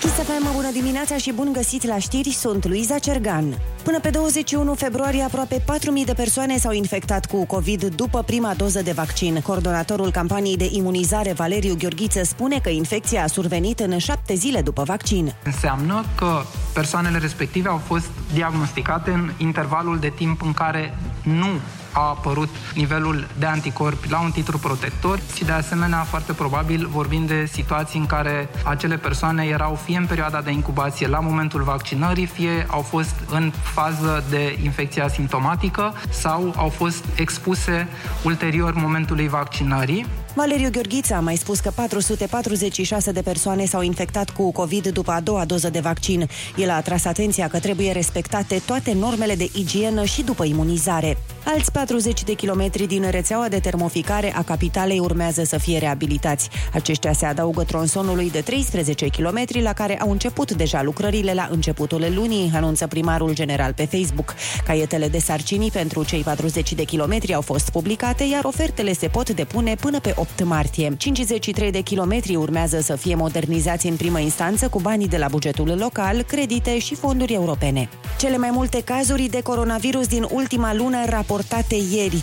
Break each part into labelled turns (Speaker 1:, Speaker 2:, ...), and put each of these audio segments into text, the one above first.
Speaker 1: Chisafem, bună dimineața și bun găsit la știri, sunt Luiza Cergan. Până pe 21 februarie, aproape 4.000 de persoane s-au infectat cu COVID după prima doză de vaccin. Coordonatorul campaniei de imunizare, Valeriu Gheorghiță, spune că infecția a survenit în șapte zile după vaccin.
Speaker 2: Înseamnă că persoanele respective au fost diagnosticate în intervalul de timp în care nu a apărut nivelul de anticorpi la un titlu protector și de asemenea foarte probabil vorbim de situații în care acele persoane erau fie în perioada de incubație la momentul vaccinării, fie au fost în fază de infecție asimptomatică sau au fost expuse ulterior momentului vaccinării.
Speaker 1: Valeriu Gheorghiță a mai spus că 446 de persoane s-au infectat cu COVID după a doua doză de vaccin. El a atras atenția că trebuie respectate toate normele de igienă și după imunizare. Alți 40 de kilometri din rețeaua de termoficare a capitalei urmează să fie reabilitați. Aceștia se adaugă tronsonului de 13 km la care au început deja lucrările la începutul lunii, anunță primarul general pe Facebook. Caietele de sarcini pentru cei 40 de kilometri au fost publicate, iar ofertele se pot depune până pe 8 martie. 53 de kilometri urmează să fie modernizați în primă instanță cu banii de la bugetul local, credite și fonduri europene. Cele mai multe cazuri de coronavirus din ultima lună raportate ieri,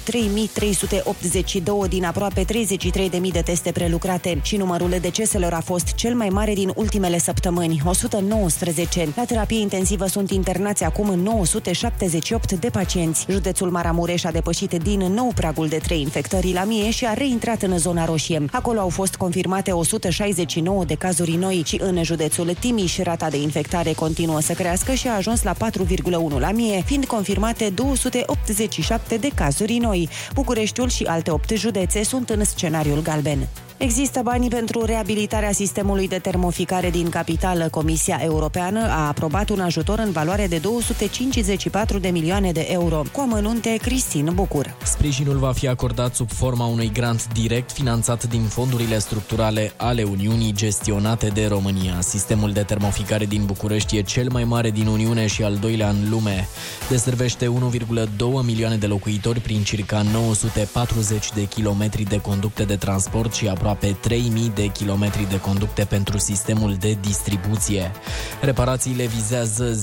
Speaker 1: 3382 din aproape 33.000 de teste prelucrate și numărul deceselor a fost cel mai mare din ultimele săptămâni, 119. La terapie intensivă sunt internați acum 978 de pacienți. Județul Maramureș a depășit din nou pragul de 3 infectări la mie și a reintrat în zona roșie. Acolo au fost confirmate 169 de cazuri noi și în județul Timiș rata de infectare continuă să crească și a ajuns la 4,1 la mie, fiind confirmate 287 de cazuri noi. Bucureștiul și alte 8 județe sunt în scenariul galben. Există banii pentru reabilitarea sistemului de termoficare din capitală. Comisia Europeană a aprobat un ajutor în valoare de 254 de milioane de euro. Cu amănunte, Cristin Bucur.
Speaker 3: Sprijinul va fi acordat sub forma unui grant direct finanțat din fondurile structurale ale Uniunii gestionate de România. Sistemul de termoficare din București e cel mai mare din Uniune și al doilea în lume. Deservește 1,2 milioane de locuitori prin circa 940 de kilometri de conducte de transport și aproape aproape 3000 de kilometri de conducte pentru sistemul de distribuție. Reparațiile vizează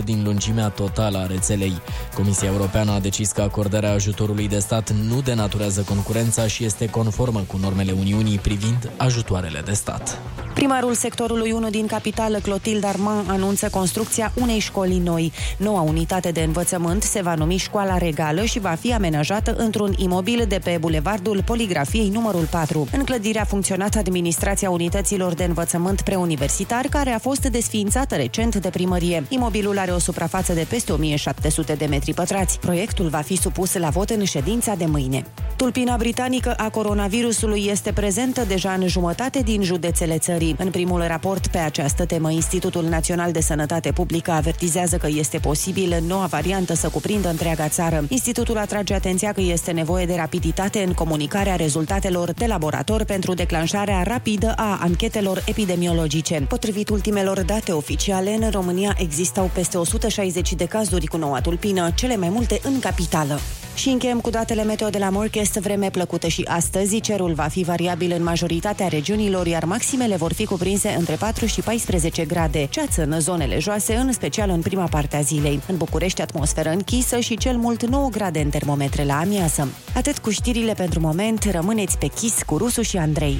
Speaker 3: 10% din lungimea totală a rețelei. Comisia Europeană a decis că acordarea ajutorului de stat nu denaturează concurența și este conformă cu normele Uniunii privind ajutoarele de stat.
Speaker 1: Primarul sectorului 1 din capitală, Clotilde Armand, anunță construcția unei școli noi. Noua unitate de învățământ se va numi Școala Regală și va fi amenajată într-un imobil de pe Bulevardul Poligrafiei numărul 4. În clădire a funcționat administrația unităților de învățământ preuniversitar, care a fost desființată recent de primărie. Imobilul are o suprafață de peste 1700 de metri pătrați. Proiectul va fi supus la vot în ședința de mâine. Tulpina britanică a coronavirusului este prezentă deja în jumătate din județele țării. În primul raport pe această temă, Institutul Național de Sănătate Publică avertizează că este posibil noua variantă să cuprindă întreaga țară. Institutul atrage atenția că este nevoie de rapiditate în comunicarea rezultatelor de laborator laborator pentru declanșarea rapidă a anchetelor epidemiologice. Potrivit ultimelor date oficiale, în România existau peste 160 de cazuri cu noua tulpină, cele mai multe în capitală. Și încheiem cu datele meteo de la Morchest, vreme plăcută și astăzi. Cerul va fi variabil în majoritatea regiunilor, iar maximele vor fi cuprinse între 4 și 14 grade. Ceață în zonele joase, în special în prima parte a zilei. În București, atmosferă închisă și cel mult 9 grade în termometre la amiază. Atât cu știrile pentru moment, rămâneți pe chis cu Rusu și Andrei.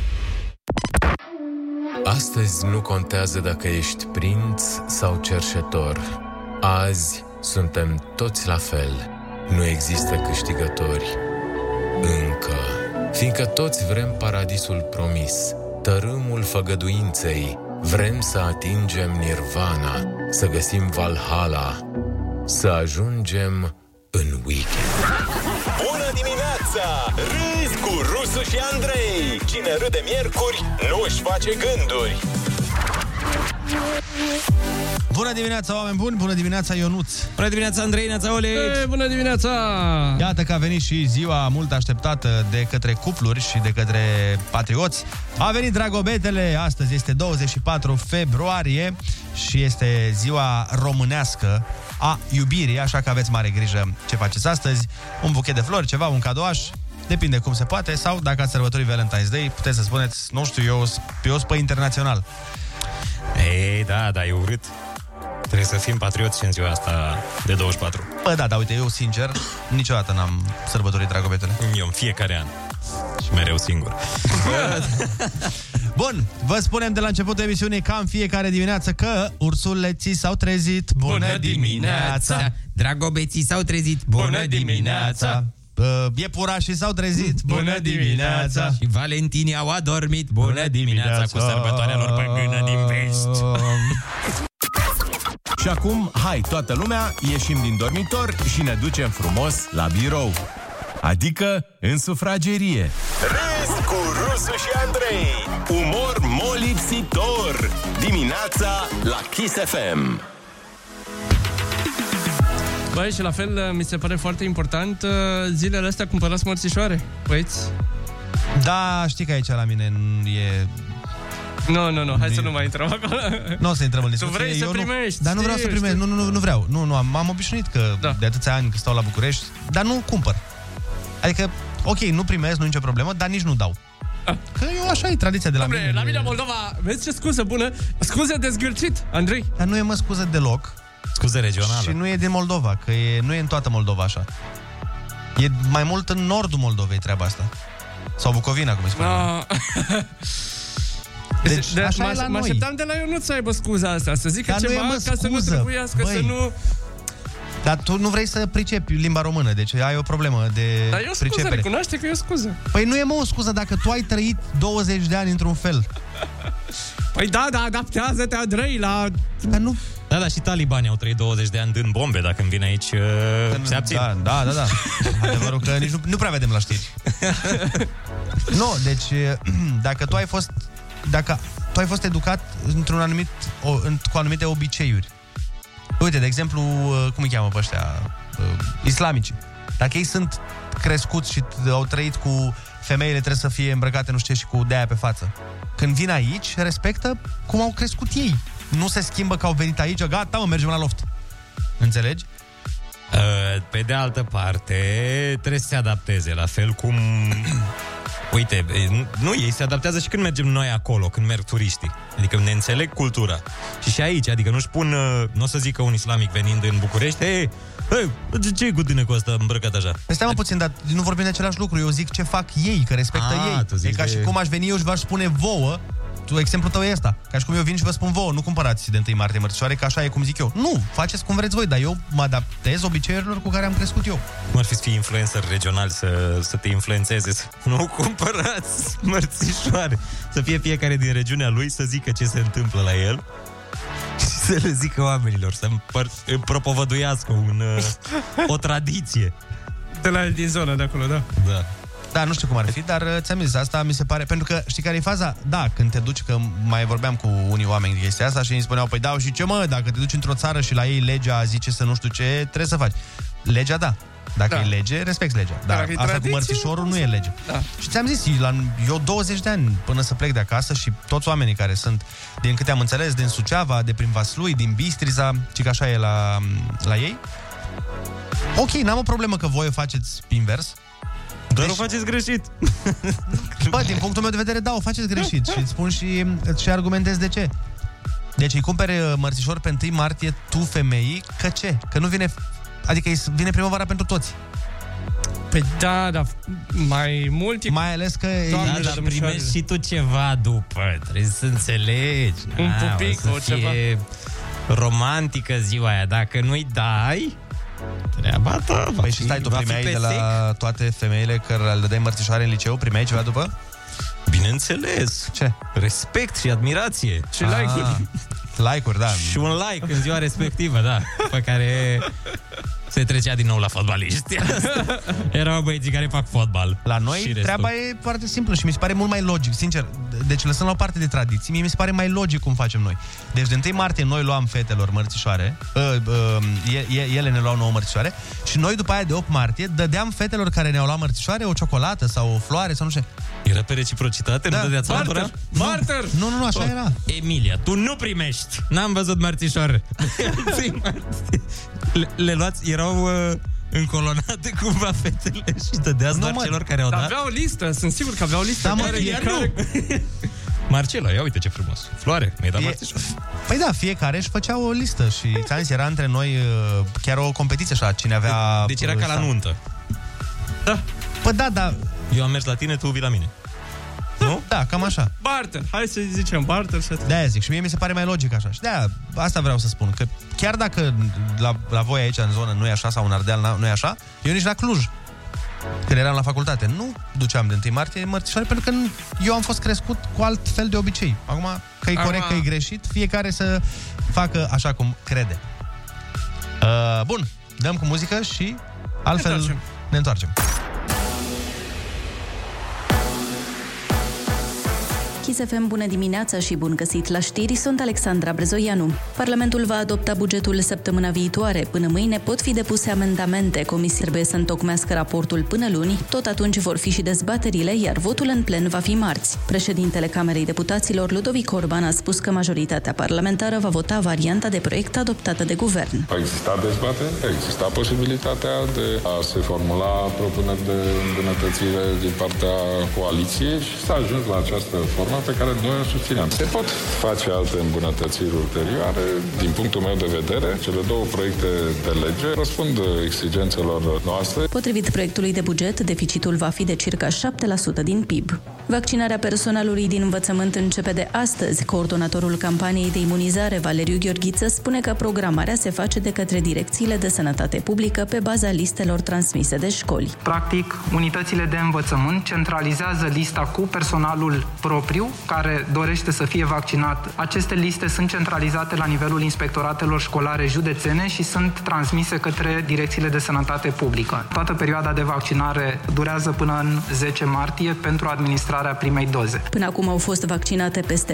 Speaker 4: Astăzi nu contează dacă ești prinț sau cerșetor. Azi suntem toți la fel. Nu există câștigători. Încă. Fiindcă toți vrem paradisul promis, tărâmul făgăduinței, vrem să atingem nirvana, să găsim Valhalla, să ajungem în weekend.
Speaker 5: Bună dimineața! Râzi cu Rusu și Andrei! Cine râde miercuri, nu își face gânduri!
Speaker 6: Bună dimineața, oameni buni! Bună dimineața, Ionuț!
Speaker 7: Bună dimineața, Andrei, neața, Ole!
Speaker 8: Bună dimineața!
Speaker 6: Iată că a venit și ziua mult așteptată de către cupluri și de către patrioți. A venit Dragobetele, astăzi este 24 februarie și este ziua românească a iubirii, așa că aveți mare grijă ce faceți astăzi. Un buchet de flori, ceva, un cadouaș, depinde cum se poate, sau dacă ați sărbători Valentine's Day, puteți să spuneți, nu știu, eu, eu sunt pe internațional.
Speaker 7: Ei, da, da, e urât. Trebuie să fim patrioți și în ziua asta de 24.
Speaker 6: Bă, da, da, uite, eu sincer, niciodată n-am sărbătorit dragobetele.
Speaker 7: Eu în fiecare an. Și mereu singur.
Speaker 6: Bun, vă spunem de la începutul emisiunii ca în fiecare dimineață că ursuleții s-au trezit.
Speaker 8: Dragobeții s-au trezit. Bună dimineața!
Speaker 6: Uh, Iepurașii s-au trezit. Bună dimineața!
Speaker 8: Și Valentinii au adormit. Bună dimineața cu sărbătoarea lor păgână din vest.
Speaker 6: Oh.
Speaker 5: Și acum, hai toată lumea, ieșim din dormitor și ne ducem frumos la birou. Adică în sufragerie.
Speaker 9: Râs cu Rusu și Andrei
Speaker 5: Umor molipsitor. Dimineața la Kiss FM.
Speaker 10: Băi, și la fel uh, mi se pare foarte important uh, zilele astea cumpărați mărțișoare, băieți.
Speaker 6: Da, știi că aici la mine n- e...
Speaker 10: Nu, nu, nu, hai să nu mai intrăm acolo.
Speaker 6: Nu o să intrăm în
Speaker 10: Tu
Speaker 6: discuție.
Speaker 10: vrei să
Speaker 6: eu nu...
Speaker 10: primești,
Speaker 6: Dar nu
Speaker 10: știu,
Speaker 6: vreau să primesc, nu, nu, nu, nu vreau. Nu, nu, am- m-am obișnuit că da. de atâția ani că stau la București, dar nu cumpăr. Adică, ok, nu primesc, nu nicio problemă, dar nici nu dau. Că eu așa e tradiția de la
Speaker 10: Doamne,
Speaker 6: mine.
Speaker 10: Ah. la mine în Moldova, vezi ce scuză bună? Scuze de zgârcit, Andrei.
Speaker 6: Dar nu e mă scuză deloc.
Speaker 7: Scuze
Speaker 6: Și
Speaker 7: regională.
Speaker 6: nu e din Moldova, că e, nu e în toată Moldova așa. E mai mult în nordul Moldovei treaba asta. Sau Bucovina, cum îi spune.
Speaker 10: Ah.
Speaker 6: Deci,
Speaker 10: De-
Speaker 6: așa
Speaker 10: mă-
Speaker 6: e la
Speaker 10: mă
Speaker 6: noi.
Speaker 10: așteptam de la eu nu să aibă scuza asta, să zică
Speaker 6: Dar nu e,
Speaker 10: ceva
Speaker 6: mă,
Speaker 10: ca să nu
Speaker 6: scuză,
Speaker 10: trebuiască, să
Speaker 6: băi.
Speaker 10: nu...
Speaker 6: Dar tu nu vrei să pricepi limba română, deci ai o problemă de
Speaker 10: Dar e o scuză,
Speaker 6: pricepere.
Speaker 10: recunoaște că e o scuză.
Speaker 6: Păi nu e mă o scuză dacă tu ai trăit 20 de ani într-un fel.
Speaker 10: Păi da, da, adaptează-te, Andrei, la...
Speaker 6: Dar nu...
Speaker 7: Da, da, și talibanii au trăit 20 de ani din bombe, dacă îmi vine aici, uh, se abțin.
Speaker 6: Da, da, da, da. Adevărul că nici nu, nu prea vedem la știri. nu, deci eh, dacă tu ai fost dacă tu ai fost educat într-un anumit o, în, cu anumite obiceiuri. Uite, de exemplu, eh, cum îi cheamă pe ăștia eh, islamici. Dacă ei sunt crescuți și t- au trăit cu femeile trebuie să fie îmbrăcate nu știu ce și cu de pe față. Când vin aici, respectă cum au crescut ei. Nu se schimbă că au venit aici, gata, mă, mergem la loft. Înțelegi?
Speaker 7: Uh, Pe de altă parte, trebuie să se adapteze, la fel cum... Uite, e, nu- nu, ei se adaptează și când mergem noi acolo, când merg turiștii. Adică ne înțeleg cultura. Și și aici, adică nu-și pun, uh, nu o să zică un islamic venind în București, hei, hei, ce- ce e cu tine cu asta îmbrăcat așa?
Speaker 6: Păi stai mă puțin, dar nu vorbim de același lucru. Eu zic ce fac ei, că respectă
Speaker 7: Ah, tu
Speaker 6: ei. E
Speaker 7: zici
Speaker 6: ca
Speaker 7: de-
Speaker 6: și cum aș veni eu și v-aș spune vouă, tu, exemplul tău e ăsta. Ca și cum eu vin și vă spun vouă, nu cumpărați de 1 martie mărțișoare, că așa e cum zic eu. Nu, faceți cum vreți voi, dar eu mă adaptez obiceiurilor cu care am crescut eu.
Speaker 7: Cum ar fi să fii influencer regional, să, să te influențeze, să nu cumpărați mărțișoare, să fie fiecare din regiunea lui să zică ce se întâmplă la el și să le zică oamenilor, să împăr- îmi propovăduiască un, uh, o tradiție.
Speaker 10: De la din zona de acolo, da.
Speaker 7: Da.
Speaker 6: Da, nu știu cum ar fi, dar uh, ți-am zis, asta mi se pare, pentru că știi care e faza? Da, când te duci, că mai vorbeam cu unii oameni de chestia asta și îmi spuneau, păi da, și ce mă, dacă te duci într-o țară și la ei legea zice să nu știu ce, trebuie să faci. Legea, da. Dacă
Speaker 10: Da.
Speaker 6: e lege, respecti legea. Dar
Speaker 10: dacă e
Speaker 6: asta
Speaker 10: tradiție,
Speaker 6: cu mărțișorul nu e lege.
Speaker 10: Da.
Speaker 6: Și ți-am zis, la, eu 20 de ani până să plec de acasă și toți oamenii care sunt, din câte am înțeles, din Suceava, de prin Vaslui, din Bistrița, ci că așa e la, la ei, Ok, n-am o problemă că voi o faceți invers,
Speaker 7: Dar deci... o faceți greșit.
Speaker 6: Bă, din punctul meu de vedere, da, o faceți greșit și îți spun și, și argumentez de ce. Deci îi cumpere uh, mărțișor pe 1 martie tu femeii, că ce? Că nu vine... Adică îi s- vine primăvara pentru toți.
Speaker 10: Păi da, da, mai mult e
Speaker 6: Mai ales că...
Speaker 10: Doamne,
Speaker 7: Da,
Speaker 10: Deci,
Speaker 7: dar
Speaker 10: domnișoare.
Speaker 7: primești și tu ceva după, trebuie să înțelegi.
Speaker 10: Un
Speaker 7: Na,
Speaker 10: pupic,
Speaker 7: o
Speaker 10: o
Speaker 7: să fie romantică ziua aia, dacă nu-i dai, treaba ta va
Speaker 6: Păi
Speaker 7: fi-
Speaker 6: și stai, tu
Speaker 7: va fi
Speaker 6: primeai
Speaker 7: pe
Speaker 6: de la toate femeile care le dai mărțișoare în liceu? Primeai ceva după?
Speaker 7: sec. Bineînțeles.
Speaker 6: Ce?
Speaker 7: Respect și admirație.
Speaker 10: și like-uri.
Speaker 6: Ah, like-uri, da.
Speaker 7: Și un like în ziua respectivă, da, pe care se trecea din nou la fotbaliști. Erau băieții care fac fotbal.
Speaker 6: La noi
Speaker 7: Și restul.
Speaker 6: Păi, treaba e foarte simplă și mi se pare mult mai logic, sincer. De- Deci lăsăm la o parte de tradiții, mie mi se pare mai logic cum facem noi. Deci de 1 martie noi luam fetelor mărțișoare, uh, uh, e- e- ele ne luau nouă mărțișoare și noi după aia de 8 martie dădeam fetelor care ne-au luat mărțișoare o ciocolată sau o floare sau nu știu.
Speaker 7: Era pe reciprocitate,
Speaker 6: Da.
Speaker 7: nu dădeați altora?
Speaker 10: Barter! Barter!
Speaker 6: Nu, nu, nu, așa era.
Speaker 7: Oh, Emilia, tu nu primești! N-am văzut mărțișor. le, le luați, erau uh, încolonate cumva fetele și dădeați
Speaker 6: Nu,
Speaker 7: doar
Speaker 6: mă.
Speaker 7: celor care au
Speaker 10: Dar
Speaker 7: dat?
Speaker 10: avea o listă, sunt sigur că avea o listă.
Speaker 6: Da, mă,
Speaker 10: care,
Speaker 6: iar
Speaker 10: care,
Speaker 7: Marcela, ia uite ce frumos. Floare, mi-ai dat marțișoare.
Speaker 6: Păi da, fiecare își făcea o listă și ți-am zis, era între noi uh, chiar o competiție așa, cine avea...
Speaker 7: Deci era
Speaker 6: uh,
Speaker 7: ca la
Speaker 6: sta-
Speaker 7: nuntă.
Speaker 6: Da. Pă da, da.
Speaker 7: Eu am mers la tine, tu vii la mine. Nu?
Speaker 6: Da, cam așa.
Speaker 10: Barter, hai să zicem barter și atât.
Speaker 6: de zic și mie mi se pare mai logic așa. Și de asta vreau să spun, că chiar dacă la, la voi aici în zonă nu e așa sau în Ardeal na- nu e așa, eu nici la Cluj, când eram la facultate, nu duceam de 1 martie mărțișoare pentru că nu- eu am fost crescut cu alt fel de obicei. Acum, că e
Speaker 7: Acum-
Speaker 6: corect, că e greșit, fiecare să facă așa cum crede. Uh, bun, dăm cu muzică și altfel ne întoarcem. Ne întoarcem.
Speaker 11: Chisefem, bună dimineața și bun găsit la știri, sunt Alexandra Brezoianu. Parlamentul va adopta bugetul săptămâna viitoare. Până mâine pot fi depuse amendamente. Comisia trebuie să întocmească raportul până luni, tot atunci vor fi și dezbaterile, iar votul în plen va fi marți. Președintele Camerei Deputaților, Ludovic Orban, a spus că majoritatea parlamentară va vota varianta de proiect adoptată de guvern.
Speaker 12: A existat dezbatere, a existat posibilitatea de a se formula propuneri de îmbunătățire din partea coaliției și s-a ajuns la această formă pe care noi o susțineam. Se pot face alte îmbunătățiri ulterioare. Din punctul meu de vedere, cele două proiecte de lege răspund exigențelor noastre.
Speaker 11: Potrivit proiectului de buget, deficitul va fi de circa 7% din PIB. Vaccinarea personalului din învățământ începe de astăzi. Coordonatorul campaniei de imunizare, Valeriu Gheorghiță, spune că programarea se face de către direcțiile de sănătate publică pe baza listelor transmise de școli.
Speaker 2: Practic, unitățile de învățământ centralizează lista cu personalul propriu care dorește să fie vaccinat. Aceste liste sunt centralizate la nivelul inspectoratelor școlare județene și sunt transmise către direcțiile de sănătate publică. Toată perioada de vaccinare durează până în 10 martie pentru administrarea primei doze.
Speaker 11: Până acum au fost vaccinate peste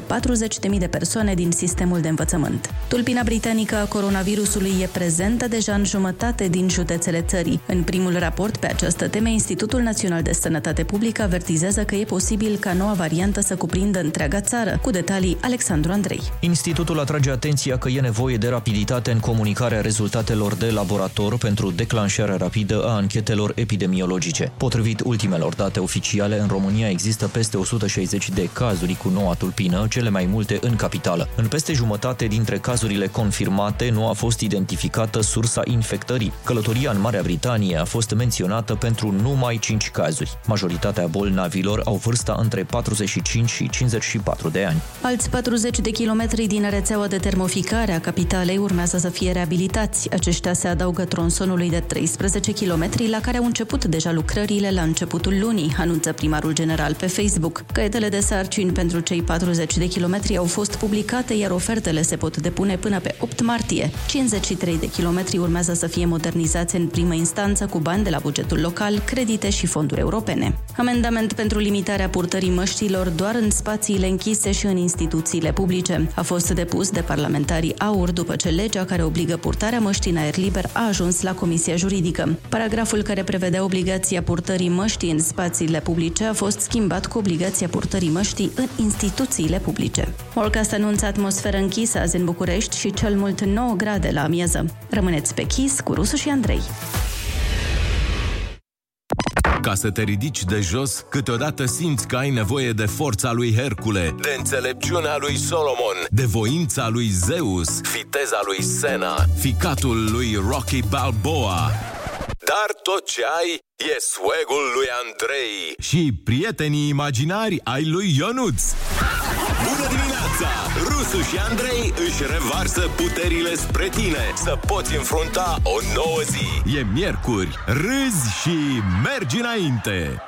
Speaker 11: 40.000 de persoane din sistemul de învățământ. Tulpina britanică a coronavirusului e prezentă deja în jumătate din județele țării. În primul raport pe această temă, Institutul Național de Sănătate Publică avertizează că e posibil ca noua variantă să cuprindă întreaga țară. Cu detalii, Alexandru Andrei.
Speaker 13: Institutul atrage atenția că e nevoie de rapiditate în comunicarea rezultatelor de laborator pentru declanșarea rapidă a anchetelor epidemiologice. Potrivit ultimelor date oficiale, în România există peste 160 de cazuri cu noua tulpină, cele mai multe în capitală. În peste jumătate dintre cazurile confirmate nu a fost identificată sursa infectării. Călătoria în Marea Britanie a fost menționată pentru numai 5 cazuri. Majoritatea bolnavilor au vârsta între 45 și 54 de ani.
Speaker 11: Alți 40 de kilometri din rețeaua de termoficare a capitalei urmează să fie reabilitați. Aceștia se adaugă tronsonului de 13 kilometri la care au început deja lucrările la începutul lunii, anunță primarul general pe Facebook. Caietele de sarcini pentru cei 40 de kilometri au fost publicate, iar ofertele se pot depune până pe 8 martie. 53 de kilometri urmează să fie modernizați în primă instanță cu bani de la bugetul local, credite și fonduri europene. Amendament pentru limitarea purtării măștilor doar în spațiile închise și în instituțiile publice. A fost depus de parlamentarii AUR după ce legea care obligă purtarea măștii în aer liber a ajuns la Comisia Juridică. Paragraful care prevedea obligația purtării măștii în spațiile publice a fost schimbat cu obligația purtării măștii în instituțiile publice. Morcast anunță atmosferă închisă azi în București și cel mult 9 grade la amiază. Rămâneți pe chis cu Rusu și Andrei.
Speaker 14: Ca să te ridici de jos, câteodată simți că ai nevoie de forța lui Hercule,
Speaker 5: De înțelepciunea lui Solomon,
Speaker 14: de voința lui Zeus,
Speaker 5: viteza lui Sena.
Speaker 14: ficatul lui Rocky Balboa
Speaker 5: Dar tot ce ai e swag-ul lui Andrei.
Speaker 14: și prietenii imaginari ai lui Ionuț.
Speaker 5: Bună dimineața! Rusu și Andrei își revarsă puterile spre tine să poți înfrunta o nouă zi.
Speaker 14: E miercuri, râzi și mergi înainte!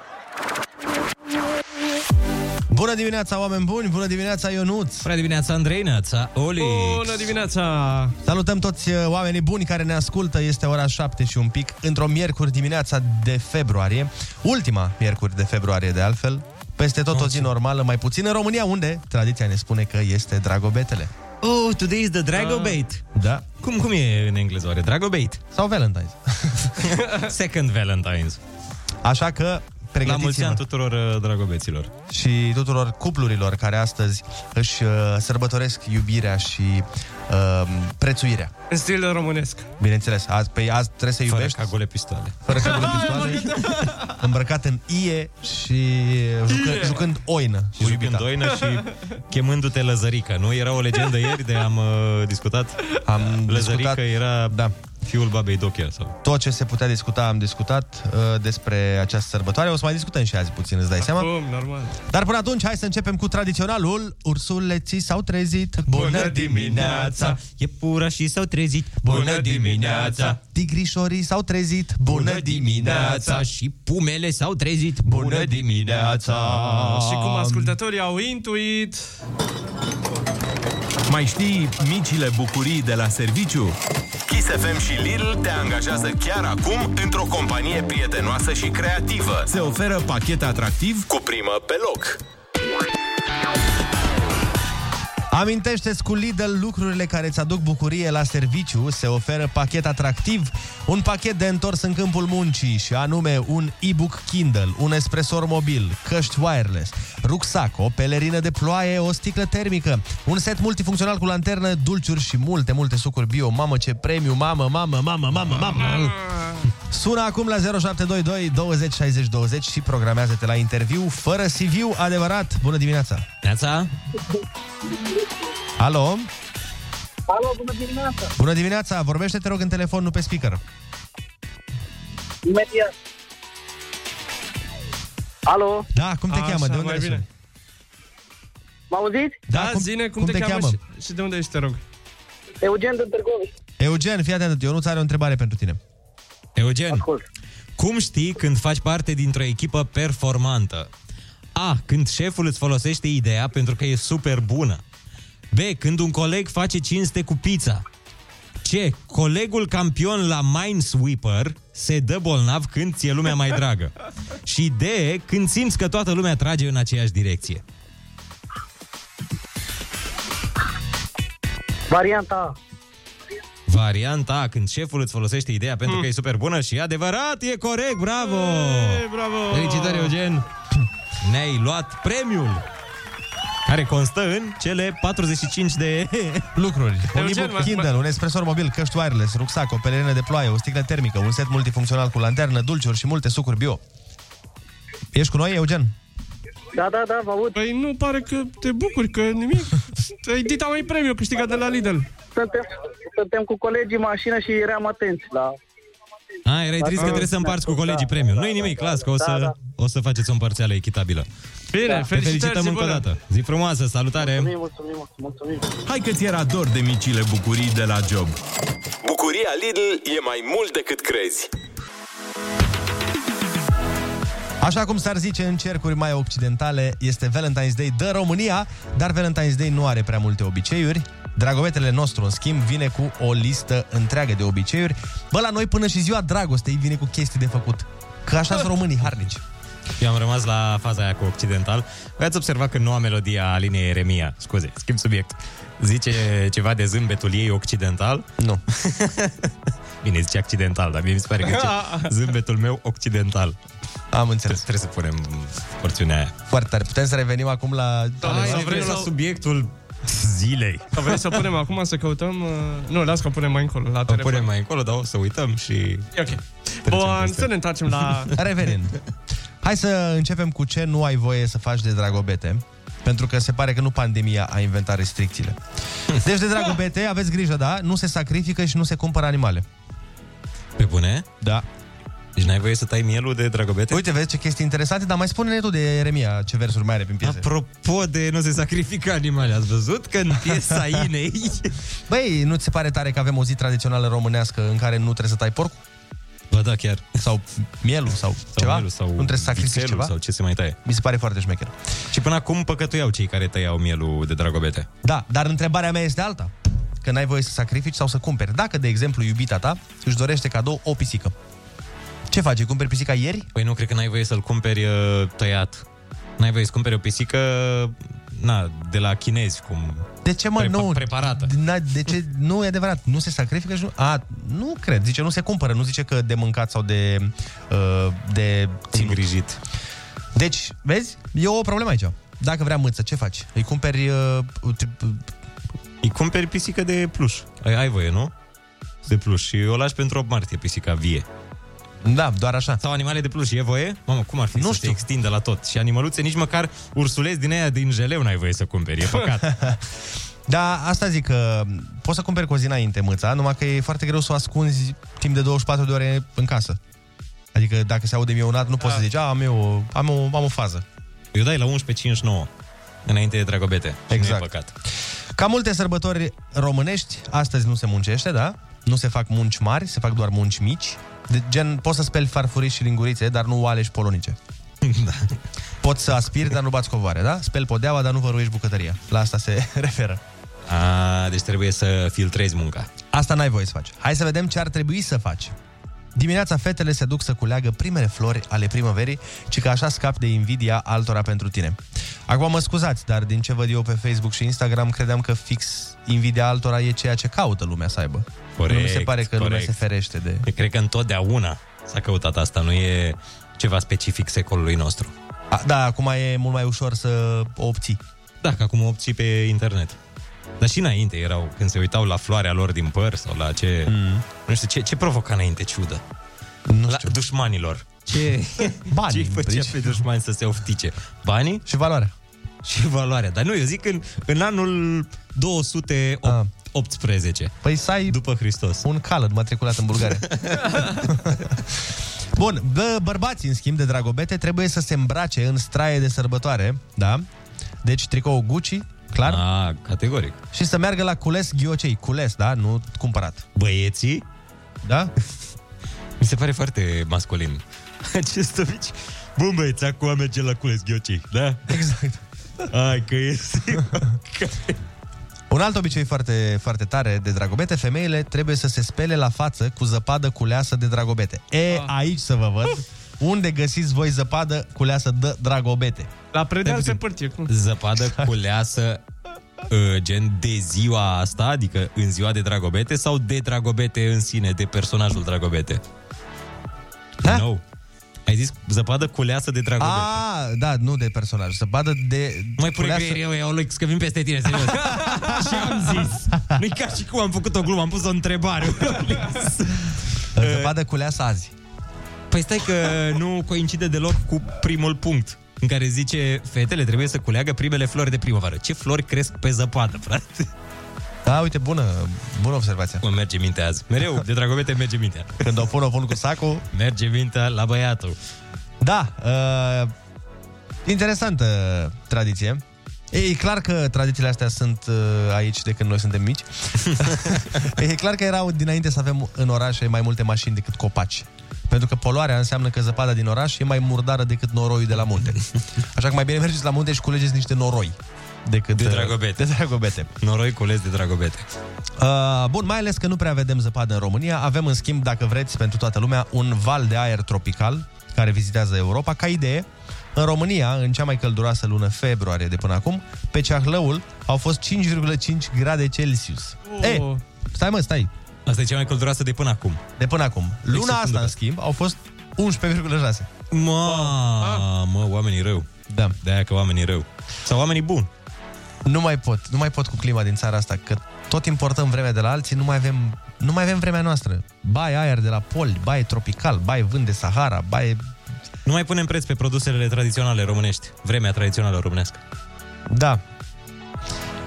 Speaker 6: Bună dimineața, oameni buni! Bună dimineața, Ionuț!
Speaker 7: Bună dimineața, Andrei Neața, Oli!
Speaker 6: Bună dimineața! Salutăm toți uh, oamenii buni care ne ascultă. Este ora 7 și un pic, într-o miercuri dimineața de februarie. Ultima miercuri de februarie, de altfel. Peste tot o zi normală, mai puțin în România, unde tradiția ne spune că este Dragobetele.
Speaker 7: Oh, today is the Dragobate.
Speaker 6: Da.
Speaker 7: Cum, cum e în engleză oare? Dragobate?
Speaker 6: Sau Valentine's.
Speaker 7: Second Valentine's.
Speaker 6: Așa că,
Speaker 7: La mulți ani tuturor uh, dragobeților.
Speaker 6: și tuturor cuplurilor care astăzi își uh, sărbătoresc iubirea și uh, prețuirea.
Speaker 10: În stil românesc.
Speaker 6: Bineînțeles, azi, pe păi azi trebuie să
Speaker 7: Fără
Speaker 6: iubești.
Speaker 7: cagule pistoale.
Speaker 6: Fără cagule pistoale. îmbrăcat în ie și jucă, jucând oină.
Speaker 7: Și jucând doină și chemându-te Lăzărică. Nu era o legendă ieri de am uh, discutat?
Speaker 6: Am
Speaker 7: Lăzărică
Speaker 6: discutat-
Speaker 7: era da. fiul babei Dochel. Sau...
Speaker 6: Tot ce se putea discuta am discutat uh, despre această sărbătoare. O să mai discutăm și azi puțin, îți dai seama.
Speaker 10: Acum, normal.
Speaker 6: Dar până atunci, hai să începem cu tradiționalul. Ursuleții s-au trezit.
Speaker 7: Iepurașii s-au trezit.
Speaker 6: Tigrișorii s-au trezit.
Speaker 8: Și pumele s-au trezit
Speaker 6: Bună dimineața
Speaker 10: Și cum ascultătorii au intuit...
Speaker 14: Mai știi micile bucurii de la serviciu?
Speaker 5: Kiss FM și Lidl te angajează chiar acum într-o companie prietenoasă și creativă.
Speaker 14: Se oferă pachet atractiv
Speaker 5: Cu primă pe loc.
Speaker 6: Amintește-ți cu Lidl lucrurile care îți aduc bucurie la serviciu. Se oferă pachet atractiv, un pachet de întors în câmpul muncii și anume un e-book Kindle, un espresor mobil, căști wireless, rucsac, o pelerină de ploaie, o sticlă termică, un set multifuncțional cu lanternă, dulciuri și multe, multe sucuri bio. Mamă, ce premiu! Mamă, mamă, mamă, mamă, mamă! Sună acum la 0722 20 60 20 și programează-te la interviu fără CV-ul adevărat. Bună dimineața!
Speaker 7: Neața!
Speaker 6: Alo!
Speaker 15: Alo, bună dimineața!
Speaker 6: Bună dimineața, vorbește te rog în telefon, nu pe speaker.
Speaker 15: Imediat! Alo?
Speaker 6: Da, cum te
Speaker 10: Așa,
Speaker 6: cheamă? De unde
Speaker 10: mai
Speaker 6: ne
Speaker 10: bine.
Speaker 6: suni?
Speaker 15: Mă auziți?
Speaker 10: Da, da cum, zine cum, cum te, te cheamă, Și, și de unde ești, te rog.
Speaker 15: Eugen din Târgoviște.
Speaker 6: Eugen, fii atent, Ionuț are o întrebare pentru tine.
Speaker 7: Eugen, cum știi când faci parte dintr-o echipă performantă? A. Când șeful îți folosește ideea pentru că e super bună. B. Când un coleg face cinste cu pizza. C. Colegul campion la Minesweeper se dă bolnav când ți-e lumea mai dragă. Și D. Când simți că toată lumea trage în aceeași direcție.
Speaker 15: Varianta A.
Speaker 7: Varianta A, când șeful îți folosește ideea pentru
Speaker 10: Hmm.
Speaker 7: că e super bună și e adevărat, e corect, bravo!
Speaker 10: E, bravo!
Speaker 7: Felicitări, Eugen! Ne-ai luat premiul! Care constă în cele 45 de...
Speaker 6: Lucruri. Un
Speaker 7: Eugen,
Speaker 6: e-book
Speaker 7: mă-
Speaker 6: Kindle, un espresor mobil, căști wireless, rucsac, o pelerină de ploaie, o sticlă termică, un set multifuncțional cu lanternă, dulciuri și multe sucuri bio. Ești cu noi, Eugen?
Speaker 15: Da, da, da, vă aud.
Speaker 10: Păi nu pare că te bucuri, că nimic. Ai dit mai premiu câștigat de la Lidl.
Speaker 15: Suntem, suntem cu colegii în mașină și eram atenți
Speaker 16: da.
Speaker 15: la...
Speaker 7: A, erai trist că trebuie să împarți cu
Speaker 10: da,
Speaker 7: colegii premiul. Nu-i nimic, las că o să, o să faceți o împărțeală echitabilă.
Speaker 10: Bine,
Speaker 7: Te
Speaker 10: felicitări,
Speaker 7: felicităm
Speaker 10: zi
Speaker 7: încă o
Speaker 10: bună!
Speaker 7: dată. Zi frumoasă, salutare!
Speaker 15: Mulțumim, mulțumim.
Speaker 14: Hai că ți era dor de micile bucurii de la job.
Speaker 5: Bucuria Lidl e mai mult decât crezi.
Speaker 6: Așa cum s-ar zice în cercuri mai occidentale, este Valentine's Day de România, dar Valentine's Day nu are prea multe obiceiuri. Dragovetele nostru, în schimb, vine cu o listă întreagă de obiceiuri. Bă, la noi până și ziua dragostei vine cu chestii de făcut. Că așa sunt românii harnici.
Speaker 7: Eu am rămas la faza aia cu Occidental. Voi ați observat că noua melodie a Alinei Eremia, scuze, schimb subiect, zice ceva de zâmbetul ei occidental?
Speaker 6: Nu.
Speaker 7: Bine, zice accidental, dar mie mi se pare că zice zâmbetul meu occidental.
Speaker 6: Am înțeles.
Speaker 7: Trebuie să punem porțiunea aia.
Speaker 6: Foarte tare. Putem să revenim acum la...
Speaker 10: Hai,
Speaker 7: Să
Speaker 10: să
Speaker 7: vrem
Speaker 10: vrem
Speaker 7: la
Speaker 10: să-
Speaker 7: subiectul zilei.
Speaker 10: Sau vrei să punem acum să căutăm... uh, Nu, las că o punem mai încolo, la
Speaker 7: O
Speaker 10: telefon.
Speaker 7: punem mai încolo, dar o să uităm și...
Speaker 10: E ok. Bun, să ne întoarcem la...
Speaker 6: Revenind. Hai să începem cu ce nu ai voie să faci de dragobete, pentru că se pare că nu pandemia a inventat restricțiile.
Speaker 7: Hm.
Speaker 6: Deci de dragobete, aveți grijă, da? Nu se sacrifică și nu se cumpără animale.
Speaker 7: Pe bune?
Speaker 6: Da.
Speaker 7: Deci n-ai voie să tai mielul de dragobete?
Speaker 6: Uite, vezi ce chestii interesante, dar mai spune-ne tu de Eremia ce versuri mai are prin piese.
Speaker 7: Apropo de nu se sacrifică animale, ați văzut că în piesa Inei...
Speaker 6: Băi, nu ți se pare tare că avem o zi tradițională românească în care nu trebuie să tai porcul?
Speaker 7: Bă, da, chiar.
Speaker 6: Sau mielul sau, sau ceva?
Speaker 7: mielul sau
Speaker 6: nu trebuie să sacrifici
Speaker 7: vițelul
Speaker 6: ceva?
Speaker 7: sau ce se mai taie.
Speaker 6: Mi se pare foarte șmecher.
Speaker 7: Și până acum păcătuiau cei care tăiau mielul de dragobete.
Speaker 6: Da, dar întrebarea mea este alta. Că n-ai voie să sacrifici sau să cumperi. Dacă, de exemplu, iubita ta își dorește cadou o pisică, ce faci? Îi Cumperi pisica ieri?
Speaker 7: Păi nu, cred că n-ai voie să-l cumperi uh, tăiat. N-ai voie să cumperi o pisică na, de la chinezi, cum
Speaker 6: De ce mă, nu? Preparată. De ce? Nu, e adevărat. Nu se sacrifică și nu... A, nu cred. Zice, nu se cumpără. Nu zice că de mâncat sau de... uh, de ținut. Îngrijit. Deci, vezi? E o problemă aici. Dacă vrea mâță, ce faci? Îi cumperi... Uh,
Speaker 7: Îi cumperi pisică de pluș. Ai, ai voie, nu? De pluș. Și o lași pentru 8 martie, pisica vie.
Speaker 6: Da, doar așa.
Speaker 7: Sau animale de pluș, e voie? Mamă, cum ar fi nu să știu. se extindă la tot? Și animăluțe, nici măcar ursuleți din aia din jeleu n-ai voie să cumperi, e păcat.
Speaker 6: Da, asta zic că poți să cumperi cu o zi înainte mâța, numai că e foarte greu să o ascunzi timp de 24 de ore în casă. Adică dacă se aude mieunat, nu poți să zici, a, am eu, am o, am o fază.
Speaker 7: Eu dai la 11.59, înainte de dragobete. Și nu e
Speaker 6: Exact.
Speaker 7: păcat.
Speaker 6: Ca multe sărbători românești, astăzi nu se muncește, da? Nu se fac munci mari, se fac doar munci mici. De gen, poți să speli farfurii și lingurițe, dar nu oale și polonice. Da. Poți să aspiri, dar nu bați covoare, da? Speli podeaua, dar nu văruiești bucătăria. La asta se referă.
Speaker 7: A, deci trebuie să filtrezi munca.
Speaker 6: Asta n-ai voie să faci. Hai să vedem ce ar trebui să faci. Dimineața fetele se duc să culeagă primele flori ale primăverii, ci că așa scapi de invidia altora pentru tine. Acum mă scuzați, dar din ce văd eu pe Facebook și Instagram, credeam că fix invidia altora e ceea ce caută lumea să aibă.
Speaker 7: Corect,
Speaker 6: nu mi se pare că lumea
Speaker 7: corect.
Speaker 6: se ferește de...
Speaker 7: Eu cred că întotdeauna s-a căutat asta, nu e ceva specific secolului nostru.
Speaker 6: A, da, acum e mult mai ușor să o obții.
Speaker 7: Da, că acum o obții pe internet. Dar și înainte erau, când se uitau la floarea lor din păr sau la ce... Mm. Nu știu, ce, ce provoca înainte ciudă?
Speaker 6: Nu
Speaker 7: la dușmanilor. Ce,
Speaker 6: Bani,
Speaker 7: ce îi
Speaker 6: în
Speaker 7: făcea pe dușmani să se oftice? Banii?
Speaker 6: deci. Și valoarea.
Speaker 7: Și valoarea. Dar nu, eu zic în, în anul 218.
Speaker 6: Ah. Păi să ai
Speaker 7: După Hristos.
Speaker 6: un calăt matriculat în Bulgaria. Bun, bă, bărbații, în schimb, de dragobete, trebuie să se îmbrace în straie de sărbătoare, da? Deci tricou Gucci, clar.
Speaker 7: A, categoric.
Speaker 6: Și să meargă la cules ghiocei. Cules, da? Nu cumpărat.
Speaker 7: Băieții?
Speaker 6: Da?
Speaker 7: Mi se pare foarte masculin acest obicei. Bun băieți, acum merge la cules ghiocii, da?
Speaker 6: Exact.
Speaker 7: Hai că este...
Speaker 6: Un alt obicei foarte, foarte tare de dragobete, femeile trebuie să se spele la față cu zăpadă culeasă de dragobete.
Speaker 10: Ah.
Speaker 6: E, aici să vă văd. Unde găsiți voi zăpadă culeasă de dragobete?
Speaker 10: La predeal
Speaker 7: puțin.
Speaker 10: se pârtie. Cum?
Speaker 7: Zăpadă culeasă ă, gen de ziua asta, adică în ziua de dragobete sau de dragobete în sine, de personajul dragobete? Da? Ah, No. Ai zis zăpadă culeasă de dragobete.
Speaker 6: A, da, nu de personaj. Zăpadă de...
Speaker 7: Mai pune că eu iau Lux, că vin peste tine, serios. și am zis. Nu-i ca și cum am făcut o glumă, am pus o întrebare.
Speaker 6: Zăpadă culeasă azi.
Speaker 7: Păi stai că nu coincide deloc cu primul punct în care zice fetele trebuie să culeagă primele flori de primăvară. Ce flori cresc pe zăpadă, frate?
Speaker 6: Da, uite, bună, bună observație.
Speaker 7: Mă merge mintea azi. Mereu, de dragobete merge mintea.
Speaker 6: Când o pun, o pun cu sacul.
Speaker 7: Merge mintea la băiatul.
Speaker 6: Da, uh, interesantă tradiție. E, e clar că tradițiile astea sunt uh, aici de când noi suntem mici. e clar că erau dinainte să avem în orașe mai multe mașini decât copaci. Pentru că poluarea înseamnă că zăpada din oraș e mai murdară decât noroiul de la munte. Așa că mai bine mergeți la munte și culegeți niște noroi decât
Speaker 7: De
Speaker 6: uh,
Speaker 7: dragobete.
Speaker 6: De dragobete.
Speaker 7: Noroi cules de dragobete.
Speaker 6: Uh, bun, mai ales că nu prea vedem zăpadă în România. Avem, în schimb, dacă vreți, pentru toată lumea, un val de aer tropical care vizitează Europa. Ca idee, în România, în cea mai călduroasă lună februarie de până acum, pe Ceahlăul au fost 5,5 grade Celsius. Oh. E, stai mă, stai.
Speaker 7: Asta e cea mai călduroasă de până acum.
Speaker 6: De până acum. Luna
Speaker 7: Exact.
Speaker 6: asta, în schimb, au fost 11,6.
Speaker 7: Mamă, oamenii rău.
Speaker 6: Da.
Speaker 7: De-aia că oamenii rău. Sau oamenii buni.
Speaker 6: Nu mai pot, nu mai pot cu clima din țara asta, că tot importăm vremea de la alții, nu mai avem, nu mai avem vremea noastră. Bai aer de la poli, bai tropical, bai vânt de Sahara, bai...
Speaker 7: Nu mai punem preț pe produsele tradiționale românești. Vremea tradițională românească.
Speaker 6: Da.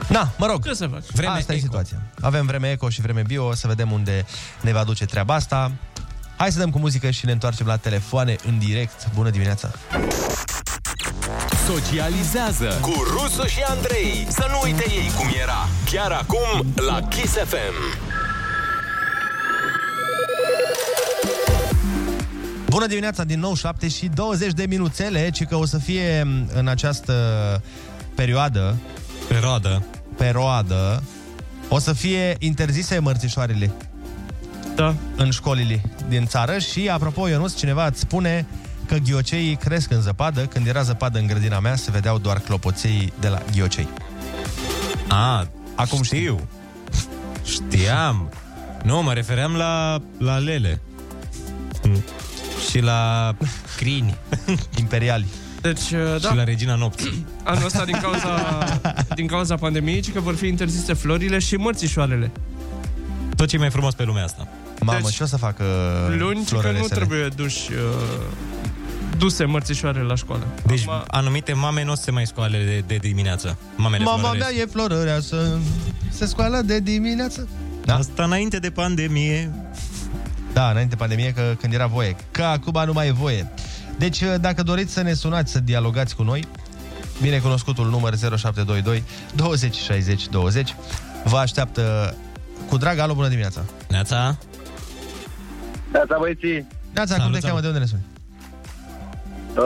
Speaker 6: Na, mă rog.
Speaker 10: Ce să faci?
Speaker 6: Vreme asta eco. e situația. Avem vreme eco și vreme bio, să vedem unde ne va duce treaba asta. Hai să dăm cu muzică și ne întoarcem la telefoane în direct. Bună dimineața!
Speaker 14: Socializează
Speaker 5: Da. Cu Rusu și Andrei. Să nu uite ei cum era. Chiar acum la Kiss FM.
Speaker 6: Bună dimineața din nou, 7 și 20 de minuțele, ci că o să fie în această perioadă,
Speaker 7: Peroadă.
Speaker 6: peroadă, o să fie interzise mărțișoarele. Da. În școlile din țară și, apropo, Ionuț, cineva îți spune că ghioceii cresc în zăpadă. Când era zăpadă în grădina mea, se vedeau doar clopoței de la ghiocei.
Speaker 7: A,
Speaker 6: Acum știu.
Speaker 7: știu. Știam. Nu, mă refeream la, la lele.
Speaker 6: Hmm.
Speaker 7: Și la crini.
Speaker 6: Imperiali.
Speaker 10: Deci, da.
Speaker 7: Și la regina nopții.
Speaker 10: Anul ăsta din cauza, din cauza pandemiei, ci că vor fi interzise florile și mărțișoarele.
Speaker 7: Tot ce e mai frumos pe lumea asta.
Speaker 6: Mamă,
Speaker 10: Deci,
Speaker 6: deci, ce o să facă
Speaker 10: Luni, ci că nu
Speaker 6: florelesele?
Speaker 10: trebuie duși, uh, duse mărțișoarele la școală.
Speaker 7: Deci anumite mame nu o să se mai scoale de, de dimineață. Mamele
Speaker 6: Mama
Speaker 7: florele.
Speaker 6: mea e florărea să se scoală de dimineață.
Speaker 7: Da? Asta înainte de pandemie.
Speaker 6: Da, înainte de pandemie, că când era voie. Că acum nu mai e voie. Deci, dacă doriți să ne sunați, să dialogați cu noi, binecunoscutul număr 0722 20 60 20 vă așteaptă cu drag. Alo, bună dimineața!
Speaker 7: Neața!
Speaker 16: Neața, băieții!
Speaker 6: Neața, cum te cheamă? De unde ne suni?
Speaker 16: Uh,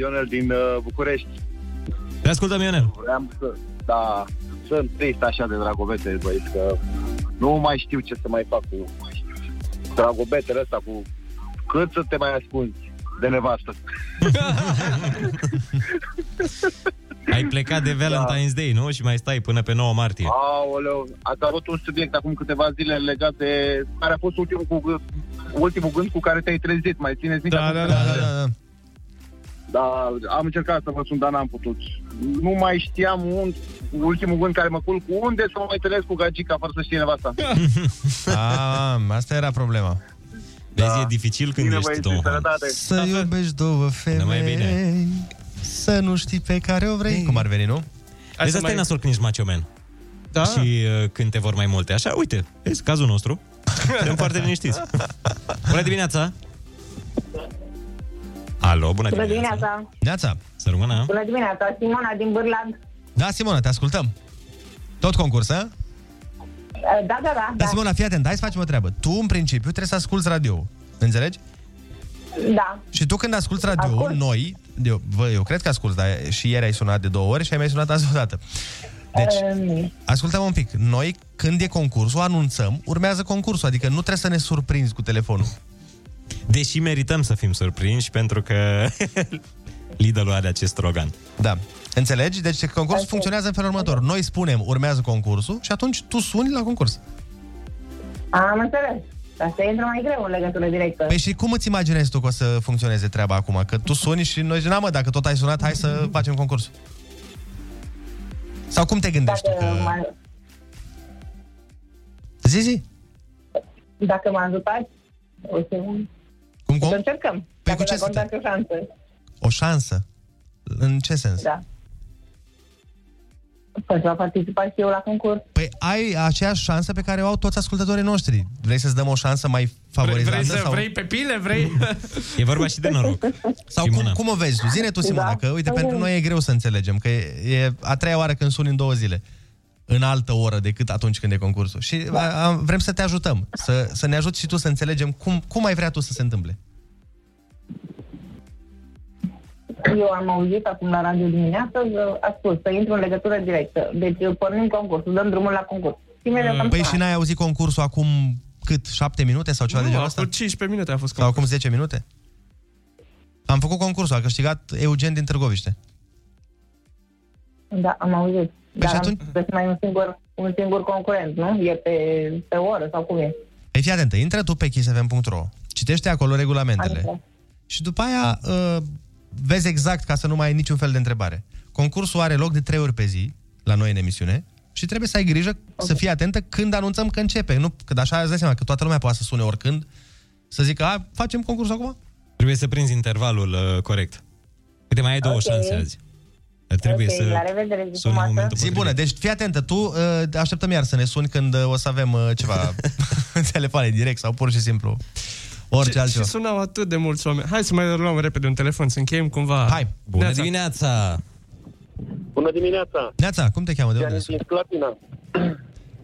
Speaker 16: Ionel din uh, București.
Speaker 7: Te ascultăm, Ionel.
Speaker 16: Vreau să... Da, sunt trist așa de dragobete, băieți, că nu mai știu ce să mai fac cu dragobetele ăsta, cu cât să te mai ascunzi de nevastă.
Speaker 7: Ai plecat de Valentine's Day, nu? Și mai stai până pe 9 martie.
Speaker 16: Aoleu, ați avut un subiect acum câteva zile legat de care a fost ultimul, cu, ultimul gând cu care te-ai trezit, mai țineți minte?
Speaker 6: Da, da, da, da, da.
Speaker 16: Da, am încercat să vă sun, dar n-am putut. Nu mai știam unde, ultimul gând care mă culc, unde să mă mai întâlnesc cu gagica fără să știe nevasta.
Speaker 6: A, asta era problema.
Speaker 7: Vezi, da. e dificil când ești Tom Hanks.
Speaker 6: Să iubești două femei,
Speaker 7: Da, mai e bine.
Speaker 6: să nu știi pe care o vrei. Cum ar veni, nu?
Speaker 7: Hai Vezi, asta mai... e nasol când ești maciomen. Da. Și uh, când te vor mai multe. Așa, uite, vezi, cazul nostru. Suntem foarte liniștiți. Bună dimineața! Alo, bună
Speaker 17: Bună
Speaker 7: dimineața!
Speaker 17: dimineața!
Speaker 6: Neața!
Speaker 7: Să rămână!
Speaker 17: Bună dimineața! Simona din Bârlad.
Speaker 6: Da, Simona, te ascultăm. Tot concurs, a?
Speaker 17: Uh, Da, da, da.
Speaker 6: Da, Simona, fii atent, hai să facem o treabă. Tu, în principiu, trebuie să asculti radio. Înțelegi?
Speaker 17: Da.
Speaker 6: Și tu când asculti radio, Ascult. noi, eu, bă, eu cred că ascult, dar și ieri ai sunat de două ori și ai mai sunat azi o dată. Deci,
Speaker 17: Um,
Speaker 6: ascultă un pic. Noi, când e concursul, anunțăm, urmează concursul, adică nu trebuie să ne surprinzi cu telefonul.
Speaker 7: Deși merităm să fim surprinși pentru că Lidl-ul are acest slogan.
Speaker 6: Da. Înțelegi? Deci concursul okay. funcționează în felul următor. Noi spunem, urmează concursul și atunci tu suni la concurs.
Speaker 17: Am înțeles. Dar se intră mai greu în legătură directă.
Speaker 6: Păi și cum îți imaginezi tu că o să funcționeze treaba acum? Că tu suni și noi zicem, "Na, mă, dacă tot ai sunat, hai să facem concurs. Sau cum te gândești tu că...
Speaker 17: M-a-
Speaker 6: Zi, zi.
Speaker 17: Dacă m-a ajutat, o să... Cum,
Speaker 6: cum?
Speaker 17: Să încercăm. Păi cu ce să șansă.
Speaker 6: O șansă. În ce sens?
Speaker 17: Da. Păi să participa și eu la concurs.
Speaker 6: Păi ai aceeași șansă pe care o au toți ascultătorii noștri. Vrei să-ți dăm o șansă mai
Speaker 10: Vrei,
Speaker 6: favorizantă?
Speaker 10: vrei, să,
Speaker 6: sau...
Speaker 10: vrei pe pile? Vrei?
Speaker 7: E vorba și de noroc.
Speaker 6: Sau cum, cum o vezi tu? Zine tu, Simona,
Speaker 10: Da.
Speaker 6: că uite, pentru noi e greu să înțelegem, că e, e a treia oară când suni în două zile în altă oră decât atunci când e concursul. Și a, a, vrem să te ajutăm, să, să ne ajuți și tu să înțelegem cum, cum ai vrea tu să se întâmple.
Speaker 17: Eu am auzit acum la radio dimineață, că a spus să intru în legătură directă. Deci pornim concursul, dăm drumul la concurs. Și mi-a
Speaker 18: da.
Speaker 17: dat
Speaker 6: Păi și n-ai auzit concursul acum cât? 7 minute sau ceva de
Speaker 10: Nu,
Speaker 6: genul
Speaker 10: a
Speaker 6: ăsta?
Speaker 10: fost 15 minute a fost
Speaker 6: Sau acum 10 minute? Am făcut concursul, a câștigat Eugen din Târgoviște.
Speaker 17: Da, am auzit.
Speaker 7: Păi
Speaker 17: Dar și atunci... trebuie să mai ai un singur, un singur concurent, nu? E pe, pe oră sau cum e?
Speaker 6: Păi fii atentă, intră tu pe kissfm.ro, citește acolo regulamentele.
Speaker 17: Adică,
Speaker 6: Și după aia uh, vezi exact ca să nu mai ai niciun fel de întrebare. Concursul are loc de trei ori pe zi la noi în emisiune și trebuie să ai grijă okay. să fii atentă când anunțăm că începe. Nu, că așa îți dai seama că toată lumea poate să sune oricând să zică, a, facem concursul acum?
Speaker 7: Trebuie să prinzi intervalul uh, corect. Uite, mai ai două
Speaker 17: Ok.
Speaker 7: okay. șanse azi. Dar trebuie
Speaker 17: ok,
Speaker 7: să...
Speaker 17: La revedere, zi
Speaker 7: suni în
Speaker 17: frumoasă.
Speaker 7: momentul
Speaker 6: Zi bună, deci fii atentă, tu uh, așteptăm iar să ne suni când uh, o să avem uh, ceva în telefoane direct sau pur și simplu orice
Speaker 10: și,
Speaker 6: altceva.
Speaker 10: și sunau atât de mulți oameni. Hai să mai luăm repede un telefon, să încheiem cumva. Hai!
Speaker 7: Bună dimineața!
Speaker 16: Bună dimineața!
Speaker 6: Neața, cum te cheamă? De unde?
Speaker 16: Gianni din Slatina.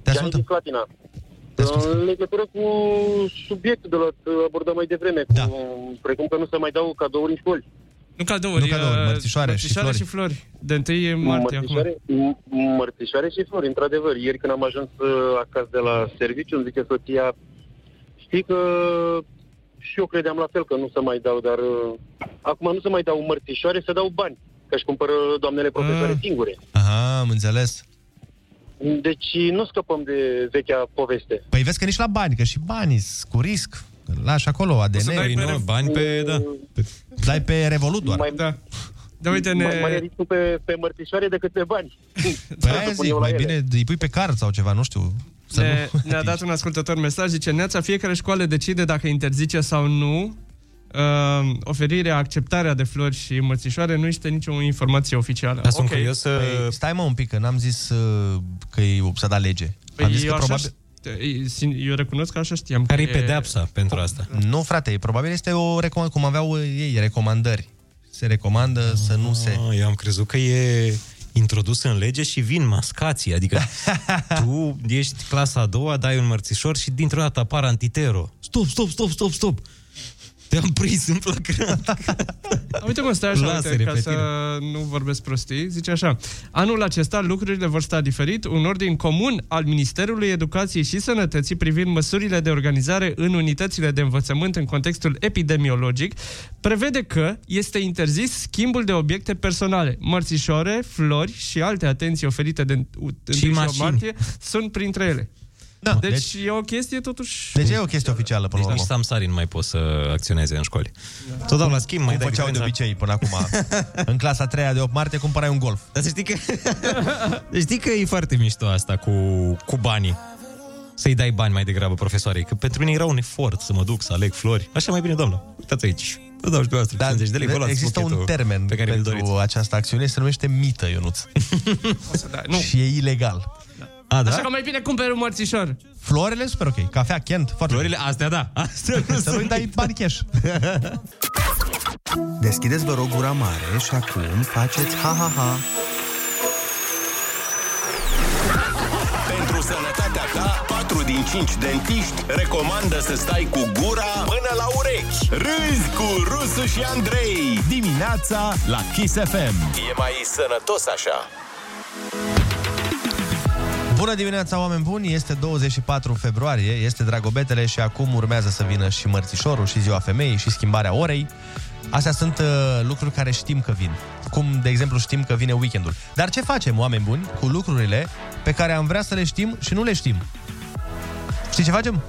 Speaker 6: Te
Speaker 16: Gianni din Slatina. În legătură cu subiectul de la abordăm mai devreme, da. cu, precum că nu se mai dau cadouri în școli.
Speaker 10: Nu cadouri, nu cadouri mărțișoare, mărțișoare și, flori. De întâi e martie acum.
Speaker 16: Mărțișoare, m- mărțișoare și flori, într-adevăr. Ieri când am ajuns uh, acasă de la serviciu, îmi zice soția, știi că și eu credeam la fel că nu se mai dau, dar uh, acum nu se mai dau
Speaker 6: Ah.
Speaker 16: mărțișoare, se dau bani, că își cumpără doamnele profesoare singure.
Speaker 6: Aha, am înțeles.
Speaker 16: Deci nu scăpăm de vechea poveste.
Speaker 6: Păi vezi că nici la bani, că și banii sunt cu risc. Îl Lași acolo ADN.
Speaker 7: să dai pe Păi nu, rev- bani pe- da.
Speaker 6: Dai pe Revolut doar.
Speaker 16: Mai,
Speaker 6: da.
Speaker 16: Da, uite, ne... Mai mare riscul pe, pe mărțișoare decât pe bani.
Speaker 6: Păi
Speaker 16: Să
Speaker 6: aia
Speaker 16: pun
Speaker 6: zic,
Speaker 16: eu la
Speaker 6: mai
Speaker 16: ele.
Speaker 6: bine îi pui pe card sau ceva, nu știu. Să
Speaker 10: Ne,
Speaker 6: nu...
Speaker 10: ne-a dat un ascultător mesaj, zice Neața, fiecare școală decide dacă interzice sau nu uh, oferirea, acceptarea de flori și mărțișoare, nu este nicio informație oficială. Ok.
Speaker 6: Păi, stai mă un pic, că n-am zis uh, că e să da lege. Am zis
Speaker 10: Păi eu,
Speaker 6: că
Speaker 10: așa,
Speaker 6: probabil...
Speaker 10: ști- Păi, eu recunosc că așa știam.
Speaker 6: Care-i
Speaker 10: că
Speaker 6: pedeapsa
Speaker 7: pentru asta?
Speaker 6: Nu, frate, e- probabil este o recomand, cum aveau uh, ei recomandări. Se recomandă să nu se...
Speaker 7: Ah, Eu am crezut că e introdus în lege și vin mascații, adică tu ești clasa a doua, dai un mărțișor și dintr-o dată apar antitero. Stop, stop, stop, stop, stop! Te-am prins în flagrant.
Speaker 10: Uite mă, stai așa,
Speaker 7: Lasere
Speaker 10: uite, ca
Speaker 7: pe
Speaker 10: să nu vorbesc prostii, zice așa. Anul acesta lucrurile vor sta diferit. Un ordin comun al Ministerului Educației și Sănătății privind măsurile de organizare în unitățile de învățământ în contextul epidemiologic prevede că este interzis schimbul de obiecte personale. Mărțișoare, flori și alte atenții oferite de
Speaker 7: Și
Speaker 10: 1
Speaker 7: mașini.
Speaker 10: martie sunt printre ele.
Speaker 6: Da,
Speaker 10: deci, deci e o chestie totuși...
Speaker 6: Deci e o chestie oficială până
Speaker 7: Deci
Speaker 6: la
Speaker 7: nici
Speaker 6: urmă.
Speaker 7: Samsarin mai poți să acționeze în școli. Tot dau la schimb, mai
Speaker 6: Cum
Speaker 7: dai
Speaker 6: făceau de
Speaker 7: diferența.
Speaker 6: obicei până acum. în clasa 3 de 8 martie cumpărai un golf.
Speaker 7: Dar să știi că... Deci știi că e foarte mișto asta cu, cu banii. Să-i dai bani mai degrabă profesoarei, că pentru mine era un efort să mă duc să aleg flori. Așa mai bine, doamnă, uitați aici. Vă dau și dumneavoastră da, 50 de lei, vă luați
Speaker 6: Există un
Speaker 7: buchetul
Speaker 6: termen
Speaker 7: pe care
Speaker 6: pentru
Speaker 7: mi-l doriți.
Speaker 6: această acțiune, se numește mită, Ionuț.
Speaker 10: nu. Da.
Speaker 6: Și e ilegal.
Speaker 7: A,
Speaker 6: Da?
Speaker 7: da?
Speaker 10: Așa că mai bine cumperi un mărțișor.
Speaker 6: Florele super ok, cafea, Kent, foarte
Speaker 7: Florile, astea da. Astea
Speaker 6: Să nu-i dai bani cash.
Speaker 19: Deschideți, vă rog, gura mare și acum faceți ha-ha-ha.
Speaker 5: Pentru sănătatea ta, 4 din 5 dentiști recomandă să stai cu gura până la urechi. Râzi cu Rusu și Andrei. Dimineața la Kiss FM. E mai sănătos așa.
Speaker 6: Bună dimineața, oameni buni! Este 24 februarie, este Dragobetele și acum urmează să vină și Mărțișorul și Ziua Femeii și schimbarea orei. Astea sunt uh, lucruri care știm că vin. Cum, de exemplu, știm că vine weekendul. Dar ce facem, oameni buni, cu lucrurile pe care am vrea să le știm și nu le știm? Știi ce facem?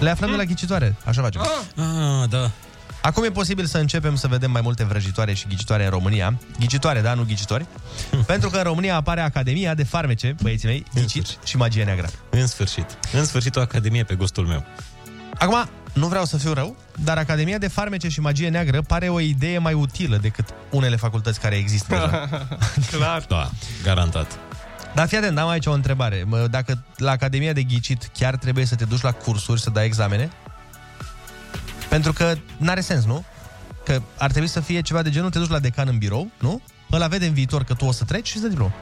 Speaker 6: Le aflăm de la ghicitoare. Așa facem.
Speaker 7: Ah, da.
Speaker 6: Acum e posibil să începem să vedem mai multe vrăjitoare și ghicitoare în România. Ghicitoare, da, nu ghicitori. Pentru că în România apare Academia de Farmece, băieții mei, ghicici și magie neagră.
Speaker 7: În sfârșit. În sfârșit o academie pe gustul meu.
Speaker 6: Acum, nu vreau să fiu rău, dar Academia de Farmece și Magie Neagră pare o idee mai utilă decât unele facultăți care există deja.
Speaker 10: Clar.
Speaker 7: Da, garantat.
Speaker 6: Dar fii atent, am aici o întrebare. Mă, Dacă la Academia de Ghicit chiar trebuie să te duci la cursuri, să dai examene? Pentru că n-are sens, nu? Că ar trebui să fie ceva de genul, te duci la decan în birou, nu? Ăla vede în viitor că tu o să treci și să diplomă.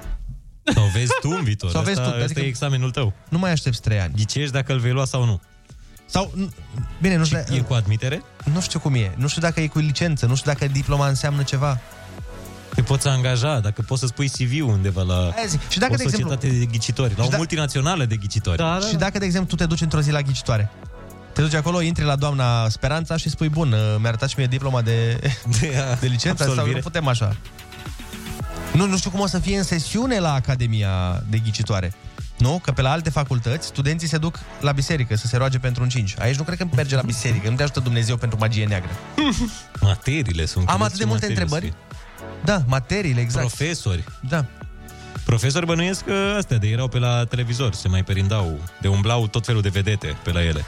Speaker 7: Sau vezi tu în viitor.
Speaker 6: Sau vezi
Speaker 7: asta,
Speaker 6: tu,
Speaker 7: Asta
Speaker 6: adică-
Speaker 7: e examenul tău.
Speaker 6: Nu mai aștepți trei ani.
Speaker 7: Ghicești dacă îl vei lua sau nu.
Speaker 6: Sau, bine, nu știu...
Speaker 7: E cu admitere?
Speaker 6: Nu știu cum e. Nu știu dacă e cu licență, nu știu dacă diploma înseamnă ceva.
Speaker 7: Te poți angaja, dacă poți să spui CV undeva la
Speaker 6: Aia zic. Și dacă,
Speaker 7: o
Speaker 6: de exemplu-
Speaker 7: societate de ghicitori, la o
Speaker 6: da-
Speaker 7: multinațională de ghicitori.
Speaker 6: și dacă, de exemplu, tu te duci într-o zi la ghicitoare, te duci acolo, intri la doamna Speranța și spui, bun, uh, mi-a arătat și mie diploma de, de, de licență sau
Speaker 7: absolvire.
Speaker 6: nu putem așa. Nu, nu știu cum o să fie în sesiune la Academia de Ghicitoare. Nu? Că pe la alte facultăți, studenții se duc la biserică să se roage pentru un cinci. Aici nu cred că merge la biserică, nu te ajută Dumnezeu pentru magie neagră.
Speaker 7: Materiile sunt...
Speaker 6: Am
Speaker 7: cred,
Speaker 6: atât de
Speaker 7: ce
Speaker 6: multe
Speaker 7: materii
Speaker 6: întrebări.
Speaker 7: sunt.
Speaker 6: Da, materiile, exact.
Speaker 7: Profesori.
Speaker 6: Da.
Speaker 7: Profesori bănuiesc că astea de erau pe la televizor, se mai perindau, de umblau tot felul de vedete pe la ele.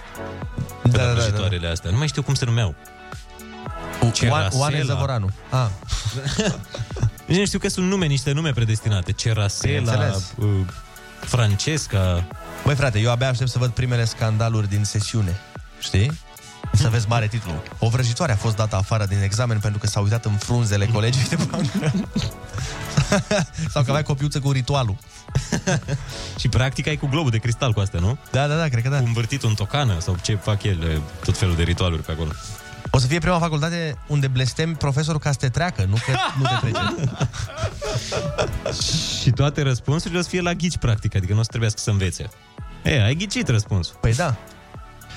Speaker 7: Pe da, la da, da, astea. Nu mai știu cum se numeau.
Speaker 6: Oa-
Speaker 7: Cerasela.
Speaker 6: Oane Zăvoranu. Ah.
Speaker 7: Nici nu știu că sunt nume, niște nume predestinate. Cerasela,
Speaker 6: Bineînțeles.
Speaker 7: uh, Francesca...
Speaker 6: Băi frate, eu abia aștept să văd primele scandaluri din sesiune. Știi?
Speaker 7: Mhm.
Speaker 6: Să vezi mare titlu. O vrăjitoare a fost dată afară din examen pentru că s-a uitat în
Speaker 7: Mhm.
Speaker 6: frunzele colegii de bancă. Sau că avea copiuță cu ritualul.
Speaker 7: Și practic ai cu globul de cristal cu astea, nu?
Speaker 6: Da, da, da, cred că da.
Speaker 7: Cu învârtit în tocană sau ce fac el, tot felul de ritualuri pe acolo.
Speaker 6: O să fie prima facultate unde blestem profesorul ca să te treacă, nu că nu te trece.
Speaker 7: Și toate răspunsurile o să fie la ghici, practic, adică nu o să trebuiască să învețe. E, ai ghicit răspunsul.
Speaker 6: Păi da.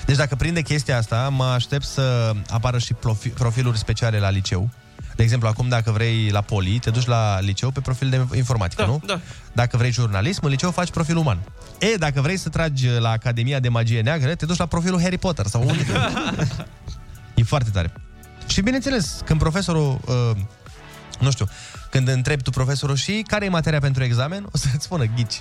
Speaker 6: Deci dacă prinde chestia asta, mă aștept să apară și profi- profiluri speciale la liceu. De exemplu, acum dacă vrei la poli, te duci la liceu pe profil de informatică, nu?
Speaker 10: Da.
Speaker 6: Dacă vrei jurnalism, în liceu faci profil uman. E, dacă vrei să tragi la Academia de Magie Neagră, te duci la profilul Harry Potter sau unde. e foarte tare. Și bineînțeles, când profesorul, uh, nu știu, când întrebi tu profesorul și care e materia pentru examen, o să-ți spună ghici.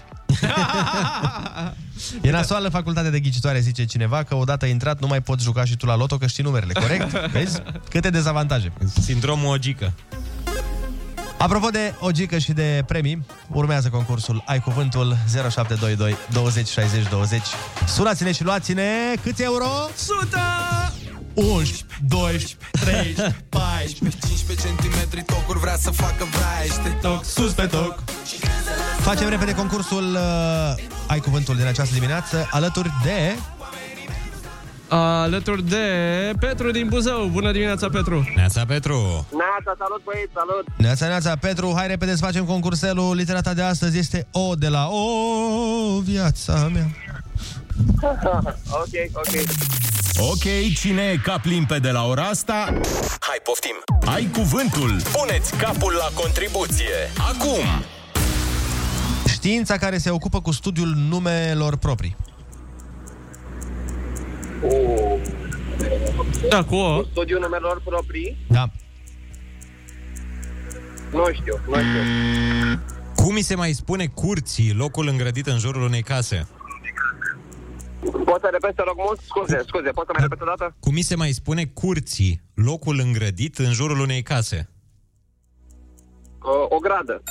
Speaker 6: E nasoală facultatea de ghicitoare, zice cineva, că odată intrat nu mai poți juca și tu la loto, că știi numerele, corect? Vezi? Câte dezavantaje.
Speaker 7: Sindromul ogică.
Speaker 6: Apropo de ogică și de premii, urmează concursul Ai Cuvântul 0722 20 60 20. Sunați-ne și luați-ne câți euro?
Speaker 10: 100!
Speaker 6: 11, 12, 13,
Speaker 9: 14 15 centimetri tocuri vrea să facă vraiește
Speaker 6: Toc, sus pe toc Facem repede concursul uh, Ai Cuvântul din această dimineață, alături de...
Speaker 10: Alături de Petru din Buzău. Bună dimineața, Petru!
Speaker 7: Neața Petru!
Speaker 16: Neața, da, salut băieți, salut!
Speaker 6: Neața, neața, Petru, hai repede să facem concurselul. Litera ta de astăzi este O de la O, viața mea.
Speaker 16: ok, ok.
Speaker 14: Ok, cine e cap limpede la ora asta?
Speaker 5: Hai, poftim!
Speaker 14: Ai cuvântul!
Speaker 5: Puneți capul la contribuție! Acum!
Speaker 6: Știința care se ocupă cu studiul numelor proprii.
Speaker 10: Da, cu O.
Speaker 16: Studiul numelor proprii?
Speaker 6: Da.
Speaker 16: Nu știu, nu știu.
Speaker 7: Cum mi se mai spune curții, locul îngrădit în jurul unei case?
Speaker 16: Poți să repete, rog mult? Scuze, scuze, poți să mai repete o dată?
Speaker 7: Cum mi se mai spune curții, locul îngrădit în jurul unei case?
Speaker 16: O, o gradă.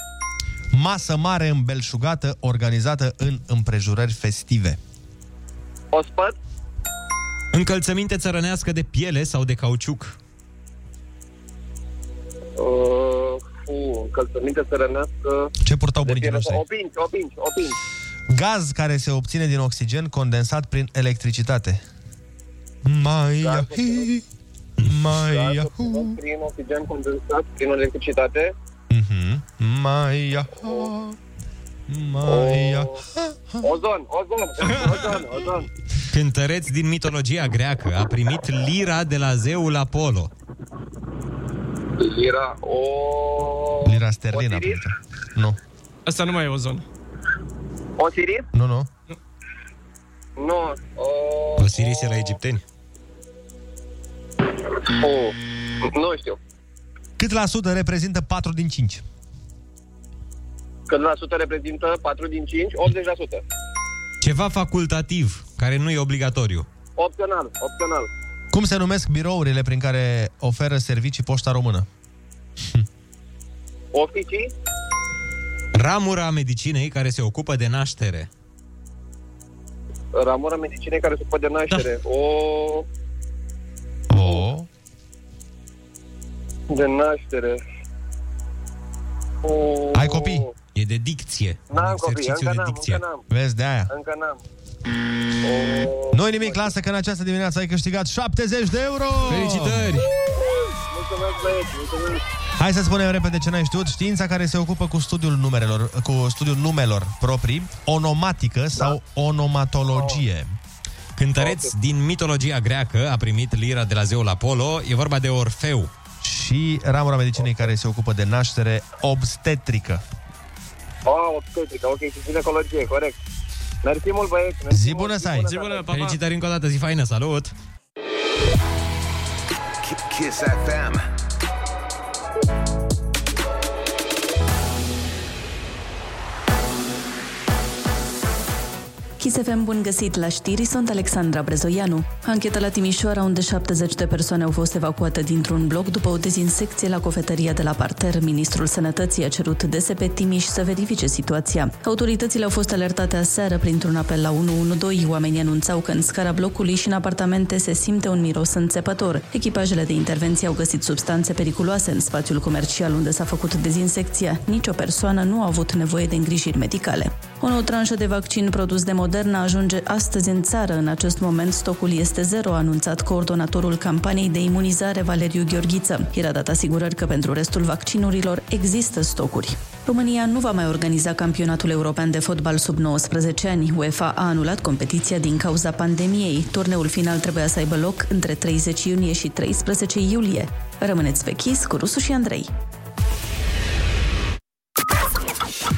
Speaker 6: Masă mare îmbelșugată organizată în împrejurări festive.
Speaker 16: Ospăt?
Speaker 7: Încălțăminte țărănească de piele sau de cauciuc?
Speaker 16: Uh, fu, încălțăminte sărănească.
Speaker 6: Ce purtau bunicii noștri?
Speaker 16: Opinci, opinci, opinci.
Speaker 6: Gaz care se obține din oxigen condensat prin electricitate. Mai hi, mai
Speaker 16: Da, Prin oxigen condensat, prin electricitate.
Speaker 6: mai mai
Speaker 16: Ozon, ozon, ozon, ozon.
Speaker 7: Cântăreț din mitologia greacă a primit lira de la zeul Apollo.
Speaker 16: Lira, o...
Speaker 6: Lira sterlina. aproape. Nu.
Speaker 10: Asta nu mai e ozon.
Speaker 16: Osiris?
Speaker 6: Nu, nu.
Speaker 16: Nu. O...
Speaker 7: Osiris era egipteni.
Speaker 16: o... Nu știu.
Speaker 6: Cât la sută reprezintă 4 din 5?
Speaker 16: Când la sută reprezintă 4 din 5, 80%.
Speaker 7: Ceva facultativ, care nu e obligatoriu.
Speaker 16: Opțional, opțional.
Speaker 6: Cum se numesc birourile prin care oferă servicii poșta română?
Speaker 16: Oficii?
Speaker 7: Ramura medicinei care se ocupă de naștere.
Speaker 16: Ramura medicinei care se ocupă de naștere.
Speaker 7: Da.
Speaker 16: O...
Speaker 12: Oh.
Speaker 6: O...
Speaker 16: De naștere. O...
Speaker 6: Ai copii?
Speaker 7: E de dicție.
Speaker 16: N-am copii, încă
Speaker 7: de
Speaker 16: n-am,
Speaker 7: dicție. Oh!
Speaker 16: încă n-am,
Speaker 6: Vezi de aia.
Speaker 16: încă n-am.
Speaker 6: Nu nimic, lasă că în această dimineață ai câștigat 70 de euro!
Speaker 7: Felicitări!
Speaker 16: Mulțumesc, băieți, mulțumesc.
Speaker 6: Hai să spunem repede ce n-ai știut. Știința care se ocupă cu studiul numerelor, cu studiul numelor proprii, onomatică sau
Speaker 16: Da.
Speaker 6: onomatologie.
Speaker 7: Cântăreț din mitologia greacă a primit lira de la zeul Apollo. E vorba de Orfeu.
Speaker 6: Și ramura medicinei care se ocupă de naștere obstetrică.
Speaker 16: Oh, obstetrică, ok, și ginecologie, corect. Mersi mult, băieți. mersi
Speaker 6: Zi
Speaker 16: mult,
Speaker 6: bună să ai!
Speaker 10: Zi bună, pa, pa.
Speaker 7: Felicitări încă o dată, zi faină, salut!
Speaker 9: Kiss FM
Speaker 11: Chisefem bun găsit la știri, sunt Alexandra Brezoianu. Ancheta la Timișoara, unde 70 de persoane au fost evacuate dintr-un bloc după o dezinsecție la cofetăria de la parter. Ministrul Sănătății a cerut DSP Timiș să verifice situația. Autoritățile au fost alertate aseară printr-un apel la 112. Oamenii anunțau că în scara blocului și în apartamente se simte un miros înțepător. Echipajele de intervenție au găsit substanțe periculoase în spațiul comercial unde s-a făcut dezinsecția. Nicio persoană nu a avut nevoie de îngrijiri medicale. O nouă tranșă de vaccin produs de Moderna ajunge astăzi în țară. În acest moment, stocul este zero, a anunțat coordonatorul campaniei de imunizare Valeriu Gheorghiță. Era dat asigurări că pentru restul vaccinurilor există stocuri. România nu va mai organiza campionatul european de fotbal sub 19 ani. UEFA a anulat competiția din cauza pandemiei. Turneul final trebuia să aibă loc între 30 iunie și 13 iulie. Rămâneți pe chis cu Rusu și Andrei.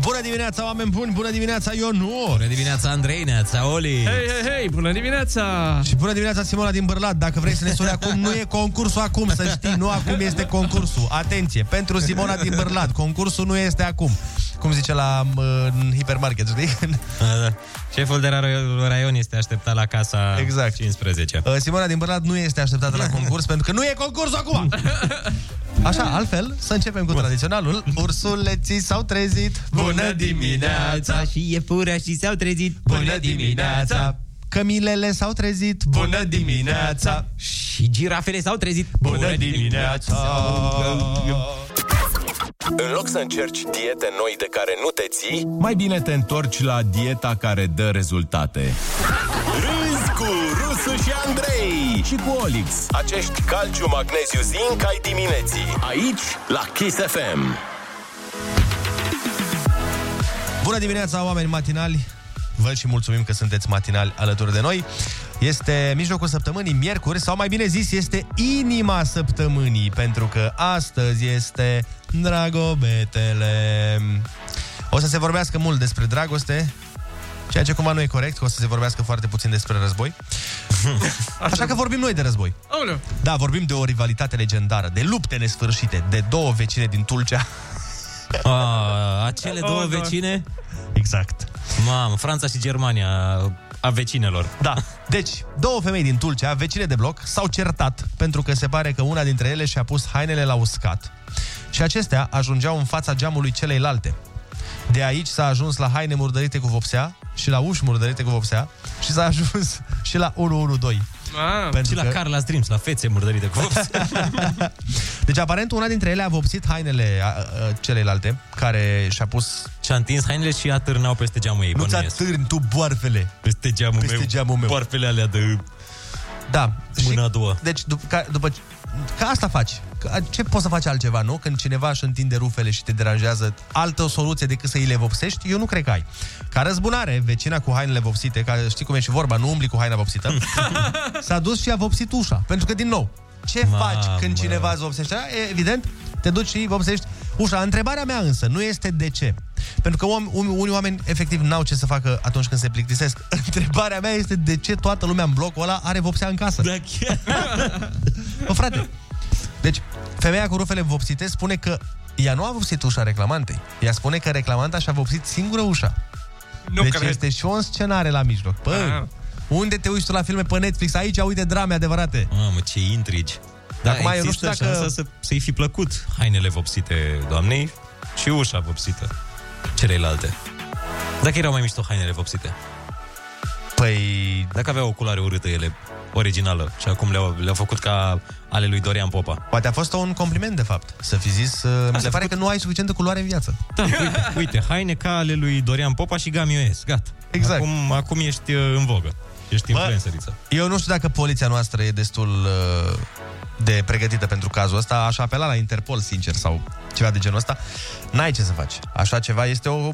Speaker 6: Bună dimineața, oameni buni! Bună dimineața, Ionu!
Speaker 8: Bună dimineața, Andrei, neața, Oli!
Speaker 10: Hei, hei, hei, bună dimineața!
Speaker 6: Și bună dimineața, Simona din Bârlad! Dacă vrei să ne suni acum, nu e concursul acum, să știi, nu acum este concursul. Atenție, pentru Simona din Bârlad, concursul nu este acum. Cum zice la m, în hipermarket, știi?
Speaker 7: Da, da. Șeful de ra- raion este așteptat la casa
Speaker 6: exact.
Speaker 7: 15
Speaker 6: Uh, Simona din Bârlad nu este așteptată la concurs pentru că nu e concursul acum. Așa, altfel, să începem cu tradiționalul. Ursuleții s-au trezit.
Speaker 8: Și e furea și s-au trezit
Speaker 6: Bună dimineața! Cămilele s-au trezit. Bună dimineața!
Speaker 8: Și girafele s-au trezit
Speaker 6: Bună dimineața!
Speaker 5: În loc să încerci diete noi de care nu te ții,
Speaker 14: Mai bine te întorci la dieta care dă rezultate.
Speaker 5: râzi cu Rusu și Andrei
Speaker 14: și cu Olix.
Speaker 5: Acești calciu, magneziu, zinc ai dimineții. Aici, la Kiss FM.
Speaker 6: Bună dimineața, oameni matinali! Vă și mulțumim că sunteți matinali alături de noi. Este mijlocul săptămânii, miercuri, sau mai bine zis, este inima săptămânii, pentru că astăzi este Dragobetele. O să se vorbească mult despre dragoste, ceea ce cumva nu e corect, că o să se vorbească foarte puțin despre război. Așa că vorbim noi de război.
Speaker 10: Aoleu.
Speaker 6: Da, vorbim de o rivalitate legendară, de lupte nesfârșite, de două vecine din Tulcea.
Speaker 7: A, Ah, acele două
Speaker 6: Oh, da.
Speaker 7: vecine?
Speaker 6: Exact.
Speaker 7: Mamă, Franța și Germania a vecinelor.
Speaker 6: Da. Deci, două femei din Tulcea, vecine de bloc, s-au certat pentru că se pare că una dintre ele și-a pus hainele la uscat și acestea ajungeau în fața geamului celeilalte. De aici s-a ajuns la haine murdărite cu vopsea și la uși murdărite cu vopsea și s-a ajuns și la 112.
Speaker 10: Ah,
Speaker 6: Pentru
Speaker 7: și la
Speaker 6: că-
Speaker 7: Carla Dreams, la fețe murdărite cu vopsi.
Speaker 6: Deci, aparent, una dintre ele a vopsit hainele a, a, celeilalte care și-a pus...
Speaker 7: Și-a întins hainele și atârnau peste geamul ei.
Speaker 6: Nu ți
Speaker 7: bănuiesc.
Speaker 6: atârni tu boarfele
Speaker 7: Peste geamul
Speaker 6: peste
Speaker 7: meu.
Speaker 6: geamul meu.
Speaker 7: Boarfele alea de...
Speaker 6: Da.
Speaker 7: Mâna a doua.
Speaker 6: Deci, dup- ca, după ce- Ca asta faci. Ca- Ce poți să faci altceva, nu? Când cineva își întinde rufele și te deranjează, altă soluție decât să îi le vopsești, eu nu cred că ai. Ca răzbunare, vecina cu hainele vopsite, ca știi cum e și vorba, nu umbli cu haina vopsită, s-a dus și a vopsit ușa. Pentru că, din nou, ce
Speaker 7: Mamă.
Speaker 6: faci când cineva îți vopsește? Da, e Evident, te duci și vopsești ușa. Întrebarea mea însă nu este de ce. Pentru că om, un- unii oameni efectiv n-au ce să facă atunci când se plictisesc. Întrebarea mea este de ce toată lumea în blocul ăla are vopsea în casă.
Speaker 7: Da,
Speaker 6: Bă, frate, deci, femeia cu rufele vopsite spune că ea nu a vopsit ușa reclamantei. Ea spune că reclamanta și-a vopsit singură ușa.
Speaker 10: Nu
Speaker 6: deci
Speaker 10: cred.
Speaker 6: este și o înscenare la mijloc. Bă,
Speaker 7: Ah.
Speaker 6: unde te uiți tu la filme pe Netflix? Aici uite drame adevărate.
Speaker 7: Mamă, ce intrigi.
Speaker 6: Dar acum eu nu știu
Speaker 7: există
Speaker 6: dacă-
Speaker 7: șansa Să, să-i fi plăcut hainele vopsite doamnei și ușa vopsită celelalte. Dacă erau mai mișto hainele vopsite.
Speaker 6: Păi...
Speaker 7: Dacă aveau oculare urâtă ele, originală, și acum le-au, le-au făcut ca ale lui Dorian Popa.
Speaker 6: Poate a fost un compliment, de fapt, să fi zis, uh, mi se pare că nu ai suficientă culoare în viață.
Speaker 7: Da, uite, uite, haine ca ale lui Dorian Popa și Gamioes, gata.
Speaker 6: Exact.
Speaker 7: Acum, acum ești uh, în vogă. Ești
Speaker 6: Bă.
Speaker 7: influenceriță.
Speaker 6: Eu nu știu dacă poliția noastră e destul uh, de pregătită pentru cazul ăsta. Aș apela la Interpol, sincer, sau ceva de genul ăsta. N-ai ce să faci. Așa ceva este o...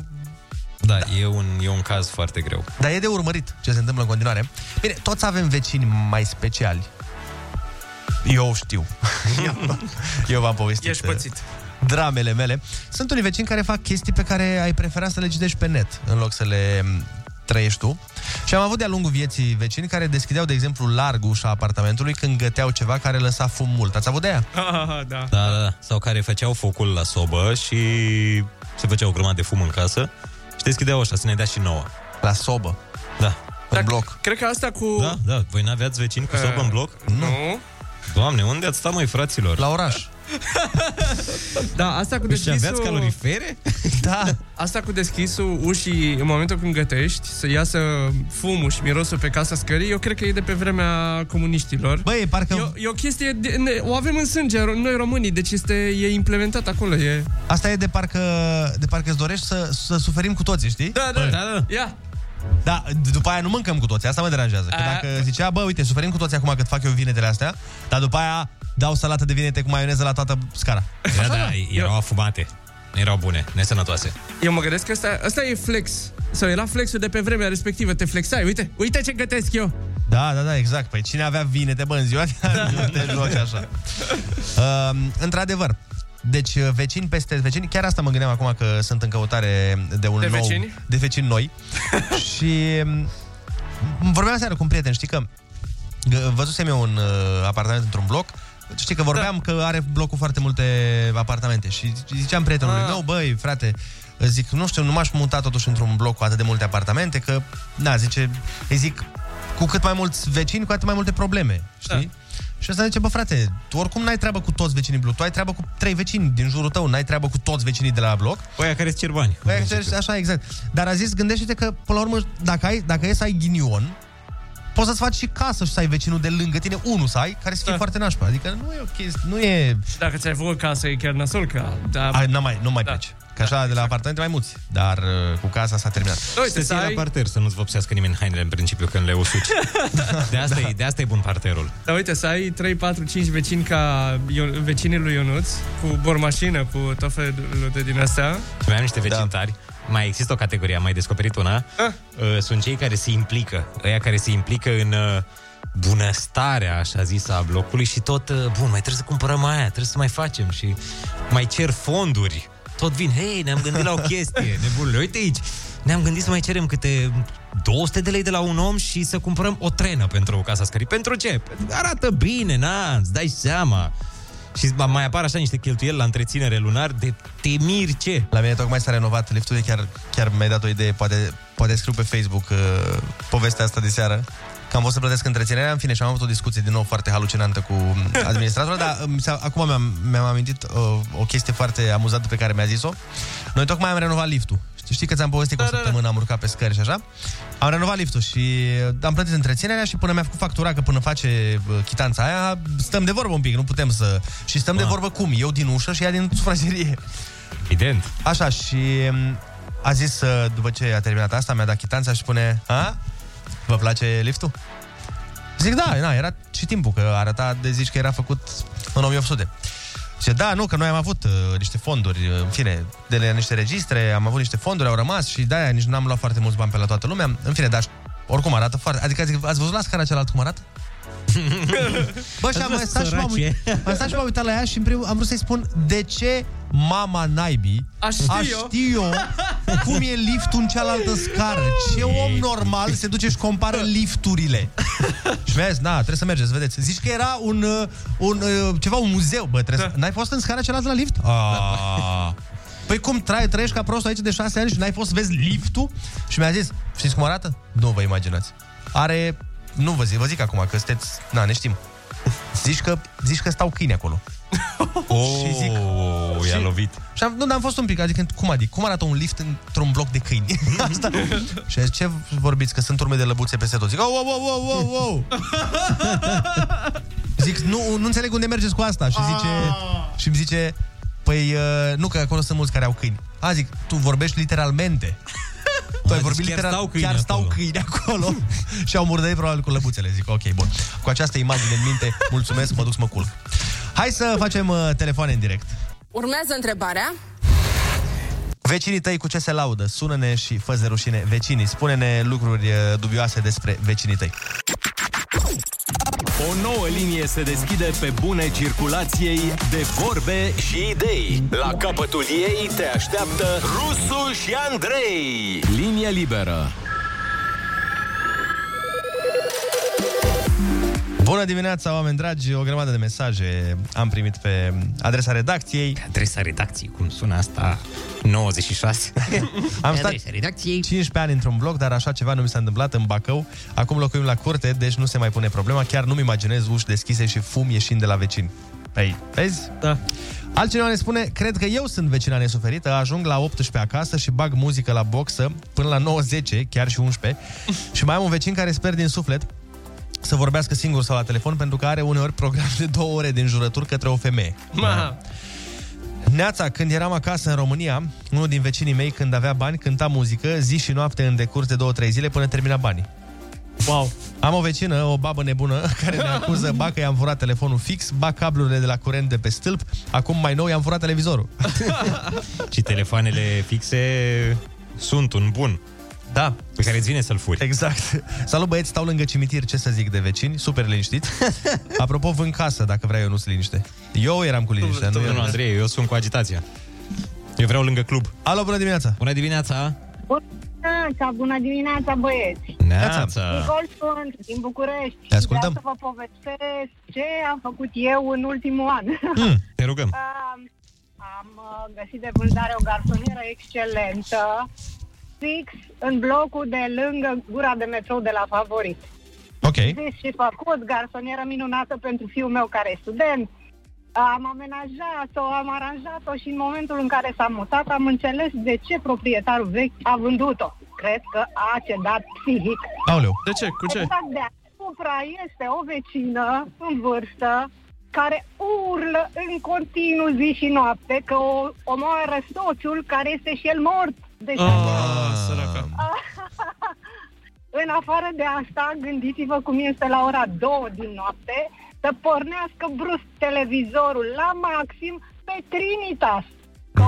Speaker 7: Da, da. E, un, e un caz foarte greu.
Speaker 6: Dar e de urmărit ce se întâmplă în continuare. Bine, toți avem vecini mai speciali. Eu știu. eu, eu v-am povestit.
Speaker 10: Ești
Speaker 6: uh,
Speaker 10: pățit.
Speaker 6: dramele mele. Sunt unii vecini care fac chestii pe care ai prefera să le citești pe net, în loc să le m, trăiești tu. Și am avut de-a lungul vieții vecini care deschideau, de exemplu, larg ușa apartamentului când găteau ceva care lăsa fum mult. Ați avut de aia?
Speaker 10: Ah, da.
Speaker 7: Da, da, da. Sau care făceau focul la sobă și se făcea o grămadă de fum în casă și deschideau ușa să ne dea și nouă.
Speaker 6: La sobă?
Speaker 7: Da.
Speaker 6: În bloc. Uh,
Speaker 10: Cred că asta cu...
Speaker 7: Da, da. Voi n-aveați vecini cu sobă
Speaker 10: Eh,
Speaker 7: în bloc?
Speaker 10: Nu.
Speaker 7: Doamne, unde ați stat, mai fraților?
Speaker 6: La oraș.
Speaker 10: Da, asta cu
Speaker 7: Își
Speaker 6: Deci
Speaker 10: deschisul...
Speaker 7: aveați calorifere?
Speaker 6: Da.
Speaker 10: Asta cu deschisul ușii în momentul când gătești, să iasă fumul și mirosul pe casa scării, eu cred că e de pe vremea comuniștilor.
Speaker 6: Băi, parcă...
Speaker 10: E, e o chestie... De, ne, o avem în sânge, ro- noi românii, deci este, e implementat acolo. E...
Speaker 6: Asta e de parcă, de parcă îți dorești să, să suferim cu toții, știi?
Speaker 10: Da, da, da. Ia.
Speaker 6: Da, d- după aia nu mâncăm cu toții, asta mă deranjează. Că dacă zicea, bă, uite, suferim cu toții acum cât fac eu vinetele astea, dar după aia dau salată de vinete cu maioneză la toată scara.
Speaker 7: Da, da, erau afumate. Nu erau bune, nesănătoase.
Speaker 10: Eu mă gândesc că asta, asta e flex. Sau era flexul de pe vremea respectivă. Te flexai, uite, uite ce gătesc eu.
Speaker 6: Da, da, da, exact. Păi cine avea vinete, bă, în ziua de azi, nu te joci așa. Uh, într-adevăr, deci uh, vecini peste vecini, chiar asta mă gândeam acum că sunt în căutare de un
Speaker 10: De
Speaker 6: nou...
Speaker 10: vecini?
Speaker 6: De vecini noi. și um, vorbeam seara cu un prieten, știi că gă- văzusem eu un uh, apartament într-un bloc Știi că vorbeam da. că are blocul foarte multe apartamente și ziceam prietenului
Speaker 19: Ah.
Speaker 6: meu, băi, frate, zic, nu știu, nu m-aș muta totuși într-un bloc cu atât de multe apartamente, că, na, zice, îi zic, cu cât mai mulți vecini, cu atât mai multe probleme, știi? Da. Și asta zice, bă, frate, tu oricum n-ai treabă cu toți vecinii bloc, tu ai treabă cu trei vecini din jurul tău, n-ai treabă cu toți vecinii de la bloc.
Speaker 7: Oia care-ți cer bani.
Speaker 6: Păi, așa, așa, exact. Dar a zis, gândește-te că, până la urmă, dacă, ai, dacă e să ai ghinion, poți să-ți faci și casă și să ai vecinul de lângă tine, unul să ai, care să fie da. foarte nașpa. Adică nu e o chestie, nu e...
Speaker 10: Și dacă ți-ai făcut casă, e chiar nasol că... Da.
Speaker 6: Ai, n-am mai, nu mai da. pleci. Că așa, de la apartamente mai muți, dar uh, cu casa s-a terminat.
Speaker 7: Exact. Uite, să ai... la parter, să nu-ți vopsească nimeni hainele în principiu când le usuci. De asta, da. e, de asta e bun parterul.
Speaker 10: Dar Da, uite, să ai 3, 4, 5 vecini ca Ion- vecinii lui Ionuț, cu bormașină, cu tot felul de din astea.
Speaker 7: Și mai am niște vecini da. tari. Mai există o categorie, am mai descoperit una. Uh, Sunt cei care se implică. Ăia care se implică în uh, bunăstarea, așa zis, a blocului și tot, uh, bun, mai trebuie să cumpărăm aia, trebuie să mai facem și mai cer fonduri. Tot vin, hei, ne-am gândit la o chestie, nebunule, uite aici. Ne-am gândit să mai cerem câte 200 de lei de la un om și să cumpărăm o trenă pentru o casa scării. Pentru ce? Arată bine, na, îți dai seama. Și mai apar așa niște cheltuieli la întreținere lunar de te miri ce.
Speaker 6: La mine tocmai s-a renovat liftul, e chiar, chiar mi-ai dat o idee, poate, poate scriu pe Facebook uh, povestea asta de seară. Că am fost să plătesc întreținerea, în fine, și am avut o discuție din nou foarte halucinantă cu administratorul, dar uh, mi s-a- acum mi-am, mi-am amintit uh, o chestie foarte amuzantă pe care mi-a zis-o. Noi tocmai am renovat liftul. Știi, știi că ți-am povestit că o săptămână am urcat pe scări și așa? Am renovat liftul și uh, am plătit întreținerea și până mi-a făcut factura că până face uh, chitanța aia, stăm de vorbă un pic, nu putem să... Și stăm de vorbă cum? Eu din ușă și ea din sufragerie.
Speaker 7: Evident.
Speaker 6: Așa, și m, a zis, uh, după ce a terminat asta, mi-a dat chitanța și spune, a? Vă place liftul? Zic, da, na, era și timpul, că arăta de zici că era făcut în 1800. Zice, da, nu, că noi am avut uh, niște fonduri, uh, în fine, de la niște registre, am avut niște fonduri, au rămas și de-aia nici n-am luat foarte mulți bani pe la toată lumea. În fine, dar oricum arată foarte... Adică zic, ați văzut la scara cealaltă cum arată? Bă, și am mai stat și m-am uit- am stat și m-am uitat la ea și în primul, am vrut să-i spun de ce mama naibii
Speaker 10: Aș ști
Speaker 6: aș
Speaker 10: eu."
Speaker 6: ști eu cum e liftul în cealaltă scară. Ce om normal se duce și compară lifturile. și mi-a zis, na, trebuie să mergeți, vedeți. Zici că era un, uh, un uh, ceva, un muzeu, bă, trebuie să... N-ai fost în scara cealaltă la lift? Ah. Păi cum trai, trăiești ca prost aici de șase ani și n-ai fost să vezi liftul? Și mi-a zis, știți cum arată? Nu vă imaginați. Are, nu vă zic, vă zic acum că sunteți, na, ne știm. Zici că, zici că stau câini acolo.
Speaker 7: Oh,
Speaker 6: și zic,
Speaker 7: i-a
Speaker 6: și-
Speaker 7: lovit.
Speaker 6: Și am, nu, dar am fost un pic, adică cum adică, cum arată un lift într-un bloc de câini? Asta. și a zis, ce vorbiți, că sunt urme de lăbuțe peste tot. Zic, oh, oh, oh, oh, oh, wow. Zic, nu, nu înțeleg unde mergeți cu asta. Și zice,
Speaker 7: Ah.
Speaker 6: și îmi zice, păi, uh, nu, că acolo sunt mulți care au câini. A, zic, tu vorbești literalmente. Tu ai
Speaker 7: deci
Speaker 6: vorbit
Speaker 7: chiar
Speaker 6: literal,
Speaker 7: stau câini
Speaker 6: chiar stau câini acolo și au murdărit probabil cu lăbuțele. Zic, ok, bun. Cu această imagine în minte, mulțumesc, mă duc să mă culc. Hai să facem uh, telefoane în direct.
Speaker 20: Urmează întrebarea.
Speaker 6: Vecinii tăi cu ce se laudă? Sună-ne și fă rușine vecinii. Spune-ne lucruri uh, dubioase despre vecinii tăi.
Speaker 14: O nouă linie se deschide pe bune circulației de vorbe și idei.
Speaker 5: La capătul ei te așteaptă Rusu și Andrei.
Speaker 14: Linie liberă.
Speaker 6: Bună dimineața, oameni dragi! O grămadă de mesaje am primit pe adresa redacției. Pe
Speaker 7: adresa redacției, cum sună asta? 96.
Speaker 6: Am
Speaker 7: Pe
Speaker 6: stat
Speaker 7: adresa
Speaker 6: 15 ani într-un bloc, dar așa ceva nu mi s-a întâmplat în Bacău. Acum locuim la curte, deci nu se mai pune problema. Chiar nu-mi imaginez uși deschise și fum ieșind de la vecini. Păi, vezi? Da. Altcineva ne spune, cred că eu sunt vecina nesuferită, ajung la 18 acasă și bag muzică la boxă până la 9-10, chiar și 11. și mai am un vecin care sper din suflet să vorbească singur sau la telefon pentru că are uneori program de două ore din jurături către o femeie. Da.
Speaker 10: Ma.
Speaker 6: Neața, când eram acasă în România, unul din vecinii mei, când avea bani, cânta muzică zi și noapte în decurs de 2-3 zile până termina banii. Wow. Am o vecină, o babă nebună, care ne acuză, ba că i-am furat telefonul fix, ba cablurile de la curent de pe stâlp, acum mai nou i-am furat televizorul.
Speaker 7: Și telefoanele fixe sunt un bun.
Speaker 6: Da.
Speaker 7: Pe care îți vine să-l furi.
Speaker 6: Exact. Salut băieți, stau lângă cimitir, ce să zic de vecini, super liniștit. Apropo, vând casă, dacă vrei eu nu sunt liniște. Eu eram cu liniște.
Speaker 7: Tu, nu,
Speaker 6: eu-
Speaker 7: Andrei, eu sunt cu agitația. Eu vreau lângă club.
Speaker 6: Alo, bună dimineața!
Speaker 7: Bună dimineața!
Speaker 18: Bună dimineața, bună dimineața, băieți!
Speaker 7: Neața!
Speaker 18: Nicol sunt, din București.
Speaker 7: Te ascultăm.
Speaker 18: Și Vreau să vă povestesc ce am făcut eu în ultimul an.
Speaker 7: Hmm, Te rugăm.
Speaker 18: Am, am uh, găsit de vânzare o garsonieră excelentă, fix în blocul de lângă gura de metrou de la Favorit.
Speaker 6: Ok.
Speaker 18: Zis și făcut, garsonieră minunată pentru fiul meu care e student. Am amenajat-o, am aranjat-o și în momentul în care s-a mutat am înțeles de ce proprietarul vechi a vândut-o. Cred că a cedat psihic.
Speaker 6: Aoleu.
Speaker 10: De ce? Cu ce?
Speaker 18: Exact de asupra este o vecină în vârstă care urlă în continuu zi și noapte că o omoară soțul care este și el mort. Deci,
Speaker 4: Ah.
Speaker 18: în afară de asta, gândiți-vă cum este la ora 2 din noapte să pornească brusc televizorul la maxim pe Trinitas.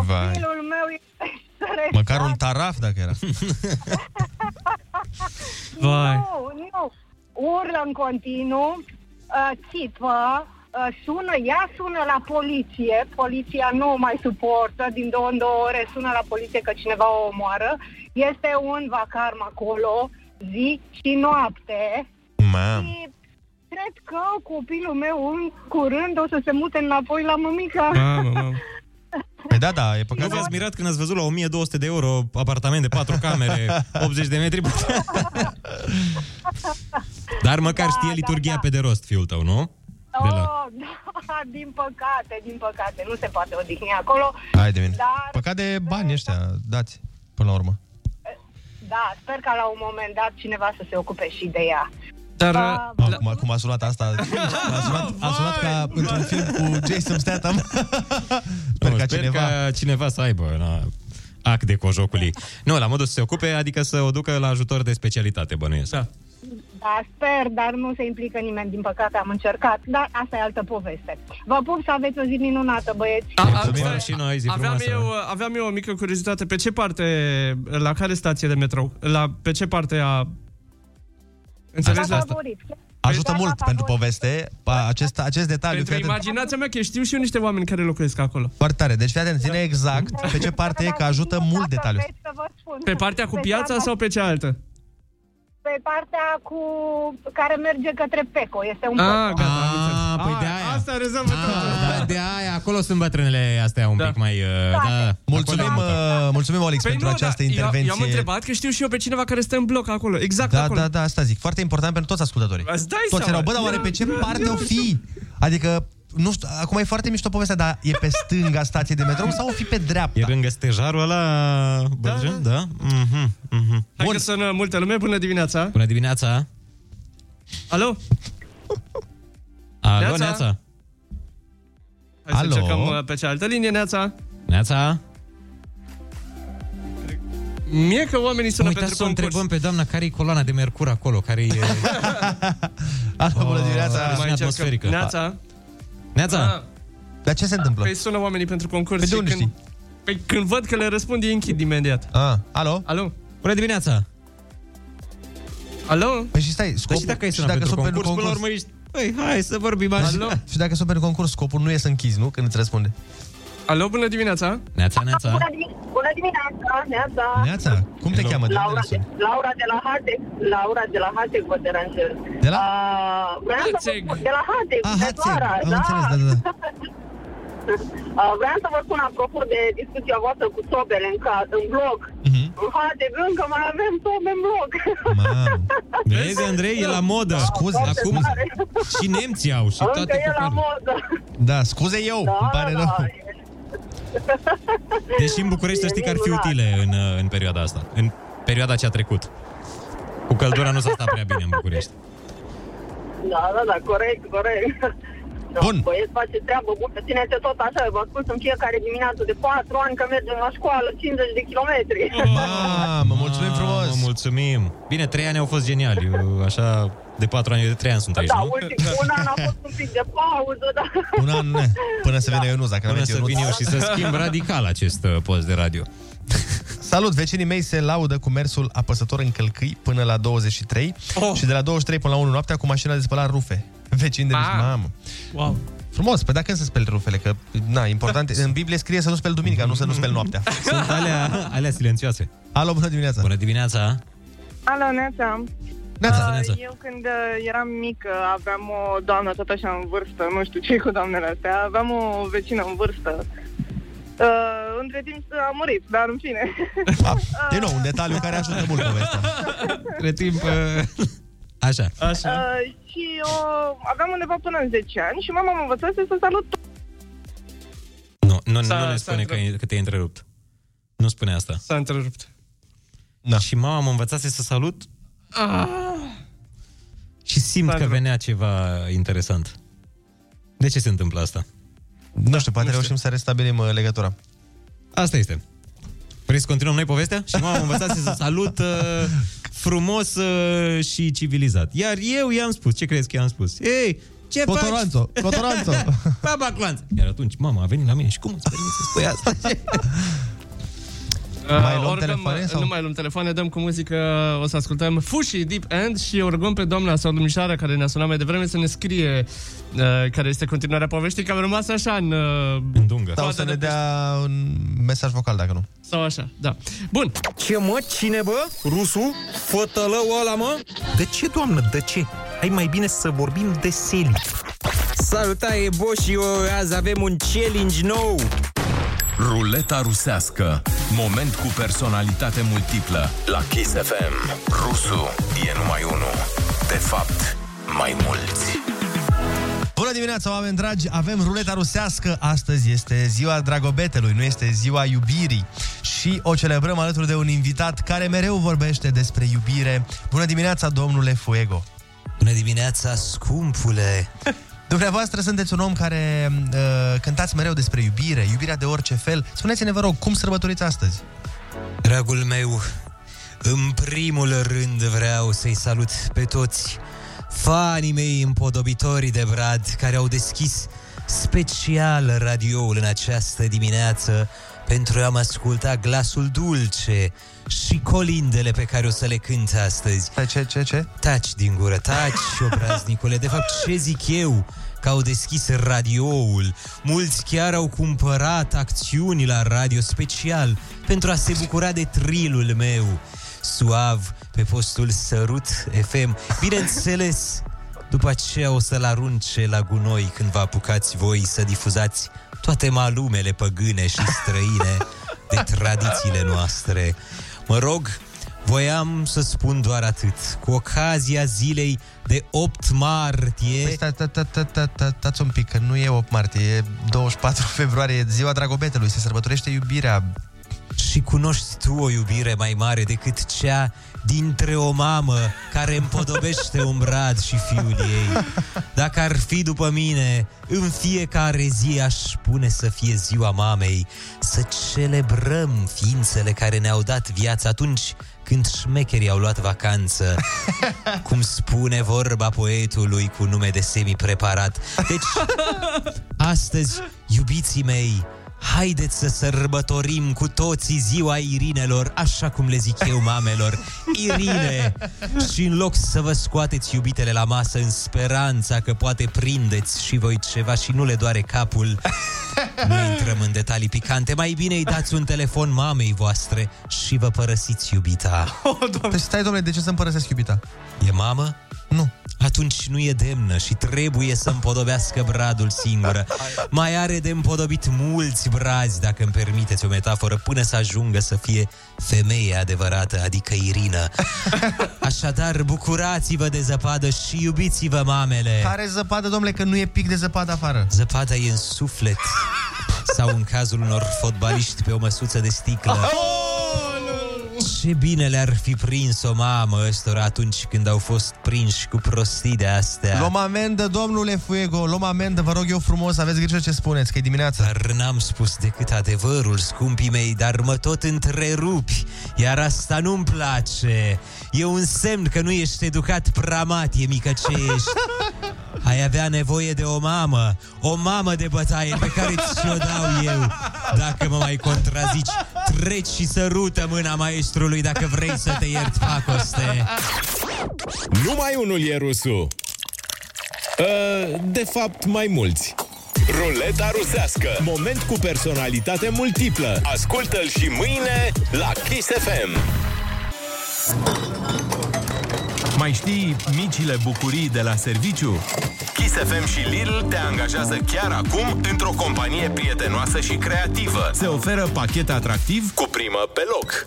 Speaker 6: Vai.
Speaker 18: Filul meu este sărețat.
Speaker 6: Măcar un taraf dacă era. Vai.
Speaker 18: Nu, nu. Urlă în continuu, uh, țipă, uh, sună, ea sună la poliție, poliția nu o mai suportă, din două în două ore sună la poliție că cineva o omoară. Este un vacarm acolo, zi și noapte.
Speaker 7: Da.
Speaker 6: Mam.
Speaker 18: Și cred că copilul meu în curând o să se mute înapoi la mămica.
Speaker 7: Da,
Speaker 6: Păi da, da, e
Speaker 7: păcat. Nu v-ați mirat când ați văzut la 1200 de euro apartament de 4 camere, 80 de metri? Dar măcar
Speaker 18: Da,
Speaker 7: știe
Speaker 18: da,
Speaker 7: liturgia pe de rost, fiul tău, nu? De la...
Speaker 18: Oh, da, din păcate, din păcate, nu se poate odihni acolo.
Speaker 6: Hai de mine.
Speaker 18: Dar
Speaker 6: Păcat de bani ăștia dați, până la urmă.
Speaker 18: Da, sper ca la un moment dat cineva să se ocupe și de ea.
Speaker 6: Dar...
Speaker 10: uh,
Speaker 18: Da,
Speaker 6: Mamă, cum, a- cum a sunat asta? A sunat, a sunat ca într-un film cu Jason Statham.
Speaker 7: Sper, nu, ca, sper cineva... ca cineva să aibă na, act de cojocului. Nu, la modul să se ocupe, adică să o ducă la ajutor de specialitate, bănuiesc. Da.
Speaker 18: Da, sper, dar nu se implică nimeni, din păcate am încercat, dar asta e altă poveste. Vă pup să aveți o zi minunată, băieți!
Speaker 7: Mulțumim și noi, zi
Speaker 10: Aveam
Speaker 7: frumoasă.
Speaker 10: eu, aveam eu o mică curiozitate. Pe ce parte, la care stație de metrou? La, pe ce parte a... Înțelegi la asta?
Speaker 18: Favorit.
Speaker 6: Ajută mult pentru poveste pa, acest, acest
Speaker 7: Da,
Speaker 6: detaliu.
Speaker 10: Pentru
Speaker 7: deci,
Speaker 6: fii atent.
Speaker 10: imaginația mea, că știu și eu niște oameni care locuiesc acolo.
Speaker 6: Foarte tare. Deci fii atent, ține exact pe ce parte e, că ajută mult detaliu.
Speaker 18: Vreți să vă spun?
Speaker 10: Pe partea cu piața sau pe cealaltă?
Speaker 18: Pe partea cu care merge către Peco, este un
Speaker 10: Ah,
Speaker 18: post.
Speaker 10: gata, am înțeles.
Speaker 7: păi
Speaker 10: Ah,
Speaker 7: de aia.
Speaker 10: Asta rezolvă totul.
Speaker 7: Da, de aia, acolo sunt bătrânele astea un da. pic mai... Uh, da.
Speaker 6: Mulțumim, uh, mulțumim Olix, pentru
Speaker 10: nu,
Speaker 6: această
Speaker 10: da, eu-
Speaker 6: intervenție.
Speaker 10: Eu am întrebat că știu și eu pe cineva care stă în bloc acolo. Exact
Speaker 6: da,
Speaker 10: acolo.
Speaker 6: da, da, asta zic. Foarte important pentru toți ascultătorii.
Speaker 10: Îți dai
Speaker 6: toți
Speaker 10: seama.
Speaker 6: erau, bă, dar oare pe ce
Speaker 10: Da,
Speaker 6: parte
Speaker 10: da,
Speaker 6: o fi? Adică, nu știu, acum e foarte mișto povestea, dar e pe stânga stație de metrou sau o fi pe dreapta?
Speaker 10: Da.
Speaker 7: E lângă stejarul ăla, Bălgen, da? da? Mhm, mhm.
Speaker 10: Hai că sună multă lume. Bună dimineața.
Speaker 7: Bună dimineața!
Speaker 10: Alo?
Speaker 7: Alo,
Speaker 10: Neața.
Speaker 7: Neața!
Speaker 10: Hai
Speaker 7: Alo?
Speaker 10: să încercăm uh, pe cealaltă linie, Neața.
Speaker 7: Neața!
Speaker 10: Mie că oamenii sună
Speaker 7: Uitați
Speaker 10: pentru
Speaker 7: să o
Speaker 10: concurs.
Speaker 7: întrebăm pe doamna care e coloana de mercur acolo, uh, care e...
Speaker 6: Alo, bună
Speaker 7: Oh, Mai
Speaker 6: dimineața!
Speaker 7: încercăm. atmosferică.
Speaker 10: Neața.
Speaker 7: Neața!
Speaker 10: Ah,
Speaker 6: Dar ce se întâmplă?
Speaker 10: Păi sună oamenii pentru concurs.
Speaker 6: Păi de
Speaker 10: și
Speaker 6: unde
Speaker 10: când, păi când văd că le răspund, ei închid imediat.
Speaker 6: Ah, alo?
Speaker 10: Alo?
Speaker 7: Bună dimineața!
Speaker 10: Alo?
Speaker 6: Păi și stai, scopul...
Speaker 7: Dar și dacă ai sunat
Speaker 6: și
Speaker 7: pentru
Speaker 6: sunt
Speaker 7: concurs, până la urmă ești... Păi, hai să vorbim
Speaker 6: Dar-
Speaker 7: așa.
Speaker 6: Și dacă sunt pentru concurs, scopul nu e să închizi, nu? Când îți răspunde.
Speaker 10: Alo, bună dimineața.
Speaker 7: Neața,
Speaker 18: Bună, dimi- bună dimineața, Neața!
Speaker 6: Neața, cum te cheamă? De unde
Speaker 18: Laura
Speaker 6: ne
Speaker 18: de,
Speaker 6: suni?
Speaker 18: Laura de la Hatec, Laura de la Hatec vă deranjez.
Speaker 6: De la?
Speaker 18: Uh, vreau să vă
Speaker 6: Hatec.
Speaker 18: spun, de la Hatec,
Speaker 6: Ah,
Speaker 18: de
Speaker 6: Hatec,
Speaker 18: Doara,
Speaker 6: am
Speaker 18: da.
Speaker 6: înțeles, da, da, da.
Speaker 18: Uh, vreau să vă spun apropo de discuția voastră cu sobele în, ca, în blog.
Speaker 6: Mhm.
Speaker 18: În Hatec încă mai avem sobe în blog.
Speaker 7: Vezi, Andrei, e la modă.
Speaker 10: Da.
Speaker 18: Scuze,
Speaker 7: Acum
Speaker 18: scuze.
Speaker 7: și nemții au și
Speaker 18: Da, încă
Speaker 7: toate
Speaker 18: e la
Speaker 7: popoarele.
Speaker 18: modă.
Speaker 6: Da, scuze eu, da, îmi pare rău. Da.
Speaker 13: Deși în București să știi că ar fi utile în, uh, în perioada asta. În perioada ce a trecut. Cu căldura nu s-a stat prea bine în București.
Speaker 18: Da, da, da, corect, corect. Da, Bun. Băieți, face treabă bună, țineți tot așa, vă ascult în fiecare dimineață de 4 ani că mergem la școală, 50 de kilometri.
Speaker 13: Mamă, mulțumim frumos! Mamă, mulțumim! Bine, trei ani au fost geniali, eu, așa, de patru ani, eu de trei ani sunt aici,
Speaker 18: Da,
Speaker 13: nu?
Speaker 18: ultim, un an a fost un pic de pauză, da.
Speaker 6: Un an, ne. până să vină Ionuț, dacă
Speaker 13: Până
Speaker 6: n-aveți
Speaker 13: să
Speaker 6: Ionuț.
Speaker 13: vin eu și să schimb radical acest uh, post de radio.
Speaker 6: Salut, vecinii mei se laudă cu mersul apăsător în călcâi până la 23 oh. și de la 23 până la 1 noaptea cu mașina de spălat rufe. Vecini de ah. mamă. Wow. Frumos, pe dacă când să speli rufele? Că, na, important, în Biblie scrie să nu speli duminica, nu să nu speli noaptea.
Speaker 13: Sunt alea, alea silențioase.
Speaker 6: Alo, bună dimineața!
Speaker 13: Bună dimineața!
Speaker 21: Alo, Neața.
Speaker 13: Neața.
Speaker 21: Uh,
Speaker 13: Neața.
Speaker 21: Eu când uh, eram mică aveam o doamnă tot așa în vârstă, nu știu ce cu doamnele astea, aveam o vecină în vârstă. Uh, între timp a murit, dar în fine.
Speaker 6: De nou, un detaliu care ajută mult povestea.
Speaker 13: Între timp... Așa.
Speaker 21: Uh, și eu aveam undeva până în 10 ani și mama mă învățase să salut
Speaker 13: Nu, nu, nu ne spune că, e- că te-ai întrerupt. Nu spune asta.
Speaker 10: S-a întrerupt.
Speaker 13: Da. Și mama mă învățase să salut
Speaker 10: Ah.
Speaker 13: și simt că venea ceva interesant. De ce se întâmplă asta?
Speaker 6: Nu știu, poate reușim să restabilim uh, legătura.
Speaker 13: Asta este. Vrei să continuăm noi povestea? Și mama mă învățase să salut uh, frumos uh, și civilizat. Iar eu i-am spus, ce crezi că i-am spus? Ei, ce
Speaker 6: Cotoranțo,
Speaker 13: faci?
Speaker 6: cotoranțo.
Speaker 13: Baba Clanț! Iar atunci mama a venit la mine și cum îți permiți să
Speaker 6: Păi
Speaker 13: spui asta?
Speaker 10: Mai
Speaker 6: luăm telefoane sau?
Speaker 10: Ah, Nu mai luăm telefoane, dăm cu muzică, o să ascultăm Fushi Deep End și o rugăm pe doamna sau domnișoara care ne-a sunat mai devreme să ne scrie uh, care este continuarea poveștii, că am rămas așa în... Uh, în
Speaker 13: dungă.
Speaker 6: Sau să ne dea un mesaj vocal, dacă nu.
Speaker 10: Sau așa, da. Bun.
Speaker 22: Ce mă? Cine bă? Rusul? Fătălău ăla mă? De ce, doamnă, de ce? Hai mai bine să vorbim de seli. Salutare, Bo și eu, azi avem un challenge nou.
Speaker 5: Ruleta rusească. Moment cu personalitate multiplă. La Kiss FM. Rusu e numai unul. De fapt, mai mulți.
Speaker 6: Bună dimineața, oameni dragi! Avem ruleta rusească. Astăzi este ziua dragobetelui, nu este ziua iubirii. Și o celebrăm alături de un invitat care mereu vorbește despre iubire. Bună dimineața, domnule Fuego!
Speaker 7: Bună dimineața, scumpule!
Speaker 6: Dumneavoastră sunteți un om care uh, cântați mereu despre iubire, iubirea de orice fel. Spuneți-ne, vă rog, cum sărbătoriți astăzi?
Speaker 7: Dragul meu, în primul rând vreau să-i salut pe toți fanii mei împodobitori de brad care au deschis special radioul în această dimineață pentru a-mi asculta glasul dulce și colindele pe care o să le cânt astăzi.
Speaker 6: Ce, ce, ce?
Speaker 7: Taci din gură, taci, obraznicule. De fapt, ce zic eu? Că au deschis radioul. Mulți chiar au cumpărat acțiuni la radio special pentru a se bucura de trilul meu. Suav pe postul Sărut FM. Bineînțeles, după aceea o să-l arunce la gunoi când vă apucați voi să difuzați toate malumele păgâne și străine de tradițiile noastre. Mă rog, voiam să spun doar atât. Cu ocazia zilei de 8 martie...
Speaker 6: Păi sta- sta- sta- sta- sta- sta- stați un pic, că nu e 8 martie, e 24 februarie, e ziua dragobetelui, se sărbătorește iubirea.
Speaker 7: Și cunoști tu o iubire mai mare decât cea dintre o mamă care împodobește un brad și fiul ei. Dacă ar fi după mine, în fiecare zi aș spune să fie ziua mamei, să celebrăm ființele care ne-au dat viață atunci când șmecherii au luat vacanță. Cum spune vorba poetului cu nume de semi-preparat. Deci, astăzi, iubiții mei, Haideți să sărbătorim cu toții ziua Irinelor, așa cum le zic eu mamelor. Irine! Și în loc să vă scoateți iubitele la masă în speranța că poate prindeți și voi ceva și nu le doare capul, nu intrăm în detalii picante. Mai bine îi dați un telefon mamei voastre și vă părăsiți iubita.
Speaker 6: Oh, deci stai, domnule, de ce să-mi părăsesc iubita?
Speaker 7: E mamă?
Speaker 6: Nu.
Speaker 23: atunci nu e demnă și trebuie să împodobească bradul singură. Mai are de împodobit mulți brazi, dacă îmi permiteți o metaforă, până să ajungă să fie femeie adevărată, adică Irina. Așadar, bucurați-vă de zăpadă și iubiți-vă mamele.
Speaker 6: Care zăpadă, domnule, că nu e pic de zăpadă afară.
Speaker 23: Zăpada e în suflet sau în cazul unor fotbaliști pe o măsuță de sticlă. Ce bine le-ar fi prins o mamă ăstora atunci când au fost prinși cu prostii de astea.
Speaker 6: Luăm amendă, domnule Fuego, luăm amendă, vă rog eu frumos, aveți grijă ce spuneți, că e dimineața.
Speaker 23: Dar n-am spus decât adevărul, scumpii mei, dar mă tot întrerupi, iar asta nu-mi place. E un semn că nu ești educat pramat, e mică ce ești. Ai avea nevoie de o mamă, o mamă de bătaie pe care ți-o dau eu. Dacă mă mai contrazici, treci și sărută mâna maestrului dacă vrei să te iert, Pacoste.
Speaker 5: Numai unul e rusul. Uh, de fapt, mai mulți. Ruleta rusească. Moment cu personalitate multiplă. Ascultă-l și mâine la Kiss FM.
Speaker 14: Mai știi micile bucurii de la serviciu?
Speaker 5: Kiss FM și Lidl te angajează chiar acum într-o companie prietenoasă și creativă.
Speaker 14: Se oferă pachet atractiv
Speaker 5: Cu primă pe loc.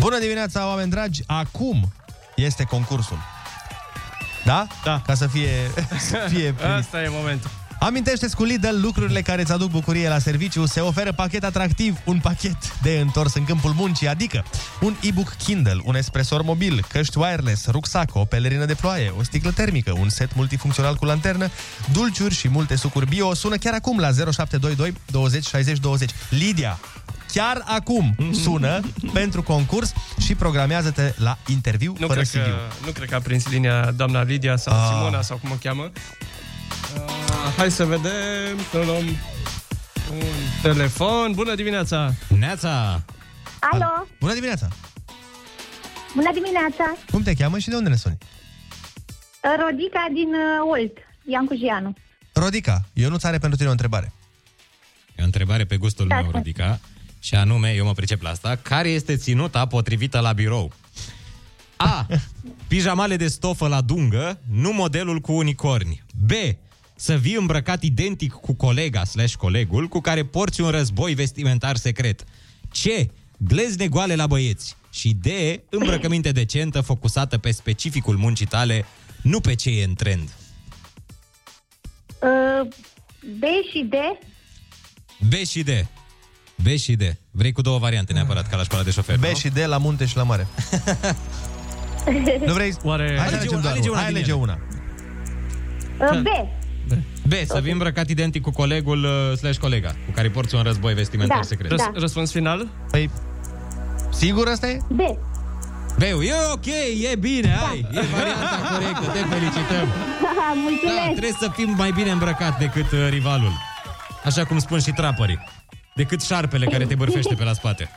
Speaker 6: Bună dimineața, oameni dragi! Acum este concursul. Da? Da. Ca să fie... Să fie primit.
Speaker 10: Asta e momentul.
Speaker 6: Amintește-ți cu Lidl lucrurile care îți aduc bucurie la serviciu. Se oferă pachet atractiv, un pachet de întors în câmpul muncii, adică un e-book Kindle, un espresor mobil, căști wireless, rucsac, o pelerină de ploaie, o sticlă termică, un set multifuncțional cu lanternă, dulciuri și multe sucuri bio. Sună chiar acum la 0722 20 60 20. Lidia, chiar acum
Speaker 10: Mhm.
Speaker 6: sună pentru concurs și programează-te la interviu
Speaker 10: Nu
Speaker 6: fără
Speaker 10: cred,
Speaker 6: CV.
Speaker 10: că, nu cred că a prins linia doamna Lidia sau
Speaker 6: Ah.
Speaker 10: Simona sau cum o cheamă. Ah, hai să vedem, să luăm un telefon. Bună dimineața!
Speaker 23: Neața!
Speaker 1: Alo,
Speaker 6: Bună dimineața!
Speaker 1: bună dimineața!
Speaker 6: Cum te cheamă și de unde ne suni?
Speaker 1: Rodica din uh, Olt, Iancujianu.
Speaker 6: Rodica, eu nu are pentru tine o întrebare.
Speaker 7: E o întrebare pe gustul meu, Rodica, și anume, eu mă pricep la asta, care este ținuta potrivită la birou? A. Pijamale de stofă la dungă, nu modelul cu unicorni. B. Să vii îmbrăcat identic cu colega slash colegul cu care porți un război vestimentar secret. C. Glezne goale la băieți. Și D. Îmbrăcăminte decentă focusată pe specificul muncii tale, nu pe ce e în trend.
Speaker 1: Uh, B și D,
Speaker 7: B și D. B și D. Vrei cu două variante neapărat, ca la școala de șofer,
Speaker 6: B
Speaker 7: nu?
Speaker 6: și D la munte și la mare. nu vrei?
Speaker 10: Oare...
Speaker 6: Hai să
Speaker 7: Alege
Speaker 6: alegem
Speaker 7: una-
Speaker 6: doar
Speaker 7: alege
Speaker 6: una.
Speaker 7: una
Speaker 6: Hai
Speaker 7: din
Speaker 6: alege
Speaker 7: ele.
Speaker 6: una.
Speaker 1: uh, B.
Speaker 7: B, să vii îmbrăcat identic cu colegul uh, slash colega, cu care porți un război vestimentar
Speaker 1: Da,
Speaker 7: secret.
Speaker 1: da. Răs-
Speaker 10: răspuns final?
Speaker 6: Păi, sigur asta e?
Speaker 1: B. Da.
Speaker 7: b e ok, e bine, ai, e varianta corectă, te felicităm. Da,
Speaker 1: Mulțumesc!
Speaker 7: trebuie să fim mai bine îmbrăcat decât uh, rivalul. Așa cum spun și trapării. Decât șarpele care te bârfește pe la spate.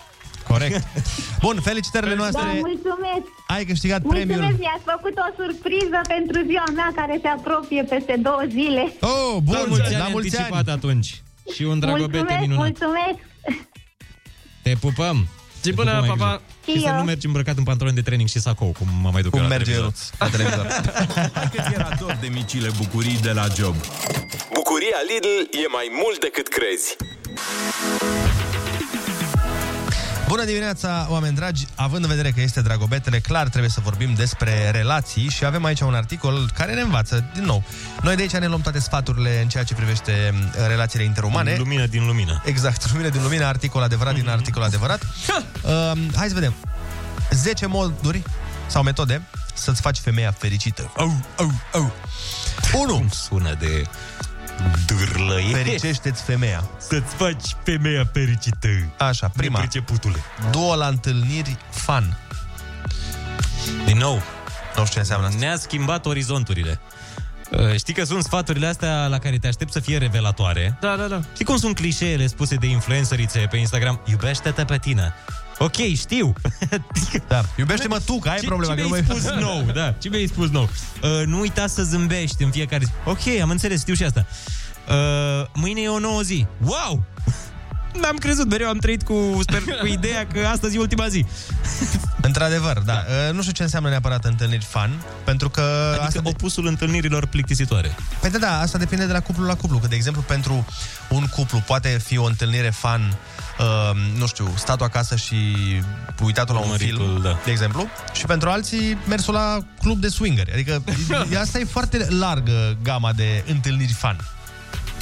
Speaker 6: Corect. Bun, felicitările
Speaker 1: Da,
Speaker 6: noastre.
Speaker 1: mulțumesc!
Speaker 6: Ai câștigat
Speaker 1: Mulțumesc,
Speaker 6: premiul.
Speaker 1: mi-ați făcut o surpriză pentru ziua mea care se apropie peste două zile.
Speaker 6: Oh,
Speaker 7: bun, la mulți ani,
Speaker 6: la mulți ani.
Speaker 7: anticipat atunci. Și un dragobete
Speaker 1: mulțumesc,
Speaker 7: minunat.
Speaker 1: mulțumesc!
Speaker 7: Te pupăm. Zi
Speaker 1: bună,
Speaker 7: pupăm, ai
Speaker 1: papa.
Speaker 7: grijă.
Speaker 1: Și
Speaker 7: Și să
Speaker 1: eu.
Speaker 7: nu mergi îmbrăcat în pantaloni de training și sacou, cum mă mai duc
Speaker 6: Cum
Speaker 7: eu la
Speaker 6: merge
Speaker 7: televizor.
Speaker 6: la televizor.
Speaker 5: Cât era tot de micile bucurii de la job. Bucuria Lidl e mai mult decât crezi.
Speaker 6: Bună dimineața, oameni dragi! Având în vedere că este Dragobetele, clar trebuie să vorbim despre relații și avem aici un articol care ne învață, din nou. Noi de aici ne luăm toate sfaturile în ceea ce privește uh, relațiile interumane.
Speaker 7: Lumină din lumină.
Speaker 6: Exact, lumină din lumină, articol adevărat din articol adevărat. Uh, hai să vedem. 10 moduri sau metode să-ți faci femeia fericită. Au, au, au. 1. Cum
Speaker 7: sună de dârlăie.
Speaker 6: Fericește-ți femeia.
Speaker 7: Să-ți faci femeia fericită.
Speaker 6: Așa, prima.
Speaker 7: Nepriceputule.
Speaker 6: Două la întâlniri fan.
Speaker 7: Din nou.
Speaker 6: Nu știu ce înseamnă asta.
Speaker 7: Ne-a schimbat orizonturile. Uh, Știi că sunt sfaturile astea la care te aștept să fie revelatoare.
Speaker 10: Da, da, da.
Speaker 7: Știi cum sunt clișeele spuse de influencerițe pe Instagram? Iubește-te pe tine. Ok, știu.
Speaker 6: da. Iubește-mă tu, că ai
Speaker 7: ce,
Speaker 6: problema,
Speaker 7: Ce
Speaker 6: că nu
Speaker 7: mi-ai
Speaker 6: mai-
Speaker 7: spus nou, da. Ce mi-ai spus nou? Uh, nu uita să zâmbești în fiecare zi. Ok, am înțeles, știu și asta. Uh, mâine e o nouă zi. Wow! am crezut, mereu am trăit cu, sper, cu ideea că astăzi e ultima zi.
Speaker 6: Într-adevăr, da. Uh, Nu știu ce înseamnă neapărat întâlniri fan, pentru că... Adică asta
Speaker 7: opusul de... întâlnirilor plictisitoare.
Speaker 6: Păi da, da, asta depinde de la cuplu la cuplu. Că, de exemplu, pentru un cuplu poate fi o întâlnire fan, uh, nu știu, statul acasă și uitatul la un film, da. de exemplu, și pentru alții mersul la club de swingeri. Adică e- asta e foarte largă gama de întâlniri fan.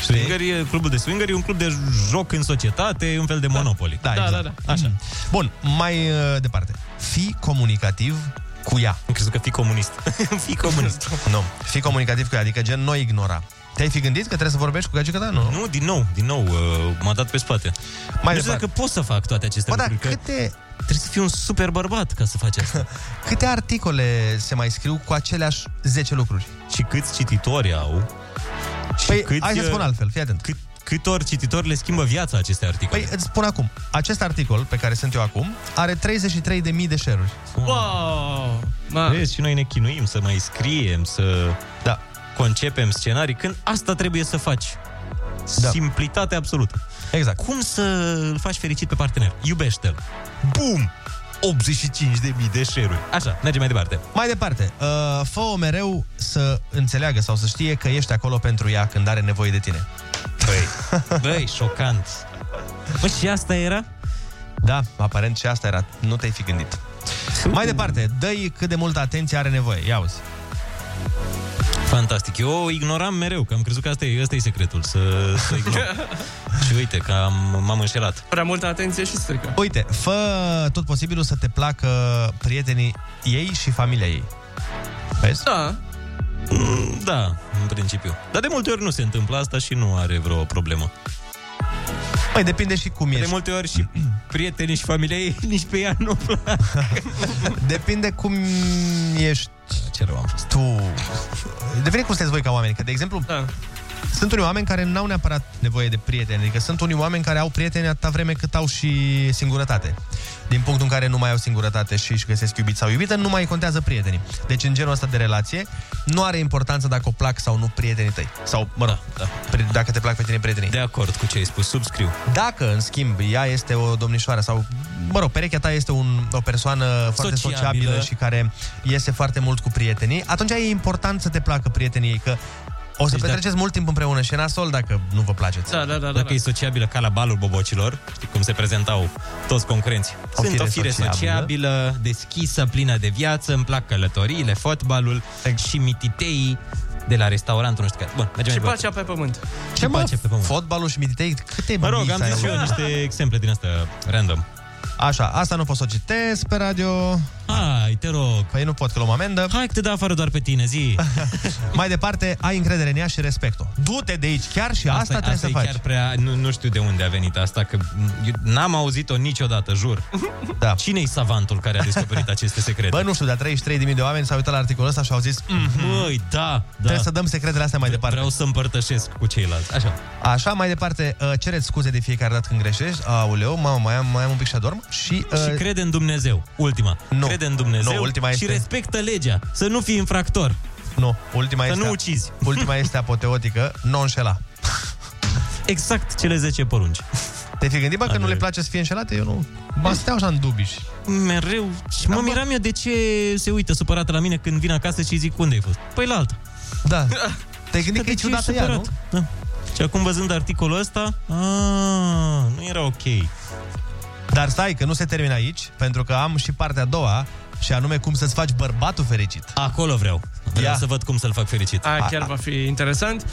Speaker 7: Swinger e, clubul de swinger e un club de joc în societate, un fel de monopoli.
Speaker 6: Da, exact. Așa. Bun, mai uh, departe. Fii comunicativ cu ea. Am crezut că fii comunist. fii comunist. nu, fii comunicativ cu ea, adică gen noi ignora. Te-ai fi gândit că trebuie să vorbești cu gagica ta? Nu.
Speaker 7: Nu, din nou, din nou, uh, m-a dat pe spate. Mai nu știu
Speaker 6: departe.
Speaker 7: dacă pot să fac toate aceste
Speaker 6: Bă, da,
Speaker 7: lucruri. că
Speaker 6: câte-
Speaker 7: Trebuie să fii un super bărbat ca să faci asta.
Speaker 6: Câte articole se mai scriu cu aceleași 10 lucruri?
Speaker 7: Și câți cititori au? Și
Speaker 6: Păi, hai să spun altfel, fii atent.
Speaker 7: Cât, cât ori cititori le schimbă viața aceste articole.
Speaker 6: Păi îți spun acum, acest articol pe care sunt eu acum are 33.000 de share-uri.
Speaker 7: Wow! Vezi, și noi ne chinuim să mai scriem, să da. concepem scenarii, când asta trebuie să faci. Da. Simplitate absolută.
Speaker 6: Exact.
Speaker 7: Cum să îl faci fericit pe partener? Iubește-l. Bum! 85.000 de share-uri. Așa, mergem mai departe.
Speaker 6: Mai departe, uh, fă-o mereu să înțeleagă sau să știe că ești acolo pentru ea când are nevoie de tine.
Speaker 7: Băi, băi, șocant. Bă, și asta era?
Speaker 6: Da, aparent și asta era. Nu te-ai fi gândit. Mai departe, dă-i cât de multă atenție are nevoie. Ia uzi.
Speaker 7: Fantastic. Eu o ignoram mereu, că am crezut că asta e, asta e secretul, să, să ignor. și uite că am, m-am înșelat.
Speaker 10: Prea multă atenție și strică.
Speaker 6: Uite, fă tot posibilul să te placă prietenii ei și familia ei. Vezi?
Speaker 10: Da.
Speaker 7: Da, în principiu. Dar de multe ori nu se întâmplă asta și nu are vreo problemă.
Speaker 6: Mai Păi, depinde și cum ești. Mm-hmm.
Speaker 7: De multe ori și prietenii și familia ei nici pe ea nu plac.
Speaker 6: Depinde cum ești
Speaker 7: Ce rău am fost.
Speaker 6: tu. Depinde cum sunteți voi ca oameni. Că, de exemplu, da. sunt unii oameni care n-au neapărat nevoie de prieteni. Adică sunt unii oameni care au prieteni atâta vreme cât au și singurătate. Din punctul în care nu mai au singurătate și își găsesc iubit sau iubită, nu mai contează prietenii. Deci, în genul ăsta de relație, nu are importanță dacă o plac sau nu prietenii tăi. Sau, mă rog, da, da. dacă te plac pe tine prietenii.
Speaker 7: De acord cu ce ai spus, subscriu.
Speaker 6: Dacă, în schimb, ea este o domnișoară sau, mă rog, perechea ta este un, o persoană foarte sociabilă.
Speaker 7: Sociabilă.
Speaker 6: și care iese foarte mult cu prietenii, atunci e important să te placă prietenii ei, că o să
Speaker 7: Deci
Speaker 6: deci petreceți mult timp împreună și e nasol dacă nu vă placeți.
Speaker 10: Da, da, da.
Speaker 7: Dacă e sociabilă ca la balul bobocilor, știi cum se prezentau toți concurenții.
Speaker 6: O
Speaker 7: Sunt
Speaker 6: fire
Speaker 7: o fire
Speaker 6: sociabilă.
Speaker 7: sociabilă, sociabilă deschisă, plină de viață, îmi plac călătoriile, fotbalul
Speaker 6: Exact.
Speaker 7: și mititeii de la restaurantul nu știu care. Bun, mergem
Speaker 10: Și
Speaker 7: mai departe.
Speaker 10: pacea pe pământ.
Speaker 7: Ce mă, pe pământ.
Speaker 6: fotbalul și mititei, câte
Speaker 7: Mă rog,
Speaker 6: mici
Speaker 7: am
Speaker 6: ai
Speaker 7: zis și
Speaker 6: avut?
Speaker 7: eu niște exemple din astea random.
Speaker 6: Așa, asta nu pot să o citesc pe radio.
Speaker 7: Hai, te rog.
Speaker 6: Păi nu pot, că luăm amendă.
Speaker 7: Hai că te dau afară doar pe tine, zi.
Speaker 6: Mai departe, ai încredere în ea și respect-o. Du-te de aici chiar și asta, asta trebuie
Speaker 7: asta
Speaker 6: să
Speaker 7: e
Speaker 6: faci.
Speaker 7: chiar prea... Nu, nu știu de unde a venit asta, că eu n-am auzit-o niciodată, jur.
Speaker 6: Da.
Speaker 7: Cine-i savantul care a descoperit aceste secrete?
Speaker 6: Bă, nu știu, dar 33.000 de oameni s-au uitat la articolul ăsta și au zis "Mhm,
Speaker 7: Măi, da, da.
Speaker 6: Trebuie să dăm secretele astea mai departe.
Speaker 7: Vreau să împărtășesc cu ceilalți. Așa.
Speaker 6: Așa, mai departe, uh, cereți scuze de fiecare dată când greșești. Aoleu, mamă, mai am, mai am un pic și adorm. Și, uh,
Speaker 7: Și crede în Dumnezeu. Ultima.
Speaker 6: Nu.
Speaker 7: Crede în Dumnezeu
Speaker 6: Nu, ultima
Speaker 7: și
Speaker 6: este-
Speaker 7: respectă legea. Să nu fii infractor.
Speaker 6: Nu, ultima
Speaker 7: Să
Speaker 6: este...
Speaker 7: nu ucizi.
Speaker 6: Ultima este apoteotică, non înșela.
Speaker 7: Exact cele 10 porunci.
Speaker 6: Te-ai fi gândit, bă, că nu le place să fie înșelate? Eu nu... Mă stau așa în dubii. și-
Speaker 7: Mereu. Și mă miram eu de ce se uită supărată la mine când vin acasă și zic unde ai fost. Păi la alta.
Speaker 6: Da. Te-ai gândit că e
Speaker 7: de ce
Speaker 6: ciudată ea, nu?
Speaker 7: supărat? Da. Și acum văzând articolul ăsta, a, nu era ok.
Speaker 6: Dar stai, că nu se termină aici, pentru că am și partea a doua, și anume cum să-ți faci bărbatul fericit.
Speaker 7: Acolo vreau. Vreau
Speaker 6: Ia.
Speaker 7: să văd cum să-l fac fericit.
Speaker 10: Aia chiar va fi interesant.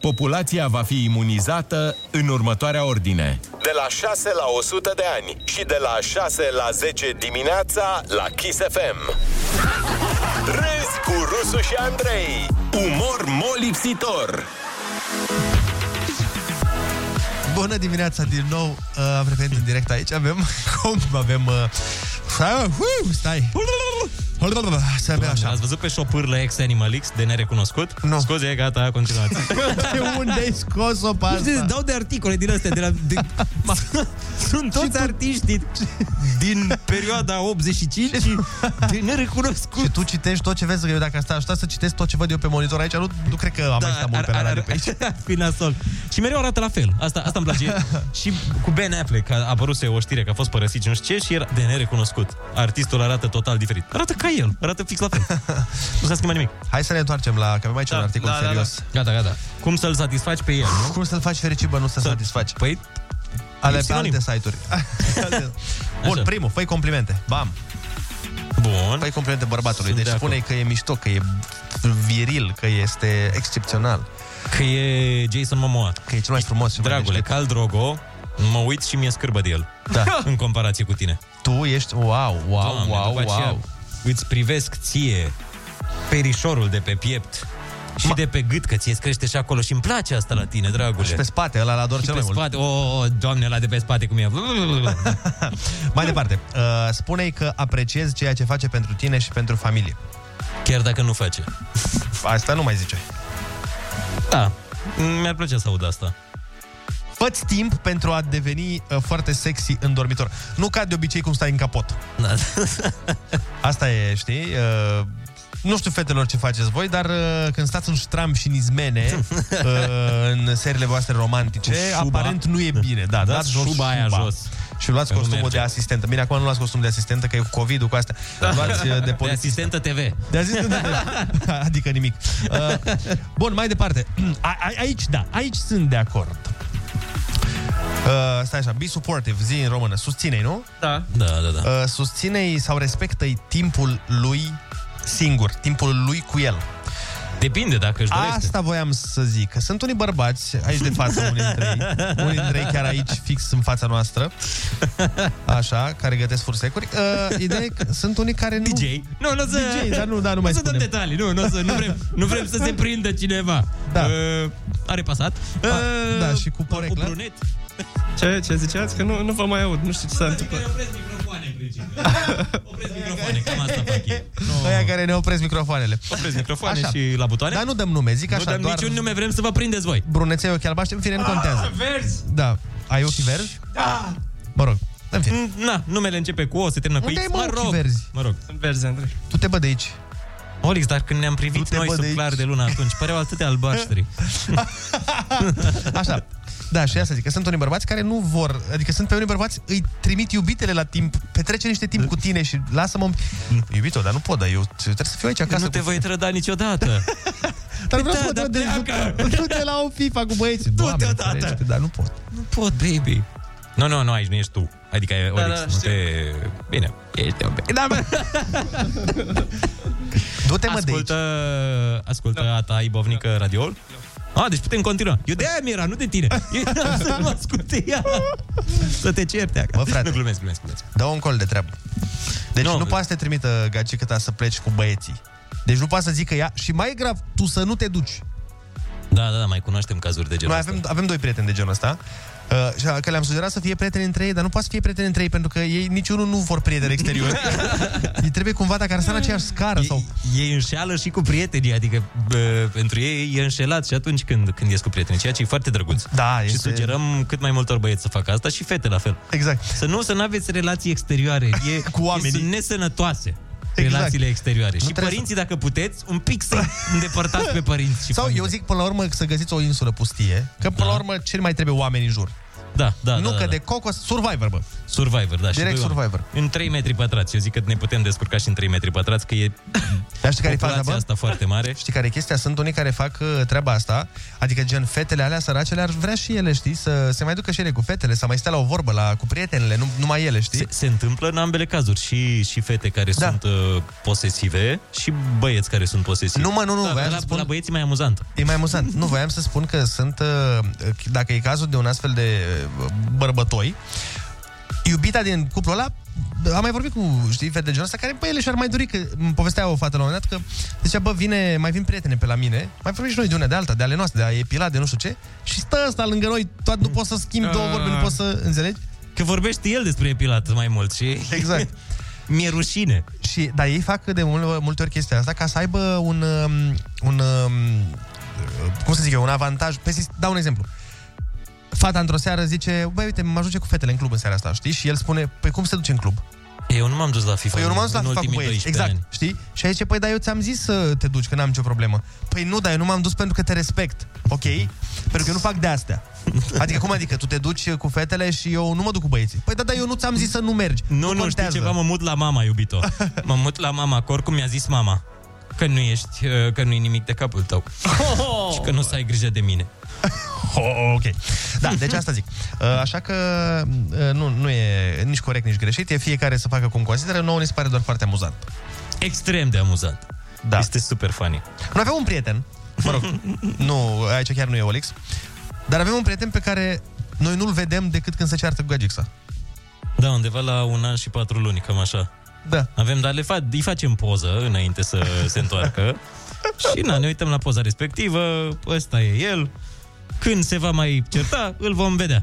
Speaker 14: Populația va fi imunizată în următoarea ordine.
Speaker 5: De la 6 la 100 de ani și de la 6 la 10 dimineața la Kiss FM. Râs cu Rusu și Andrei. Umor molipsitor.
Speaker 6: Bună dimineața din nou, uh, am revenit în direct aici, avem, cum avem, uh, stai, uh, stai, Să abia așa.
Speaker 7: Ați văzut pe șopârlă ex-Animal X de nerecunoscut? Nu. Scuze, gata, continuați.
Speaker 6: De unde ai scos-o pe asta?
Speaker 23: Știți, dau de articole din astea, de la... De, ma, sunt toți artiștii din perioada 85 și de nerecunoscut.
Speaker 6: Și tu citești tot ce vezi, eu dacă asta aș sta să citesc tot ce văd eu pe monitor aici, nu, nu cred că am
Speaker 7: Da,
Speaker 6: mai stat mult pe la radio pe aici.
Speaker 23: ar
Speaker 7: fi nasol. Și mereu arată la fel. Asta, asta îmi place. și cu Ben Affleck a apăruse o știre că a fost părăsit și nu știu ce și era de nerecunoscut. Artistul arată total diferit. Arată ca el. Arată fix la fel. nu s-a schimbat nimic.
Speaker 6: Hai să ne întoarcem la... Că avem aici da, un articol
Speaker 7: da, da,
Speaker 6: serios.
Speaker 7: da. Gata, gata. Cum să-l satisfaci pe el, nu?
Speaker 6: Cum să-l faci fericit, bă, nu să-l satisfaci?
Speaker 7: Păi...
Speaker 6: Ale
Speaker 7: e
Speaker 6: pe
Speaker 7: sinonim.
Speaker 6: alte site-uri. Bun,
Speaker 7: Așa.
Speaker 6: primul, făi complimente. Bam.
Speaker 7: Bun.
Speaker 6: Făi complimente bărbatului.
Speaker 7: Sunt
Speaker 6: deci
Speaker 7: de acord.
Speaker 6: spune că e mișto, că e viril, că este excepțional.
Speaker 7: Că e Jason Momoa.
Speaker 6: Că e cel mai frumos. și mai
Speaker 7: Dragule, Cal Drogo, mă uit și mi-e scârbă de el.
Speaker 6: Da.
Speaker 7: în comparație cu tine.
Speaker 6: Tu ești wow, wow,
Speaker 7: Doamne,
Speaker 6: wow,
Speaker 7: după aceea
Speaker 6: wow.
Speaker 7: Îți privesc ție perișorul de pe piept și de pe gât, că ți crește și acolo și îmi place asta la tine, dragule.
Speaker 6: Și pe spate, ăla la doar
Speaker 7: Și
Speaker 6: cel
Speaker 7: pe
Speaker 6: mai mult.
Speaker 7: spate, o, o, doamne, la de pe spate cum e.
Speaker 6: Mai departe, uh, spune-i că apreciezi ceea ce face pentru tine și pentru familie.
Speaker 7: Chiar dacă nu face.
Speaker 6: Asta nu mai zice.
Speaker 7: Da, mi-ar plăcea să aud asta.
Speaker 6: Fă-ți timp pentru a deveni uh, foarte sexy în dormitor. Nu ca de obicei cum stai în capot.
Speaker 7: Da.
Speaker 6: Asta e, știi? Uh, nu știu fetelor ce faceți voi, dar uh, când stați în ștram și în izmene, uh, în serile voastre romantice,
Speaker 7: Cu șuba.
Speaker 6: aparent nu e bine. Da,
Speaker 7: Dați
Speaker 6: dați jos
Speaker 7: șuba aia jos.
Speaker 6: Și luați
Speaker 7: Că nu
Speaker 6: costumul
Speaker 7: merge. Da.
Speaker 6: de asistentă. Bine, acum nu luați costum de asistentă, că e cu COVID-ul cu astea. Luați uh, de
Speaker 7: de
Speaker 6: polițist.
Speaker 7: asistentă TV.
Speaker 6: De a zis când Adică nimic. Uh, Bun, mai departe. A, a, aici, da, aici sunt de acord. Uh, stai așa, be supportive, zi în română. Susține-i, nu?
Speaker 10: Da.
Speaker 7: Da, da, da.
Speaker 6: Uh, susține-i sau respectă-i timpul lui singur, timpul lui cu el.
Speaker 7: Depinde dacă își dorește.
Speaker 6: Asta voiam să zic, că sunt unii bărbați aici de față, unii dintre ei, unii dintre ei chiar aici, fix în fața noastră, așa, care gătesc fursecuri. Uh, ideea e că sunt unii care nu... DJ.
Speaker 7: Nu, nu o să...
Speaker 6: DJ, dar nu, da, nu mai
Speaker 7: o să dăm
Speaker 6: spunem.
Speaker 7: detalii, nu, nu, o să, nu, vrem, nu vrem să se prindă cineva.
Speaker 6: Da.
Speaker 7: Uh, are pasat. Uh,
Speaker 6: da, și cu poreclă.
Speaker 7: brunet.
Speaker 10: Ce, ce ziceați? Că nu, nu vă mai aud, nu știu ce s-a întâmplat.
Speaker 7: Opresc microfoane, în principiu. Opresc microfoane, cam asta fac ei.
Speaker 6: No. Aia care ne opresc microfoanele.
Speaker 7: Opresc microfoane și la butoane.
Speaker 6: Dar nu dăm nume, zic
Speaker 7: Nu
Speaker 6: așa,
Speaker 7: dăm
Speaker 6: doar
Speaker 7: niciun nume, vrem să vă prindeți voi.
Speaker 6: bruneței ochi albaștri, în fine, nu contează.
Speaker 7: Verzi!
Speaker 6: Da. Ai ochi verzi?
Speaker 7: Da! Mm,
Speaker 6: Mă rog, în fine.
Speaker 7: Na, numele începe cu O, se termină cu
Speaker 6: Unde
Speaker 7: X.
Speaker 6: ai, mă,
Speaker 7: Mă
Speaker 6: ochii
Speaker 7: rog,
Speaker 6: verzi?
Speaker 7: mă rog.
Speaker 10: Sunt verzi, Andrei.
Speaker 6: Tu te bă de aici.
Speaker 7: Olix, dar când ne-am privit
Speaker 6: Du-te,
Speaker 7: noi
Speaker 6: bă,
Speaker 7: sub
Speaker 6: de
Speaker 7: clar
Speaker 6: aici.
Speaker 7: de luna atunci, păreau atâtea albaștri.
Speaker 6: Așa. Da, și asta zic, că sunt unii bărbați care nu vor, adică sunt pe unii bărbați, îi trimit iubitele la timp, petrece niște timp cu tine și lasă-mă... Iubito, dar nu pot, dar eu trebuie să fiu aici acasă.
Speaker 7: nu te
Speaker 6: cu
Speaker 7: voi trăda niciodată.
Speaker 6: Dar vreau să mă
Speaker 7: Da,
Speaker 6: trag de
Speaker 7: dar pleacă.
Speaker 6: juc. Du-te la o FIFA cu băieții. Doamne,
Speaker 7: odată.
Speaker 6: ferește, Dar nu pot.
Speaker 7: Nu pot, baby. Nu, nu, nu, aici nu ești tu. Adică, e Olix,
Speaker 10: da,
Speaker 7: nu te... Bine, ești un pic. Da, bă.
Speaker 6: Du-te, mă, de aici. Da.
Speaker 7: ascultă, ascultă da. Ata Ibovnică radioul? A, deci putem continua. Eu de aia mi-era, nu de tine. Eu eram să nu asculte ea. Să te certe acasă.
Speaker 6: Bă, frate.
Speaker 7: Nu glumesc, glumesc, glumesc.
Speaker 6: Dă un col de treabă. Deci nu, nu poate să te trimită gagică ta să pleci cu băieții. Deci nu poate să zică ea și mai e grav, tu să nu te duci.
Speaker 7: Da, da, da, mai cunoaștem cazuri de genul
Speaker 6: Noi
Speaker 7: ăsta.
Speaker 6: avem, avem doi prieteni de genul ăsta. Uh, și că le-am sugerat să fie prieteni între ei, dar nu poate să fie prieteni între ei, pentru că ei niciunul nu vor prieteni exterior. ei trebuie cumva, dacă ar sta în aceeași scară sau...
Speaker 7: Ei înșeală și cu prietenii, adică bă, pentru ei e înșelat și atunci când, când ies cu prietenii, ceea ce e foarte drăguț.
Speaker 6: Da,
Speaker 7: Și
Speaker 6: este-
Speaker 7: sugerăm cât mai multor băieți să facă asta și fete la fel.
Speaker 6: Exact.
Speaker 7: Să nu, să nu aveți relații exterioare. E,
Speaker 6: Cu oamenii.
Speaker 7: Sunt nesănătoase
Speaker 6: Exact.
Speaker 7: relațiile exterioare.
Speaker 6: Nu
Speaker 7: și
Speaker 6: trebuie
Speaker 7: părinții, dacă puteți, un pic să îndepărtați pe părinți. Și
Speaker 6: Sau
Speaker 7: familie.
Speaker 6: eu zic până la urmă să găsiți o insulă pustie, că până la urmă ce mai trebuie oameni în jur.
Speaker 7: Da, da,
Speaker 6: nu
Speaker 7: da,
Speaker 6: că
Speaker 7: da,
Speaker 6: de
Speaker 7: da.
Speaker 6: cocos, Survivor, bă.
Speaker 7: Survivor, da. și
Speaker 6: Direct
Speaker 7: doi oameni.
Speaker 6: Survivor.
Speaker 7: În 3 metri pătrați. Eu zic că ne putem descurca și în 3 metri pătrați, că e
Speaker 6: Dar știi care e faza,
Speaker 7: populația
Speaker 6: bă?
Speaker 7: asta foarte mare.
Speaker 6: Știi care e chestia? Sunt unii care fac uh, treaba asta, adică gen fetele alea săracele ar vrea și ele, știi, să se mai ducă și ele cu fetele, să mai stea la o vorbă la, cu prietenele, nu, numai ele, știi?
Speaker 7: Se, se întâmplă în ambele cazuri și, și fete care da. sunt uh, posesive și băieți care sunt posesivi.
Speaker 6: Nu, mă, nu, nu,
Speaker 7: da,
Speaker 6: voiam
Speaker 7: la,
Speaker 6: să spun-
Speaker 7: la băieții e mai amuzant.
Speaker 6: E mai amuzant. Nu, voiam să spun că sunt, uh, dacă e cazul de un astfel de uh, bărbătoi, iubita din cuplul ăla, am mai vorbit cu, știi, fete de genul ăsta, care, bă, ele și-ar mai dori, că îmi povestea o fată la un moment dat, că zicea, bă, vine, mai vin prietene pe la mine, mai vorbim și noi de una, de alta, de ale noastre, de a epila, de nu știu ce, și stă ăsta lângă noi, tot nu poți să schimbi două vorbe, nu poți să, înțelegi?
Speaker 7: Că vorbește el despre epilat mai mult și...
Speaker 6: Exact.
Speaker 7: Ah. Mi-e rușine.
Speaker 6: Și, dar ei fac de mul- multe ori chestia asta ca să aibă un, um, un um, cum să zic eu, un avantaj. Pe zi, dau un exemplu. Fata într-o seară zice, băi, uite, mă ajunge cu fetele în club în seara asta, știi? Și el spune, păi cum se duce în club?
Speaker 7: Eu nu m-am dus la FIFA
Speaker 6: Păi eu nu m-am dus la
Speaker 7: în
Speaker 6: FIFA cu
Speaker 7: ultimii
Speaker 6: băieți,
Speaker 7: 12
Speaker 6: exact,
Speaker 7: ani.
Speaker 6: știi? Și aici zice, păi da, eu ți-am zis să te duci, că n-am nicio problemă. Păi nu, dar eu nu m-am dus pentru că te respect, ok? Pentru că eu nu fac de astea. Adică cum adică? Tu te duci cu fetele și eu nu mă duc cu băieții. Păi da, dar eu nu ți-am zis să nu mergi.
Speaker 7: Nu, nu, știi
Speaker 6: contează.
Speaker 7: ceva, mă mut la mama, iubito. mă mut la mama, că oricum mi-a zis mama că nu ești, uh, că nu e nimic de capul tău. și că nu o să ai grijă de mine.
Speaker 6: Oh, ok. Da, deci asta zic. Uh, Așa că uh, nu, nu e nici corect, nici greșit. E fiecare să facă cum consideră. Nouă ne se pare doar foarte amuzant.
Speaker 7: Extrem de amuzant.
Speaker 6: Da.
Speaker 7: Este super funny.
Speaker 6: Noi avem un prieten, mă rog, nu, aici chiar nu e Olix, dar avem un prieten pe care noi nu-l vedem decât când se ceartă cu gagixa.
Speaker 7: Da, undeva la un an și patru luni, cam așa.
Speaker 6: Da.
Speaker 7: Avem, dar le fa- îi facem poză înainte să se întoarcă. și na, ne uităm la poza respectivă, ăsta e el. Când se va mai certa, îl vom vedea.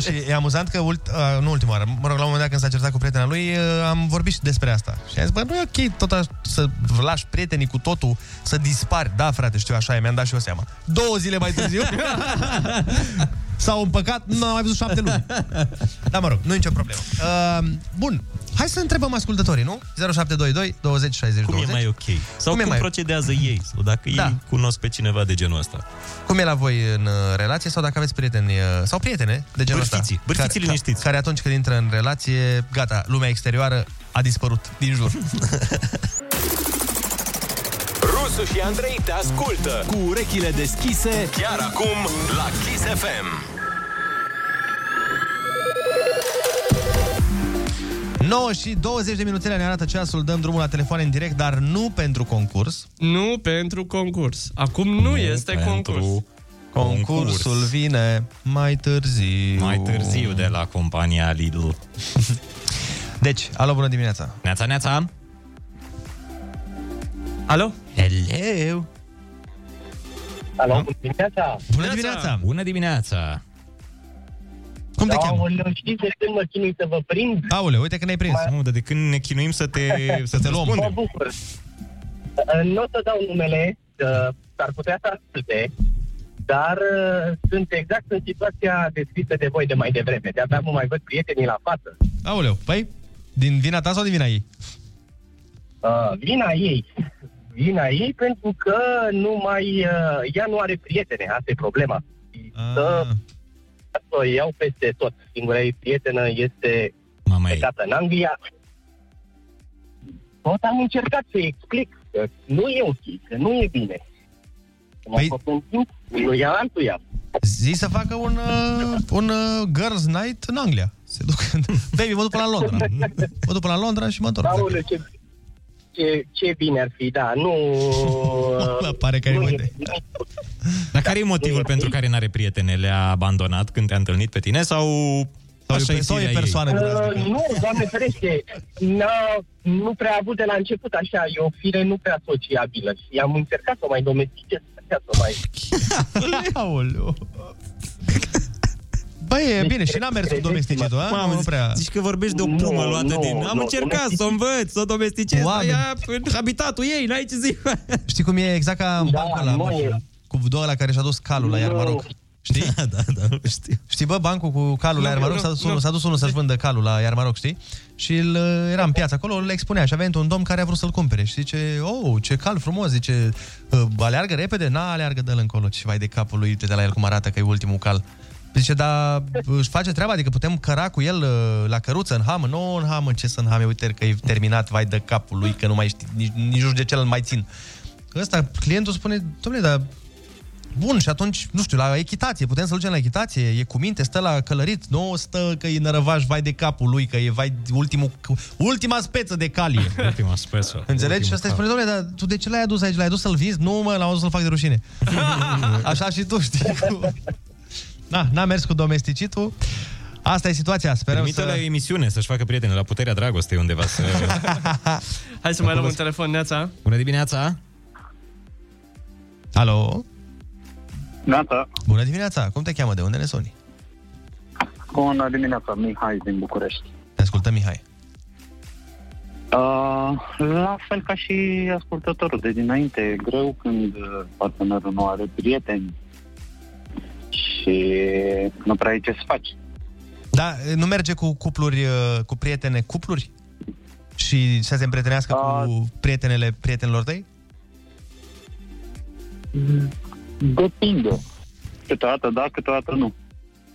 Speaker 6: și e amuzant că, ult, uh, nu ultima oară, mă rog, la un moment dat când s-a certat cu prietena lui, uh, am vorbit și despre asta. Și am zis, bă, nu e ok tot așa, să vă lași prietenii cu totul, să dispari. Da, frate, știu, așa e, mi-am dat și eu seama. Două zile mai târziu s-au împăcat, nu am mai văzut șapte luni. Da, mă rog, nu e nicio problemă. Uh, bun, hai să întrebăm ascultătorii, nu? 0722 20 60
Speaker 7: Cum e
Speaker 6: 20.
Speaker 7: mai ok? Sau cum,
Speaker 6: e mai-
Speaker 7: procedează ei? Sau dacă da. ei cunosc pe cineva de genul ăsta?
Speaker 6: Cum e la voi în uh, relație sau dacă aveți prieteni uh, sau prietene de genul
Speaker 7: Bârfiții,
Speaker 6: ăsta?
Speaker 7: bârfiții
Speaker 6: care, liniștiți. Care atunci când intră în relație, gata, lumea exterioară a dispărut din jur.
Speaker 5: Rusu și Andrei te ascultă cu urechile deschise chiar acum la Kiss FM.
Speaker 6: 9 și 20 de minutele ne arată ceasul, dăm drumul la telefoane în direct, dar nu pentru concurs.
Speaker 10: Nu pentru concurs. Acum nu, nu este concurs.
Speaker 6: Concursul vine mai târziu.
Speaker 7: Mai târziu de la compania Lidl.
Speaker 6: Deci, alo, bună dimineața.
Speaker 7: Neața, neața.
Speaker 10: Alo?
Speaker 7: Hello.
Speaker 21: Alo, bună dimineața!
Speaker 6: Bună dimineața!
Speaker 7: Bună dimineața!
Speaker 6: Cum
Speaker 21: te cheamă? Aoleu, știți de când mă chinui să vă prind?
Speaker 6: Aoleu, uite că ne-ai prins.
Speaker 7: Mamă, dar de când ne chinuim să te, să te luăm.
Speaker 21: Mă bucur. Uh, Nu o să dau numele, că s-ar putea să asculte, dar uh, sunt exact în situația descrisă de voi de mai devreme. De-abia mă mai văd prietenii la față.
Speaker 6: Aoleu, păi, din vina ta sau din vina ei?
Speaker 21: Uh, Vina ei. Vina ei pentru că nu mai... uh, Ea nu are prietene, asta e problema. Să
Speaker 6: Ah.
Speaker 21: o iau peste tot. Singura ei prietenă este
Speaker 7: Mama
Speaker 21: plecată în Anglia. Tot am încercat să-i explic că nu e ok, că nu e bine. Păi... Nu e altuia.
Speaker 6: Zi să facă un, uh, un uh, girls night în Anglia. Se duc. Baby, mă duc până la Londra. Mă duc până la Londra și mă întorc.
Speaker 21: Aoleu, ce, ce, ce bine ar fi, da, nu...
Speaker 6: Bă, pare că ai
Speaker 21: nu e
Speaker 6: multe.
Speaker 7: Dar care e motivul pentru care n-are prietene? Le-a abandonat când te-a întâlnit pe tine sau... Așa e firea ei?
Speaker 21: Uh, nu, doamne ferește, n-a, nu prea a avut de la început așa, e o fire nu prea sociabilă și am încercat să o mai domesticez, să o mai...
Speaker 6: Aoleu. Băi, e bine, și n-a mers cu domesticitul, a?
Speaker 7: Mamă,
Speaker 6: nu prea.
Speaker 7: Zici că vorbești de o plumă luată din... Am încercat să o învăț, să o domesticez,
Speaker 6: Oameni.
Speaker 7: aia în habitatul ei, n-ai ce zic.
Speaker 6: Știi cum e exact ca în da, banca la cu doua la care și-a dus calul la iar Maroc. Știi? Da,
Speaker 7: da, da, știu.
Speaker 6: Știi, bă, bancul cu calul la
Speaker 7: Nu,
Speaker 6: iar Maroc
Speaker 7: nu,
Speaker 6: s-a dus,
Speaker 7: nu.
Speaker 6: unul, s-a dus unul să-și vândă calul la iar Maroc, știi? Și îl, uh, era în piață acolo, îl expunea și a venit un domn care a vrut să-l cumpere și zice, oh, ce cal frumos, zice, "Uh, aleargă repede, na, aleargă, dă-l încolo și vai de capul lui, uite de la el cum arată că e ultimul cal. Zice, dar își face treaba, adică putem căra cu el uh, la căruță, în hamă, nu în hamă, ce să în hame, uite că e terminat, vai de capul lui, că nu mai știi, nici, nici nu știu de ce îl mai țin. Ăsta, clientul spune, domnule, dar Bun, și atunci, nu știu, la echitație, putem să-l ducem la echitație, e cu minte, stă la călărit, nu stă că e nărăvaș vai de capul lui, că e vai ultimul, ultima speță de calie.
Speaker 7: Ultima speță.
Speaker 6: Înțelegi? Și asta îi spune, domnule, dar tu de ce l-ai adus aici? L-ai adus să-l vinzi? Nu, mă, l-am adus să-l fac de rușine. Așa și tu, știi? Cu... Na, n-a mers cu domesticitul. Asta e situația, sperăm
Speaker 7: Permite la
Speaker 6: să...
Speaker 7: emisiune să-și facă prieteni la puterea dragostei undeva să...
Speaker 10: Hai să mai luăm un telefon, Neața.
Speaker 7: Bună dimineața!
Speaker 6: Alo?
Speaker 4: Neața,
Speaker 6: Bună dimineața, cum te cheamă, de unde ne suni?
Speaker 4: bună dimineața, Mihai din București.
Speaker 6: Te ascultăm, Mihai.
Speaker 4: Uh, la fel ca și ascultătorul de dinainte, e greu când uh, partenerul nu are prieteni și nu prea ai ce să faci.
Speaker 6: Da, nu merge cu cupluri, uh, cu prietene cupluri? Și să se împrietenească cu prietenele prietenilor tăi?
Speaker 4: Mm-hmm. Depinde. Câteodată da, câteodată nu.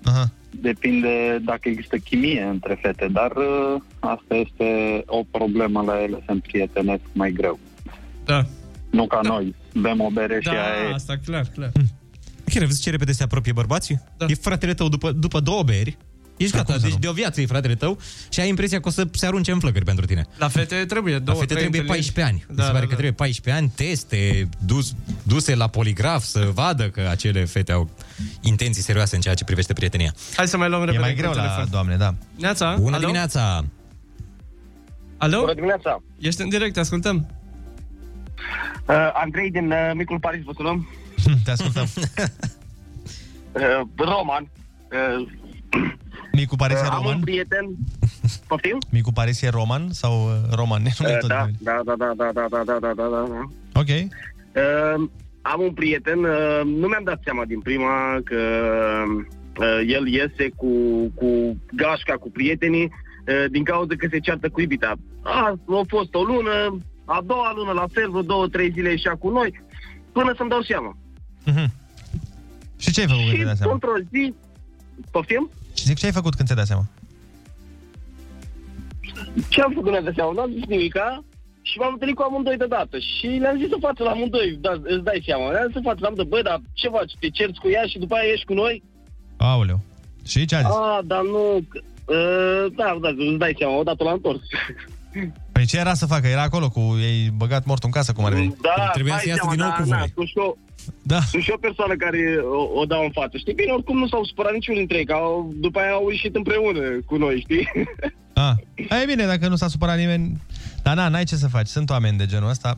Speaker 6: Aha.
Speaker 4: Depinde dacă există chimie între fete, dar uh, asta este o problemă la ele, se împrietenesc mai greu.
Speaker 10: Da.
Speaker 4: Nu ca da. noi, bem o bere și aia
Speaker 10: Da,
Speaker 4: e.
Speaker 10: asta clar, clar.
Speaker 7: Hm. Chiar ai văzut ce repede se apropie bărbații? Da. E fratele tău după, după două beri. Ești gata, deci de o viață e fratele tău și ai impresia că o să se arunce în flăcări pentru tine.
Speaker 10: La fete trebuie
Speaker 7: La
Speaker 10: două,
Speaker 7: fete
Speaker 10: trei
Speaker 7: trebuie
Speaker 10: întâlniri.
Speaker 7: 14 ani. Da, se pare da, că trebuie 14 ani, teste, dus, duse la poligraf să vadă că acele fete au intenții serioase în ceea ce privește prietenia.
Speaker 10: Hai să mai luăm repede
Speaker 7: mai
Speaker 10: cu
Speaker 7: greu la
Speaker 10: telefon.
Speaker 6: doamne, da.
Speaker 10: Neața,
Speaker 7: Bună
Speaker 10: alo?
Speaker 7: dimineața!
Speaker 10: Alo? Bună
Speaker 21: dimineața!
Speaker 10: Ești în direct, te ascultăm.
Speaker 21: Uh, Andrei din uh, Micul Paris, vă sunăm.
Speaker 6: Te ascultăm.
Speaker 21: Uh, Roman. Uh,
Speaker 6: Micu Paris e
Speaker 21: am un
Speaker 6: roman?
Speaker 21: prieten. Poftim?
Speaker 6: Micu Paris e roman sau uh, roman? Nu e
Speaker 21: Uh,
Speaker 6: tot
Speaker 21: da,
Speaker 6: numele.
Speaker 21: da, da, da, da, da, da, da, da, da, da.
Speaker 6: Ok.
Speaker 21: Uh, am un prieten, uh, nu mi-am dat seama din prima că uh, el iese cu, cu gașca, cu prietenii, uh, din cauza că se ceartă cu ibita. A, a fost o lună, a doua lună la fel, vreo două, trei zile ieșea cu noi, până să-mi dau seama.
Speaker 6: Mhm. Și ce ai făcut când ți-ai dat
Speaker 21: Și
Speaker 6: seama?
Speaker 21: într-o zi, poftim?
Speaker 6: Și zic, ce ai făcut când ți-ai dat seama?
Speaker 21: Ce am făcut de seama? N-am zis nimica și m-am întâlnit cu amândoi deodată și le-am zis o față la amândoi, da, îți dai seama. Le-am zis o față la amândoi, băi, dar ce faci? Te cerți cu ea și după aia ești cu noi?
Speaker 6: Aoleu. Și ce a zis?
Speaker 21: A, dar nu... că- Uh, da, da, îți dai seama, odată l-am întors.
Speaker 6: Păi ce era să facă? Era acolo cu ei băgat mort în casă, cum ar veni.
Speaker 21: Da, dai seama, da, da, sunt și o-
Speaker 6: Da.
Speaker 21: Sunt și o persoană care o, o dau în față, știi? Bine, oricum nu s-au supărat niciunul dintre ei, că au, după aia au ieșit împreună cu noi, știi?
Speaker 6: Ah. E bine, dacă nu s-a supărat nimeni... Dar na, n-ai ce să faci. Sunt oameni de genul ăsta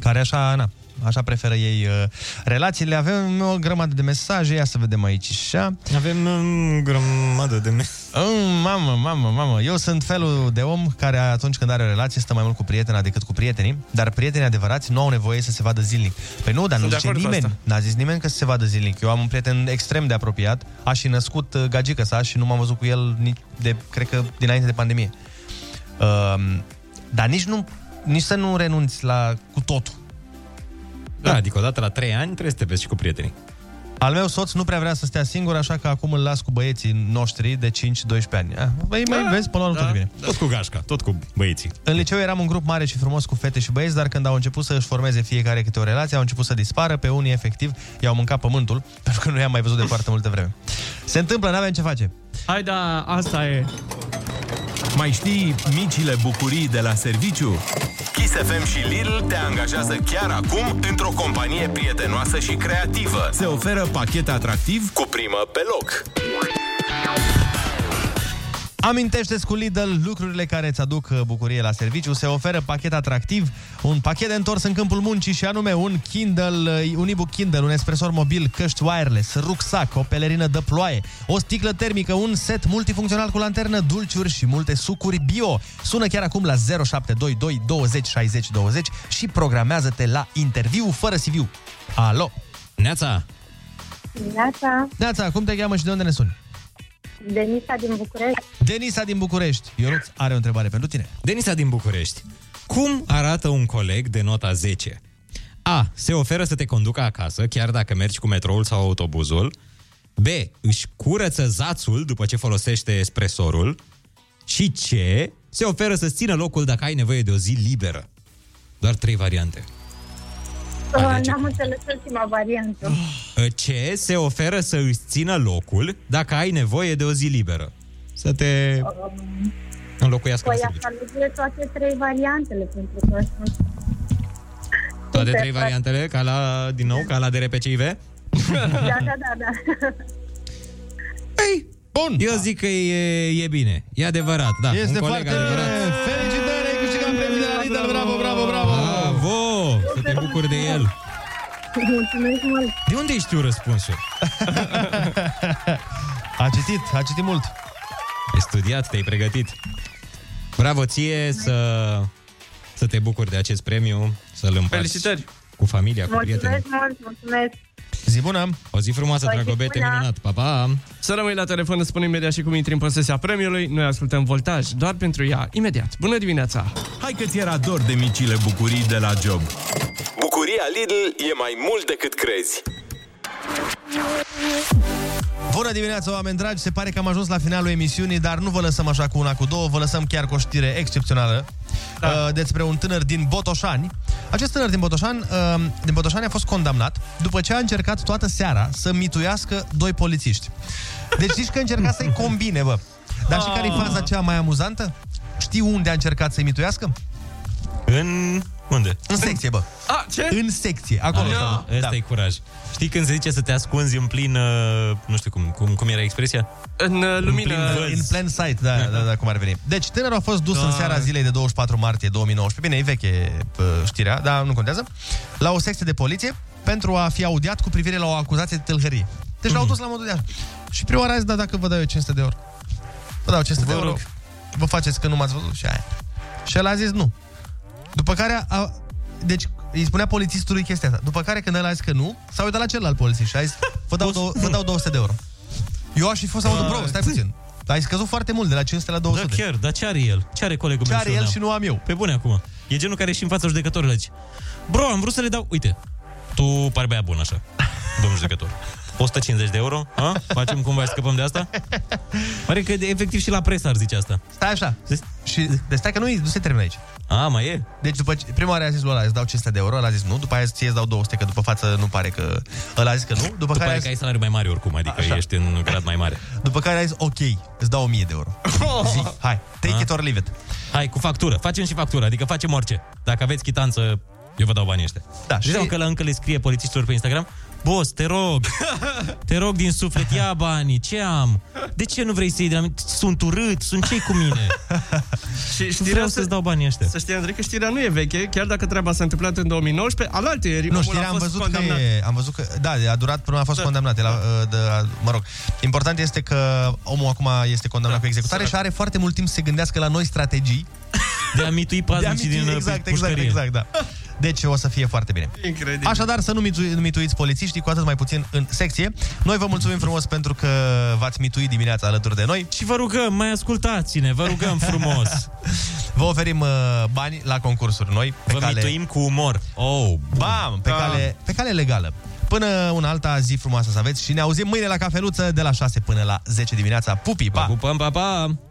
Speaker 6: care așa, na, așa preferă ei uh, relațiile. Avem o grămadă de mesaje, ia să vedem aici. Așa.
Speaker 7: Avem um, grămadă de mesaje.
Speaker 6: Um, mamă, mamă, mamă. Eu sunt felul de om care atunci când are o relație stă mai mult cu prietena decât cu prietenii, dar prietenii adevărați nu au nevoie să se vadă zilnic. Păi nu, dar nu
Speaker 10: Sunt de
Speaker 6: zice
Speaker 10: acord cu
Speaker 6: nimeni.
Speaker 10: asta.
Speaker 6: N-a zis nimeni că să se vadă zilnic. Eu am un prieten extrem de apropiat, a și născut uh, gagică sa și nu m-am văzut cu el nici de, cred că, dinainte de pandemie. Um, dar nici, nu, nici să nu renunți la cu totul.
Speaker 7: Da, adică odată la 3 ani trebuie să te vezi și cu prietenii.
Speaker 6: Al meu soț nu prea vrea să stea singur, așa că acum îl las cu băieții noștri de 5-12 ani. Ah, Băi, mai vezi, până la urmă tot e bine.
Speaker 7: Tot cu gașca, tot cu băieții.
Speaker 6: În liceu eram un grup mare și frumos cu fete și băieți, dar când au început să își formeze fiecare câte o relație, au început să dispară, pe unii efectiv i-au mâncat pământul, pentru că nu i-am mai văzut de foarte multă vreme. Se întâmplă, n-avem ce face.
Speaker 10: Hai da, asta e.
Speaker 5: Mai știi micile bucurii de la serviciu?
Speaker 24: Kiss FM și Lidl te angajează chiar acum într-o companie prietenoasă și creativă.
Speaker 5: Se oferă pachet atractiv
Speaker 24: Cu primă pe loc.
Speaker 6: Amintește-ți cu Lidl lucrurile care îți aduc uh, bucurie la serviciu. Se oferă pachet atractiv, un pachet de întors în câmpul muncii și anume un Kindle, uh, un e-book Kindle, un espresor mobil, căști wireless, rucsac, o pelerină de ploaie, o sticlă termică, un set multifuncțional cu lanternă, dulciuri și multe sucuri bio. Sună chiar acum la 0722 20 60 20 și programează-te la interviu fără CV. Alo!
Speaker 7: Neața!
Speaker 18: Neața,
Speaker 6: Neața, cum te cheamă și de unde ne suni?
Speaker 18: Denisa din București.
Speaker 6: Denisa din București. Ionuț are o întrebare pentru tine.
Speaker 7: Denisa din București. Cum arată un coleg de nota 10? A. Se oferă să te conducă acasă, chiar dacă mergi cu metroul sau autobuzul. B. Își curăță zațul după ce folosește espresorul. Și C. Se oferă să-ți țină locul dacă ai nevoie de o zi liberă. Doar trei variante.
Speaker 18: Uh, N-am înțeles ultima variantă.
Speaker 7: Ă, C. Se oferă să îți țină locul dacă ai nevoie de o zi liberă. Să te
Speaker 18: Um,
Speaker 7: înlocuiască.
Speaker 18: Păi
Speaker 7: la
Speaker 18: aș alege toate trei variantele, pentru că sunt
Speaker 7: Toate trei variantele, ca la, din nou, ca la DRPCIV?
Speaker 18: Da, da, da, da.
Speaker 7: Ei,
Speaker 6: bun.
Speaker 7: Eu zic că e, e bine. E adevărat, da.
Speaker 6: Este
Speaker 7: un coleg
Speaker 6: foarte
Speaker 7: adevărat.
Speaker 6: Felicitări, ai câștigat premiul de la Lidl. Bravo, bravo, bravo.
Speaker 7: Bravo! Să te bucuri de el.
Speaker 18: Mulțumesc mult.
Speaker 7: De unde știu răspunsul?
Speaker 6: A citit, a citit mult.
Speaker 7: Ai studiat, te-ai pregătit. Bravo ție să, să te bucuri de acest premiu, să-l împarți
Speaker 10: Felicitări!
Speaker 7: cu familia, cu prietenii.
Speaker 1: Mulțumesc mult, mulțumesc.
Speaker 7: Zi bună! O zi frumoasă,
Speaker 1: O zi
Speaker 7: dragobete,
Speaker 1: bună!
Speaker 7: minunat! Pa, pa!
Speaker 10: Să rămâi la telefon, îți spun imediat și cum intri în posesia premiului. Noi ascultăm Voltaj, doar pentru ea, imediat. Bună dimineața!
Speaker 14: Hai că ți era dor de micile bucurii de la job.
Speaker 5: Bucuria Lidl e mai mult decât crezi.
Speaker 6: Bună dimineața, oameni dragi! Se pare că am ajuns la finalul emisiunii, dar nu vă lăsăm așa cu una, cu două, vă lăsăm chiar cu o știre excepțională da. despre un tânăr din Botoșani. Acest tânăr din Botoșani, uh, din Botoșani a fost condamnat după ce a încercat toată seara să mituiască doi polițiști. Deci zici că încerca să-i combine, bă. Dar și care e faza cea mai amuzantă? Știi unde a încercat să-i mituiască?
Speaker 7: În... Unde?
Speaker 6: În secție, bă.
Speaker 10: A, ce?
Speaker 6: În secție, acolo.
Speaker 7: Asta,
Speaker 6: Da.
Speaker 7: asta da. e curaj. Știi când se zice să te ascunzi în plin, uh, nu știu cum, cum, cum era expresia?
Speaker 10: În uh,
Speaker 6: lumină. În plan sight, da, da, da, cum ar veni. Deci, tânărul a fost dus da. în seara zilei de 24 martie 2019, bine, e veche pă, știrea, dar nu contează, la o secție de poliție pentru a fi audiat cu privire la o acuzație de tâlhărie. Deci
Speaker 7: Mhm.
Speaker 6: l-au dus la modul de așa. Și prima oară a zis, da, dacă vă dau eu 500 de euro. Vă dau 500 de
Speaker 7: Vă
Speaker 6: euro.
Speaker 7: rog.
Speaker 6: Vă faceți că nu m-ați văzut și aia. Și el a zis nu. După care a, deci îi spunea polițistului chestia asta. După care când el a zis că nu, s-a uitat la celălalt polițist și a zis, vă dau, dou- vă dau 200 de euro. Eu aș fi fost să mă duc, bro, stai puțin. Ai scăzut foarte mult, de la 500 la 200.
Speaker 7: Da, chiar, dar ce are el? Ce are colegul
Speaker 6: Ce
Speaker 7: meu?
Speaker 6: are el
Speaker 7: Neam?
Speaker 6: și nu am eu?
Speaker 7: Pe bune acum. E genul care și în fața judecătorului zice, bro, am vrut să le dau, uite, tu pari băia bun așa, domnul judecător. 150 de euro, a? Facem cumva și scăpăm de asta? Pare că de- efectiv și la presă ar zice asta.
Speaker 6: Stai așa. Și de stai că nu, nu se termină aici.
Speaker 7: A, mai e?
Speaker 6: Deci după ce, prima oară a zis lui ăla, îți dau 500 de euro, ăla a zis nu, după aia ție îți dau 200, că după față nu pare că... Ăla a zis că nu, după,
Speaker 7: După
Speaker 6: care,
Speaker 7: aia
Speaker 6: a
Speaker 7: că
Speaker 6: zis,
Speaker 7: ai salariu mai mare oricum, adică Așa. ești în grad mai mare.
Speaker 6: după care a zis ok, îți dau 1000 de euro. Zic, hai, take it or leave it.
Speaker 7: Hai, cu factură. Facem și factură, adică facem orice. Dacă aveți chitanță, eu vă dau banii ăștia.
Speaker 6: Da,
Speaker 7: și... că la încă le scrie polițiștilor pe Instagram, Boss, te rog, te rog din suflet, ia banii, ce am? De ce nu vrei să iei de la mine? Sunt urât, sunt cei cu mine.
Speaker 10: Și știrea
Speaker 7: Vreau
Speaker 10: se-
Speaker 7: să-ți dau banii ăștia.
Speaker 10: Să știi, Andrei, că știrea nu e veche, chiar dacă treaba s-a întâmplat în 2019, alaltă ieri,
Speaker 6: Nu,
Speaker 10: omul
Speaker 6: știrea
Speaker 10: a
Speaker 6: am
Speaker 10: fost
Speaker 6: văzut
Speaker 10: condamnat.
Speaker 6: că e, am văzut că da, a durat până a fost da. condamnat, el a, de, a, mă rog. Important este că omul acum este condamnat da. cu executare și are foarte mult timp să se gândească la noi strategii.
Speaker 7: De a mitui paznicii din, uh,
Speaker 6: exact, exact,
Speaker 7: pușcărie.
Speaker 6: exact, da. Deci o să fie foarte bine.
Speaker 10: Incredibil.
Speaker 6: Așadar, să nu mitu- mituiți polițiștii, cu atât mai puțin în secție. Noi vă mulțumim frumos pentru că v-ați mituit dimineața alături de noi.
Speaker 7: Și vă rugăm, mai ascultați-ne, vă rugăm frumos.
Speaker 6: Vă oferim uh, bani la concursuri noi. Pe
Speaker 7: Vă
Speaker 6: cale...
Speaker 7: mituim cu umor. Oh,
Speaker 6: bam! Pe, cale, pe cale legală. Până una alta zi frumoasă să aveți și ne auzim mâine la cafeluță de la 6 până la 10 dimineața. Pupi, pa!
Speaker 7: Pupăm, pa, pa!